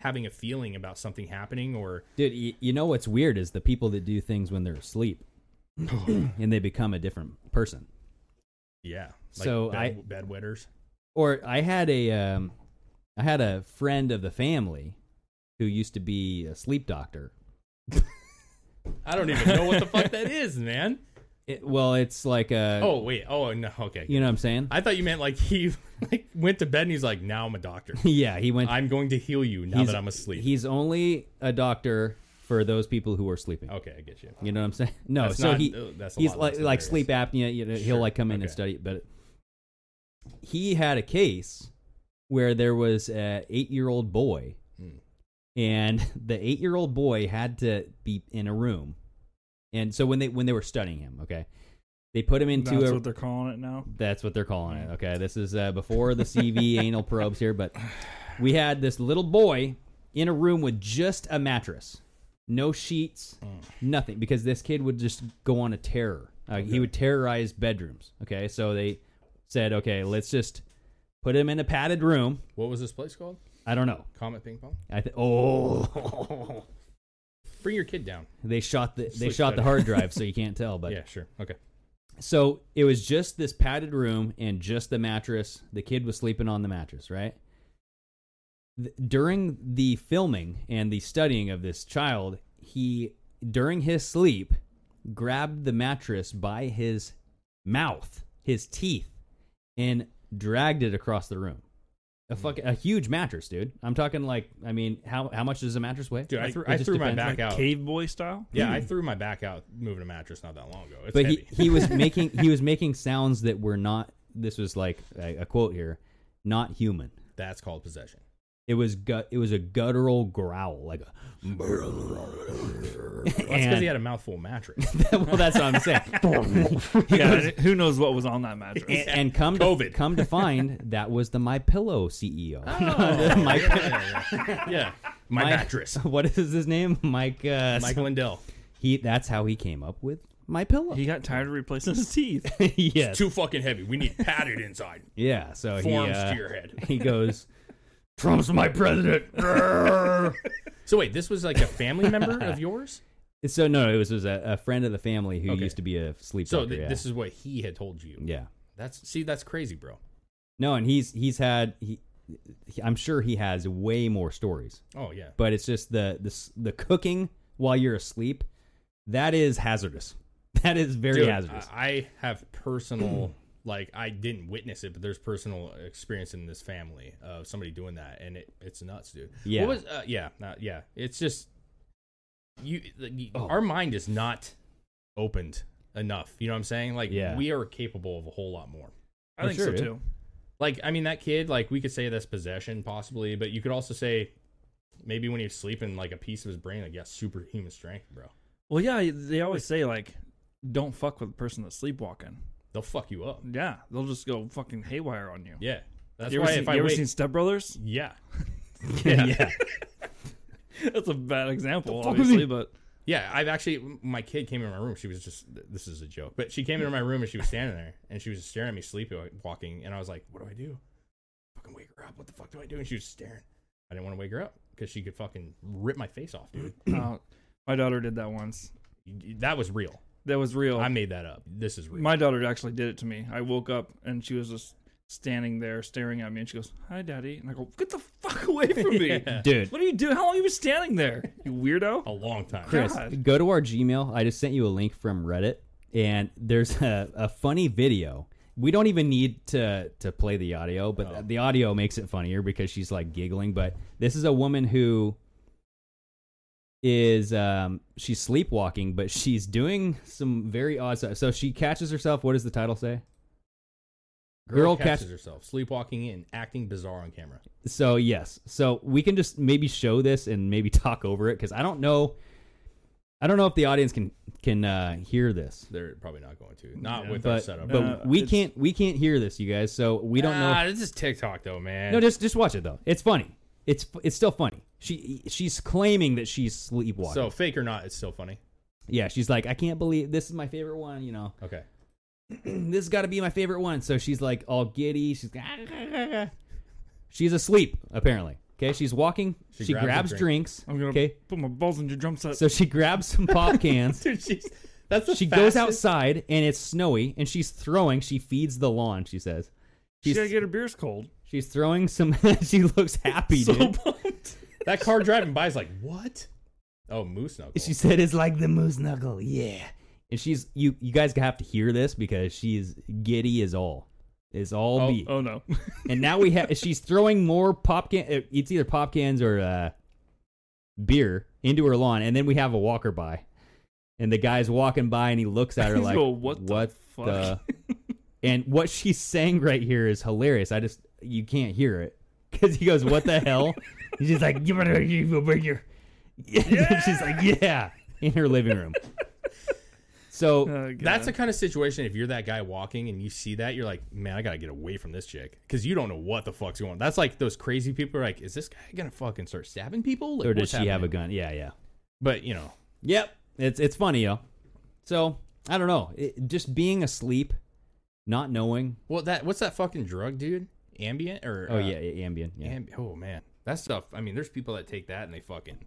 S7: having a feeling about something happening or
S6: Dude, you, you know what's weird is the people that do things when they're asleep, and they become a different person.
S7: yeah, like
S6: So
S7: bed, bedwetters.
S6: Or I had a um, I had a friend of the family who used to be a sleep doctor.
S7: I don't even know what the fuck that is, man.
S6: It, well, it's like a
S7: Oh wait, oh no, okay,
S6: you know what I'm saying?
S7: I thought you meant like he like went to bed and he's like, now I'm a doctor.
S6: yeah, he went.
S7: I'm going to heal you now that I'm asleep.
S6: He's only a doctor for those people who are sleeping.
S7: okay, I get you.
S6: You know what I'm saying? No,
S7: That's
S6: so
S7: not-
S6: he
S7: uh, that's a
S6: he's
S7: lot
S6: like
S7: less
S6: like
S7: hilarious.
S6: sleep apnea. You know, he'll
S7: Sure,
S6: like come in and
S7: okay.
S6: study, it, but he had a case where there was a eight year old boy,
S7: Hmm.
S6: and the eight year old boy had to be in a room, and so when they when they were studying him, okay, they put him into
S8: That's
S6: a
S8: what they're calling it now.
S6: that's what they're calling it. Okay, this is uh, before the CV anal probes here, but we had this little boy in a room with just a mattress, no sheets, nothing, because this kid would just go on a terror. Uh, He would terrorize bedrooms. Okay, so they said, okay, let's just put him in a padded room.
S7: What was this place called?
S6: I don't know.
S7: Comet Ping Pong.
S6: I th- oh,
S7: Bring your kid down.
S6: they shot the they
S7: Sleep
S6: shot the
S7: better.
S6: hard drive, so you can't tell. But
S7: yeah, sure. Okay.
S6: so it was just this padded room and just the mattress. The kid was sleeping on the mattress, right? Th- During the filming and the studying of this child, he, during his sleep, grabbed the mattress by his mouth, his teeth, and dragged it across the room. A
S7: Hmm.
S6: fuck, a huge mattress, dude. I'm talking like, I mean, how how much does a mattress weigh?
S7: Dude, I
S6: It
S7: threw- I
S6: just
S7: threw my
S6: depends.
S7: back out.
S8: Cave boy style.
S7: Yeah, I threw my back out moving a mattress not that long ago. It's
S6: but
S7: heavy.
S6: he, he was making he was making sounds that were not this was like a, a quote here not human
S7: That's called possession.
S6: it was gut it was a guttural growl like a
S7: Well, that's because he had a mouthful of mattress.
S6: well that's what i'm saying
S8: Yeah, who knows what was on that mattress?
S6: and, and come to,
S7: COVID.
S6: come to find that was the my pillow E ceo
S7: yeah, yeah, yeah. Yeah. My,
S6: Mike-
S7: mattress.
S6: what is his name mike uh
S7: Mike Lindell.
S6: he that's how he came up with my pillow
S8: He got tired of replacing his teeth.
S6: yes
S7: Too fucking heavy. We need padded inside.
S6: yeah so he
S7: Forms
S6: uh,
S7: to your head.
S6: he goes trump's my president
S7: So wait, this was like a family member of yours?
S6: So no, it was, it was a, a friend of the family who
S7: Okay.
S6: used to be a sleep.
S7: So
S6: doctor,
S7: th-
S6: yeah.
S7: this is what he had told you.
S6: yeah.
S7: That's see, that's crazy, bro.
S6: No, and he's he's had he, he- I'm sure he has way more stories,
S7: Oh yeah.
S6: but it's just the this the cooking while you're asleep, that is hazardous. That is very
S7: Dude,
S6: hazardous.
S7: I, I have personal like I didn't witness it, but there's personal experience in this family of somebody doing that, and it, it's nuts, dude.
S6: Yeah.
S7: What was? Uh, yeah. uh, yeah. It's just you. like, you-
S8: Oh.
S7: Our mind is not opened enough. You know what I'm saying? Like
S6: Yeah.
S7: we are capable of a whole lot more.
S8: I think
S6: sure,
S8: so
S6: dude.
S8: too.
S7: Like I mean, that kid. Like we could say that's possession, possibly, but you could also say. Maybe when he's sleeping, like a piece of his brain, like yeah, superhuman strength, bro.
S8: Well, yeah, they always say like, don't fuck with the person that's sleepwalking.
S7: They'll fuck you up.
S8: Yeah, they'll just go fucking haywire on you.
S7: Yeah, that's
S8: you
S7: why
S8: ever, seen,
S7: if I
S8: you ever
S7: wait,
S8: seen Step Brothers?
S7: yeah,
S6: yeah.
S8: That's a bad example, obviously, but
S7: Yeah, I've actually. My kid came in my room. She was just. This is a joke, but she came into my room and she was standing there and she was just staring at me, sleepwalking. And I was like, "What do I do? Fucking wake her up? What the fuck do I do?" And she was staring. I didn't want to wake her up because she could fucking rip my face off, dude.
S8: uh, my daughter did that once.
S7: that was real.
S8: That was real.
S7: I made that up. This is real.
S8: my daughter actually did it to me. I woke up and she was just standing there staring at me, and she goes, "Hi, daddy," and I go, "Get the fuck away from me,
S6: Dude.
S8: What are you doing? How long you been standing there, you weirdo?"
S7: a long time.
S6: Chris,
S8: God.
S6: go to our Gmail. I just sent you a link from Reddit, and there's a, a funny video. We don't even need to to play the audio, but the audio makes it funnier because she's like giggling. But this is a woman who is um she's sleepwalking, but she's doing some very odd stuff. So she catches herself. What does the title say?
S7: Girl,
S6: Girl
S7: catches
S6: catch-
S7: herself sleepwalking and acting bizarre on camera.
S6: So yes, so we can just maybe show this and maybe talk over it because I don't know, I don't know if the audience can can uh, hear this.
S7: They're probably not going to. Not with our
S6: but
S7: setup.
S6: but
S8: Uh,
S6: we
S8: it's-
S6: can't we can't hear this, you guys. So we don't
S7: Ah,
S6: know.
S7: this is TikTok though, man.
S6: No, just just watch it though. It's funny. It's it's still funny. She she's claiming that she's sleepwalking.
S7: so fake or not, it's still funny.
S6: yeah, she's like, I can't believe this is my favorite one. You know,
S7: Okay.
S6: this has got to be my favorite one. So she's like all giddy. She's she's asleep apparently. Okay, she's walking. She, grabs,
S7: grabs a drink.
S6: drinks.
S8: I'm gonna
S6: okay,
S8: put my balls in your drum set.
S6: so she grabs some pop cans.
S7: Dude, she's that's the
S6: she goes
S7: fastest-
S6: outside and it's snowy and she's throwing. She feeds the lawn. She says.
S8: she
S6: She's,
S8: gotta get her beers cold.
S6: She's throwing some. she looks happy,
S8: So
S6: dude.
S8: pumped.
S7: That car driving by is like, what? Oh, moose knuckle.
S6: She said it's like the moose knuckle, yeah. And she's you. You guys have to hear this because she's giddy as all, is all
S7: Oh,
S6: be.
S8: Oh no.
S6: And now we have. She's throwing more pop can. uh, It's either pop cans or uh, beer into her lawn, and then we have a walker by, and the guy's walking by, and he looks at her
S8: He's
S6: like,
S8: going, "What the fuck?"
S6: the-" and what she's saying right here is hilarious. I just you can't hear it because he goes, "What the hell?" He's just like, "You better, you better bring your." Yeah! she's like, "Yeah," in her living room. So
S8: Oh, God.
S7: That's the kind of situation. If you're that guy walking and you see that, you're like, man, I gotta get away from this chick because you don't know what the fuck's going. on. That's like those crazy people. Are like, is this guy gonna fucking start stabbing people? Like,
S6: or does
S7: what's
S6: she have a
S7: happening?
S6: gun? Yeah, yeah.
S7: But you know,
S6: Yep, it's it's funny, yo. So I don't know, it, just being asleep, not knowing.
S7: well, that what's that fucking drug, dude? Ambient or
S6: Oh
S7: uh,
S6: yeah, yeah Ambien. Yeah,
S7: Ambi- oh man, that stuff. I mean, there's people that take that and they fucking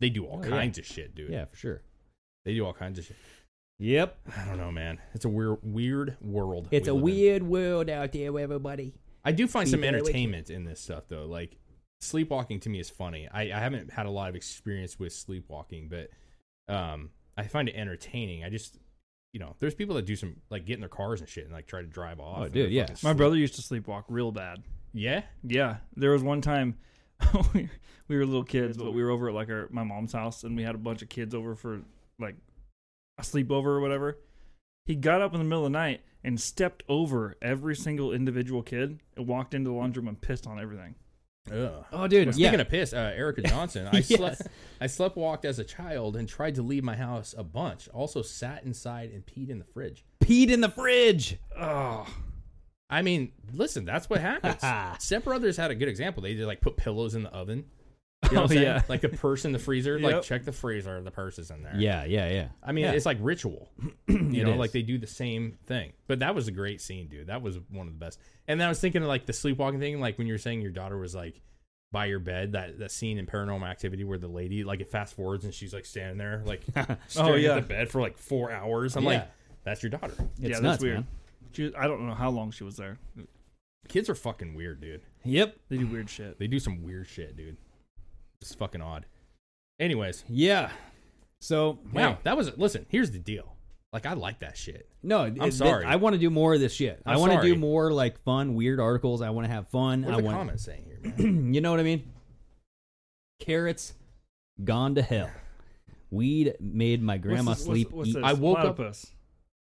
S7: they do all
S6: Oh, yeah.
S7: kinds of shit, dude.
S6: yeah, for sure.
S7: they do all kinds of shit.
S6: Yep,
S7: I don't know, man. It's a weird, weird world.
S6: it's
S7: we
S6: a
S7: live in.
S6: weird world out there, everybody.
S7: I do find
S6: Be
S7: some
S6: very wicked.
S7: entertainment in this stuff though. Like sleepwalking to me is funny. I, I haven't had a lot of experience with sleepwalking, but um, I find it entertaining. I just you know, there's people that do some like get in their cars and shit and like try to drive off.
S6: Oh,
S7: and
S6: dude,
S7: they're
S6: yeah.
S7: fucking
S8: My
S7: sleep-
S8: brother used to sleepwalk real bad.
S7: Yeah,
S8: Yeah, there was one time we we were little kids, but we were over at like our my mom's house, and we had a bunch of kids over for like a sleepover or whatever. He got up in the middle of the night and stepped over every single individual kid and walked into the laundry room and pissed on everything.
S7: Ugh.
S6: Oh, dude,
S7: Well,
S6: yeah.
S7: Speaking of piss, uh, Erica Johnson, I slept, I slept walked as a child and tried to leave my house a bunch. Also, sat inside and peed in the fridge.
S6: Peed in the fridge.
S8: Oh,
S7: I mean, listen, that's what happens. Step Brothers had a good example. They did like put pillows in the oven. You know what I'm
S8: Oh,
S7: saying?
S8: yeah.
S7: like the purse in the freezer. Like
S8: Yep.
S7: check the freezer, the purse is in there.
S6: Yeah, yeah, yeah.
S7: I mean,
S6: Yeah.
S7: it's like ritual. You
S6: It
S7: know,
S6: is.
S7: like they do the same thing. But that was a great scene, dude. That was one of the best. And then I was thinking of like the sleepwalking thing, like when you were saying your daughter was like by your bed, that, that scene in Paranormal Activity where the lady like it fast forwards and she's like standing there, like oh, staring
S8: yeah.
S7: at the bed for like four hours. I'm like,
S6: Yeah.
S7: that's your daughter.
S6: it's
S8: yeah, that's
S6: nuts,
S8: weird.
S6: man.
S8: She, I don't know how long she was there.
S7: Kids are fucking weird, dude.
S6: Yep.
S8: They do weird shit.
S7: They do some weird shit, dude. It's fucking odd. Anyways,
S6: Yeah. So
S7: wow,
S6: hey,
S7: that was listen. Here's the deal. Like I like that shit.
S6: No, I'm
S7: sorry.
S6: I want to do more of this shit. i
S7: I'm
S6: want to
S7: sorry.
S6: do more like fun, weird articles. I want to have fun.
S7: What are
S6: I
S7: the
S6: want,
S7: comments saying here, man?
S6: you know what I mean? Carrots gone to hell. Weed made my grandma
S8: What's this-
S6: sleep. e-
S8: what's- what's
S6: eat-
S8: this?
S7: I woke up-
S8: Platypus.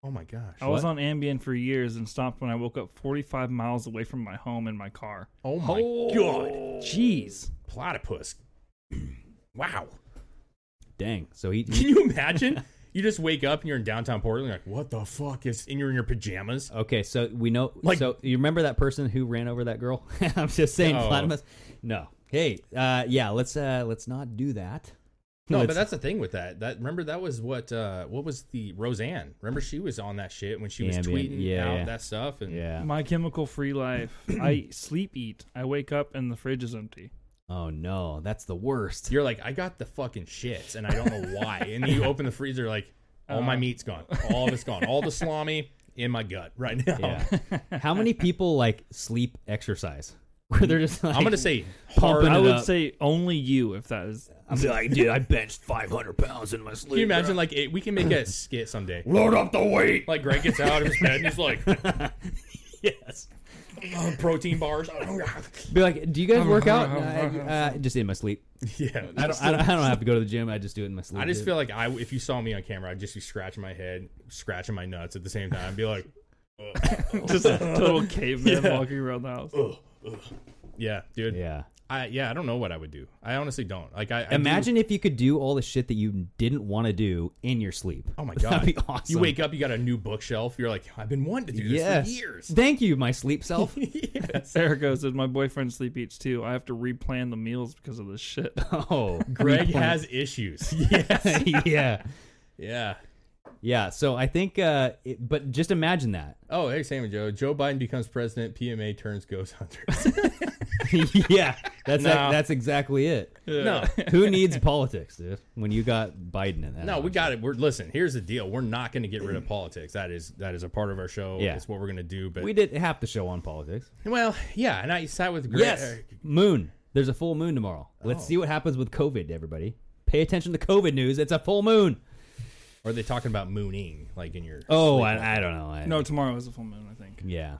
S7: Oh my gosh.
S8: I was on Ambien for years and stopped when I woke up 45 miles away from my home in my car.
S7: Oh my god.
S8: Jeez.
S7: Platypus. Wow.
S6: Dang. So he.
S7: Can you imagine? you just wake up and you're in downtown Portland, you're like, what the fuck is and you're in your pajamas?
S6: Okay, so we know.
S7: Like-
S6: so you remember that person who ran over that girl? I'm just saying,
S7: Oh.
S6: Platypus. No. Hey, uh, yeah. Let's uh, let's not do that.
S7: No,
S6: Let's-
S7: but that's the thing with that. That remember that was what uh what was the Roseanne? Remember she was on that shit when she was
S6: Ambien,
S7: tweeting
S6: yeah,
S7: out
S6: yeah.
S7: that stuff and
S6: yeah.
S8: My chemical free life. I sleep eat. I wake up and the fridge is empty.
S6: Oh no, that's the worst.
S7: you're like, I got the fucking shits and I don't know why. and then you open the freezer like all
S6: Uh-huh.
S7: my meat's gone. All of it's gone. All the salami in my gut right now.
S6: Yeah. How many people like sleep exercise? Where they're just like,
S7: I'm gonna say hard.
S6: pumping
S8: I
S6: it
S8: would
S6: up.
S8: say only you if that is.
S6: I'm like, dude, I benched 500 pounds in my sleep.
S7: Can you imagine like it, we can make a skit someday?
S5: Load up the weight.
S7: Like Greg gets out of his bed and he's like,
S6: Yes.
S7: "Oh,
S6: Uh,
S7: protein bars.
S6: Be like, do you guys work out? uh, uh, just in my sleep.
S7: yeah,
S6: I don't, I don't. I don't have to go to the gym. I just do it in my sleep.
S7: I just
S6: dude.
S7: feel like I, if you saw me on camera, I'd just be scratching my head, scratching my nuts at the same time, and be like,
S8: Just a total caveman walking around the house.
S7: "Yeah, dude,
S6: Yeah.
S7: I, yeah, I don't know what I would do. I honestly don't. Like, I, I do-
S6: Imagine if you could do all the shit that you didn't want to do in your sleep.
S7: oh my god,
S6: That'd be awesome.
S7: You wake up, you got a new bookshelf. You're like, I've been wanting to do this
S6: Yes.
S7: for years.
S6: Thank you, my sleep self.
S8: Erica says, My boyfriend sleep eats too. I have to replan the meals because of this shit.
S6: oh,
S7: Greg
S6: good point.
S7: has issues. Yes.
S6: yeah.
S7: yeah.
S6: Yeah. So I think, uh, it, but just imagine that.
S7: Oh, hey, Sam and Joe. Joe Biden becomes president. PMA turns ghost hunter.
S6: yeah. That's
S7: No.
S6: that's exactly it.
S7: no,
S6: Who needs politics, dude? When you got Biden in that.
S7: no, we got it. We're listen. Here's the deal. We're not going to get rid of politics. That is that is a part of our show.
S6: Yeah.
S7: it's what we're going to do. But
S6: We did half the show on politics.
S7: well, yeah. And I sat with Greg. Uh,
S6: Moon. There's a full moon tomorrow. Let's see what happens with COVID, everybody. Pay attention to COVID news. It's a full moon.
S7: Or are they talking about mooning like in your?
S6: Oh,
S7: sleep?
S6: I, I don't know. I,
S8: No, tomorrow is a full moon, I think.
S6: Yeah.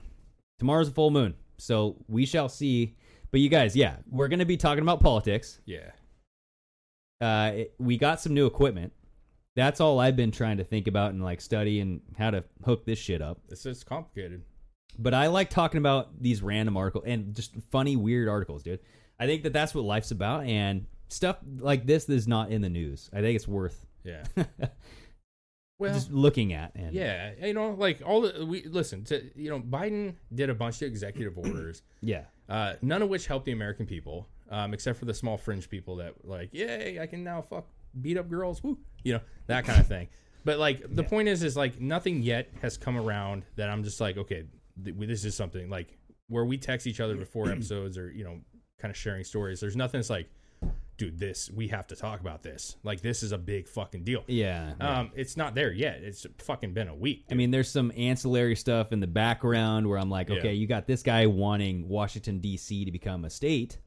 S6: Tomorrow's a full moon. So we shall see. But you guys, yeah, we're going to be talking about politics.
S7: yeah.
S6: Uh, it, we got some new equipment. That's all I've been trying to think about and like study and how to hook this shit up.
S7: It's just complicated.
S6: But I like talking about these random articles and just funny, weird articles, dude. I think that that's what life's about. And stuff like this that is not in the news. I think it's worth
S7: Yeah. well,
S6: just looking at. And
S7: yeah. You know, like all the we listen to. You know, Biden did a bunch of executive orders.
S6: Yeah.
S7: uh, none of which help the American people, um, except for the small fringe people that were like, yay, I can now fuck beat up girls, woo, you know, that kind of thing. But like the point is, is like nothing yet has come around that I'm just like, okay, th- this is something like where we text each other before episodes or you know, kind of sharing stories. There's nothing that's like, dude, this we have to talk about this. Like this is a big fucking deal.
S6: Yeah.
S7: Um, it's not there yet. It's fucking been a week.
S6: I mean, there's some ancillary stuff in the background where I'm like,
S7: Yeah.
S6: okay, you got this guy wanting Washington D.C. to become a state.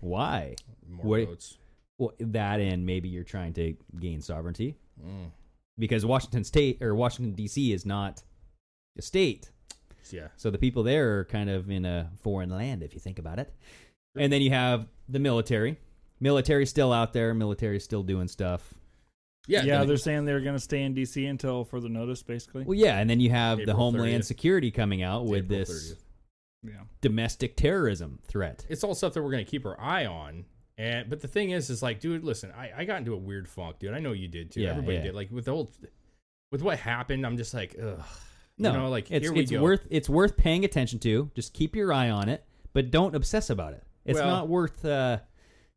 S6: Why?
S7: Hmm. More
S6: Wait-
S7: votes.
S6: Well, that and maybe you're trying to gain sovereignty
S7: Hmm.
S6: because Washington state or Washington D.C. is not a state,
S7: Yeah.
S6: so the people there are kind of in a foreign land if you think about it. And then you have the military. Military's still out there. Military's still doing stuff.
S7: Yeah.
S8: yeah,
S7: like-
S8: they're saying they're going to stay in D.C. until further notice, basically.
S6: Well, yeah, and then you have the
S7: April
S6: Homeland
S7: 30th.
S6: Security coming out with
S7: April
S6: this
S7: 30th.
S8: yeah.
S6: domestic terrorism threat.
S7: it's all stuff that we're gonna keep our eye on. And but the thing is, is like, dude, listen, I, I got into a weird funk, dude. I know you did too.
S6: Yeah,
S7: Everybody
S6: yeah.
S7: did. Like with the old, with what happened, I'm just like, ugh.
S6: No,
S7: you know, like
S6: it's
S7: here we
S6: it's
S7: go.
S6: worth it's worth paying attention to. Just keep your eye on it, but don't obsess about it. It's
S7: Well-
S6: not worth uh,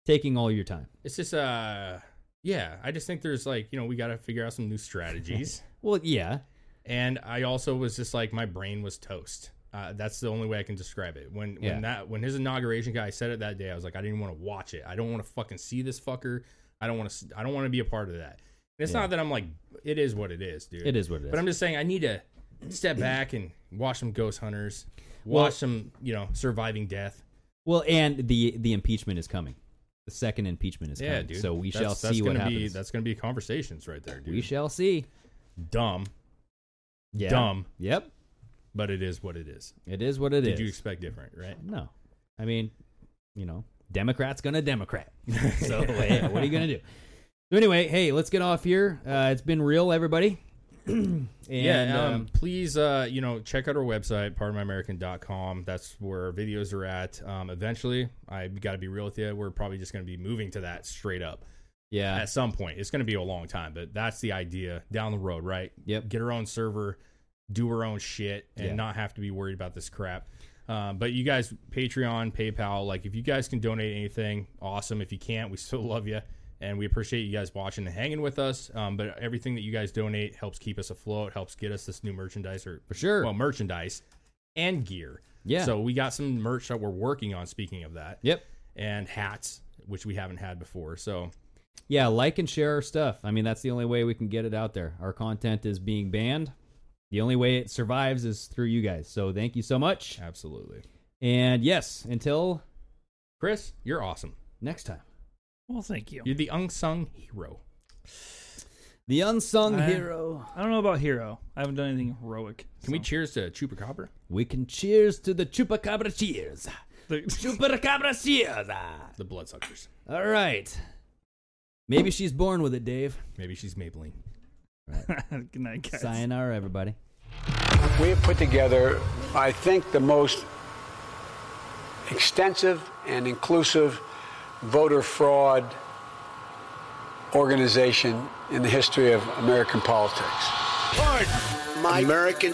S6: taking all your time.
S7: It's just uh, yeah. I just think there's like, you know, we got to figure out some new strategies.
S6: Well, yeah,
S7: and I also was just like my brain was toast. Uh, that's the only way I can describe it. When
S6: Yeah.
S7: when that when his inauguration guy said it that day, I was like, I didn't want to watch it. I don't want to fucking see this fucker. I don't want to. I don't want to be a part of that. And it's
S6: Yeah.
S7: not that I'm like, it is what it is, dude.
S6: It is what it
S7: But
S6: is.
S7: I'm just saying, I need to step back and watch some Ghost Hunters, watch
S6: Well-
S7: some you know surviving death.
S6: well, and the the impeachment is coming. The second impeachment is
S7: Yeah,
S6: coming.
S7: dude.
S6: So we
S7: That's-
S6: shall
S7: that's
S6: see what
S7: gonna
S6: happens.
S7: be, That's gonna be conversations right there, dude.
S6: we shall see.
S7: Dumb,
S6: Yeah.
S7: Dumb.
S6: Yep.
S7: but it is what it is.
S6: It is what it is.
S7: Did you expect different, right?
S6: no, I mean, you know, Democrats gonna Democrat. so yeah, what are you gonna do? So anyway, hey, let's get off here. Uh, it's been real, everybody. and,
S7: yeah, um,
S6: um,
S7: please, uh, you know, check out our website, pardonmyamerican.com. That's where our videos are at. Um, eventually, I got to be real with you, we're probably just going to be moving to that straight up
S6: yeah.
S7: at some point. It's going to be a long time, but that's the idea down the road, right?
S6: Yep.
S7: Get our own server, do our own shit, and
S6: Yeah.
S7: not have to be worried about this crap. Um, but you guys, Patreon, PayPal, like if you guys can donate anything, awesome. If you can't, we still love you. And we appreciate you guys watching and hanging with us. Um, but everything that you guys donate helps keep us afloat, helps get us this new merchandise or
S6: For sure.
S7: well merchandise and gear.
S6: Yeah.
S7: So we got some merch that we're working on. Speaking of that,
S6: Yep.
S7: and hats, which we haven't had before. So
S6: Yeah, like and share our stuff. I mean, that's the only way we can get it out there. Our content is being banned. The only way it survives is through you guys. So thank you so much.
S7: absolutely.
S6: And yes, until
S7: Chris, you're awesome.
S6: next time.
S8: Well, thank you.
S7: You're the unsung hero.
S6: The unsung
S8: I-
S6: hero.
S8: I don't know about hero. I haven't done anything heroic.
S7: Can we cheers to Chupacabra?
S6: We can cheers to the chupacabra cheers.
S8: The-
S6: Chupacabra cheers.
S7: The bloodsuckers.
S6: All right. Maybe she's born with it, Dave.
S7: Maybe she's Maybelline.
S8: Good night, guys.
S6: Sayonara, everybody.
S9: We have put together, I think, the most extensive and inclusive voter fraud organization in the history of American politics.
S2: My American.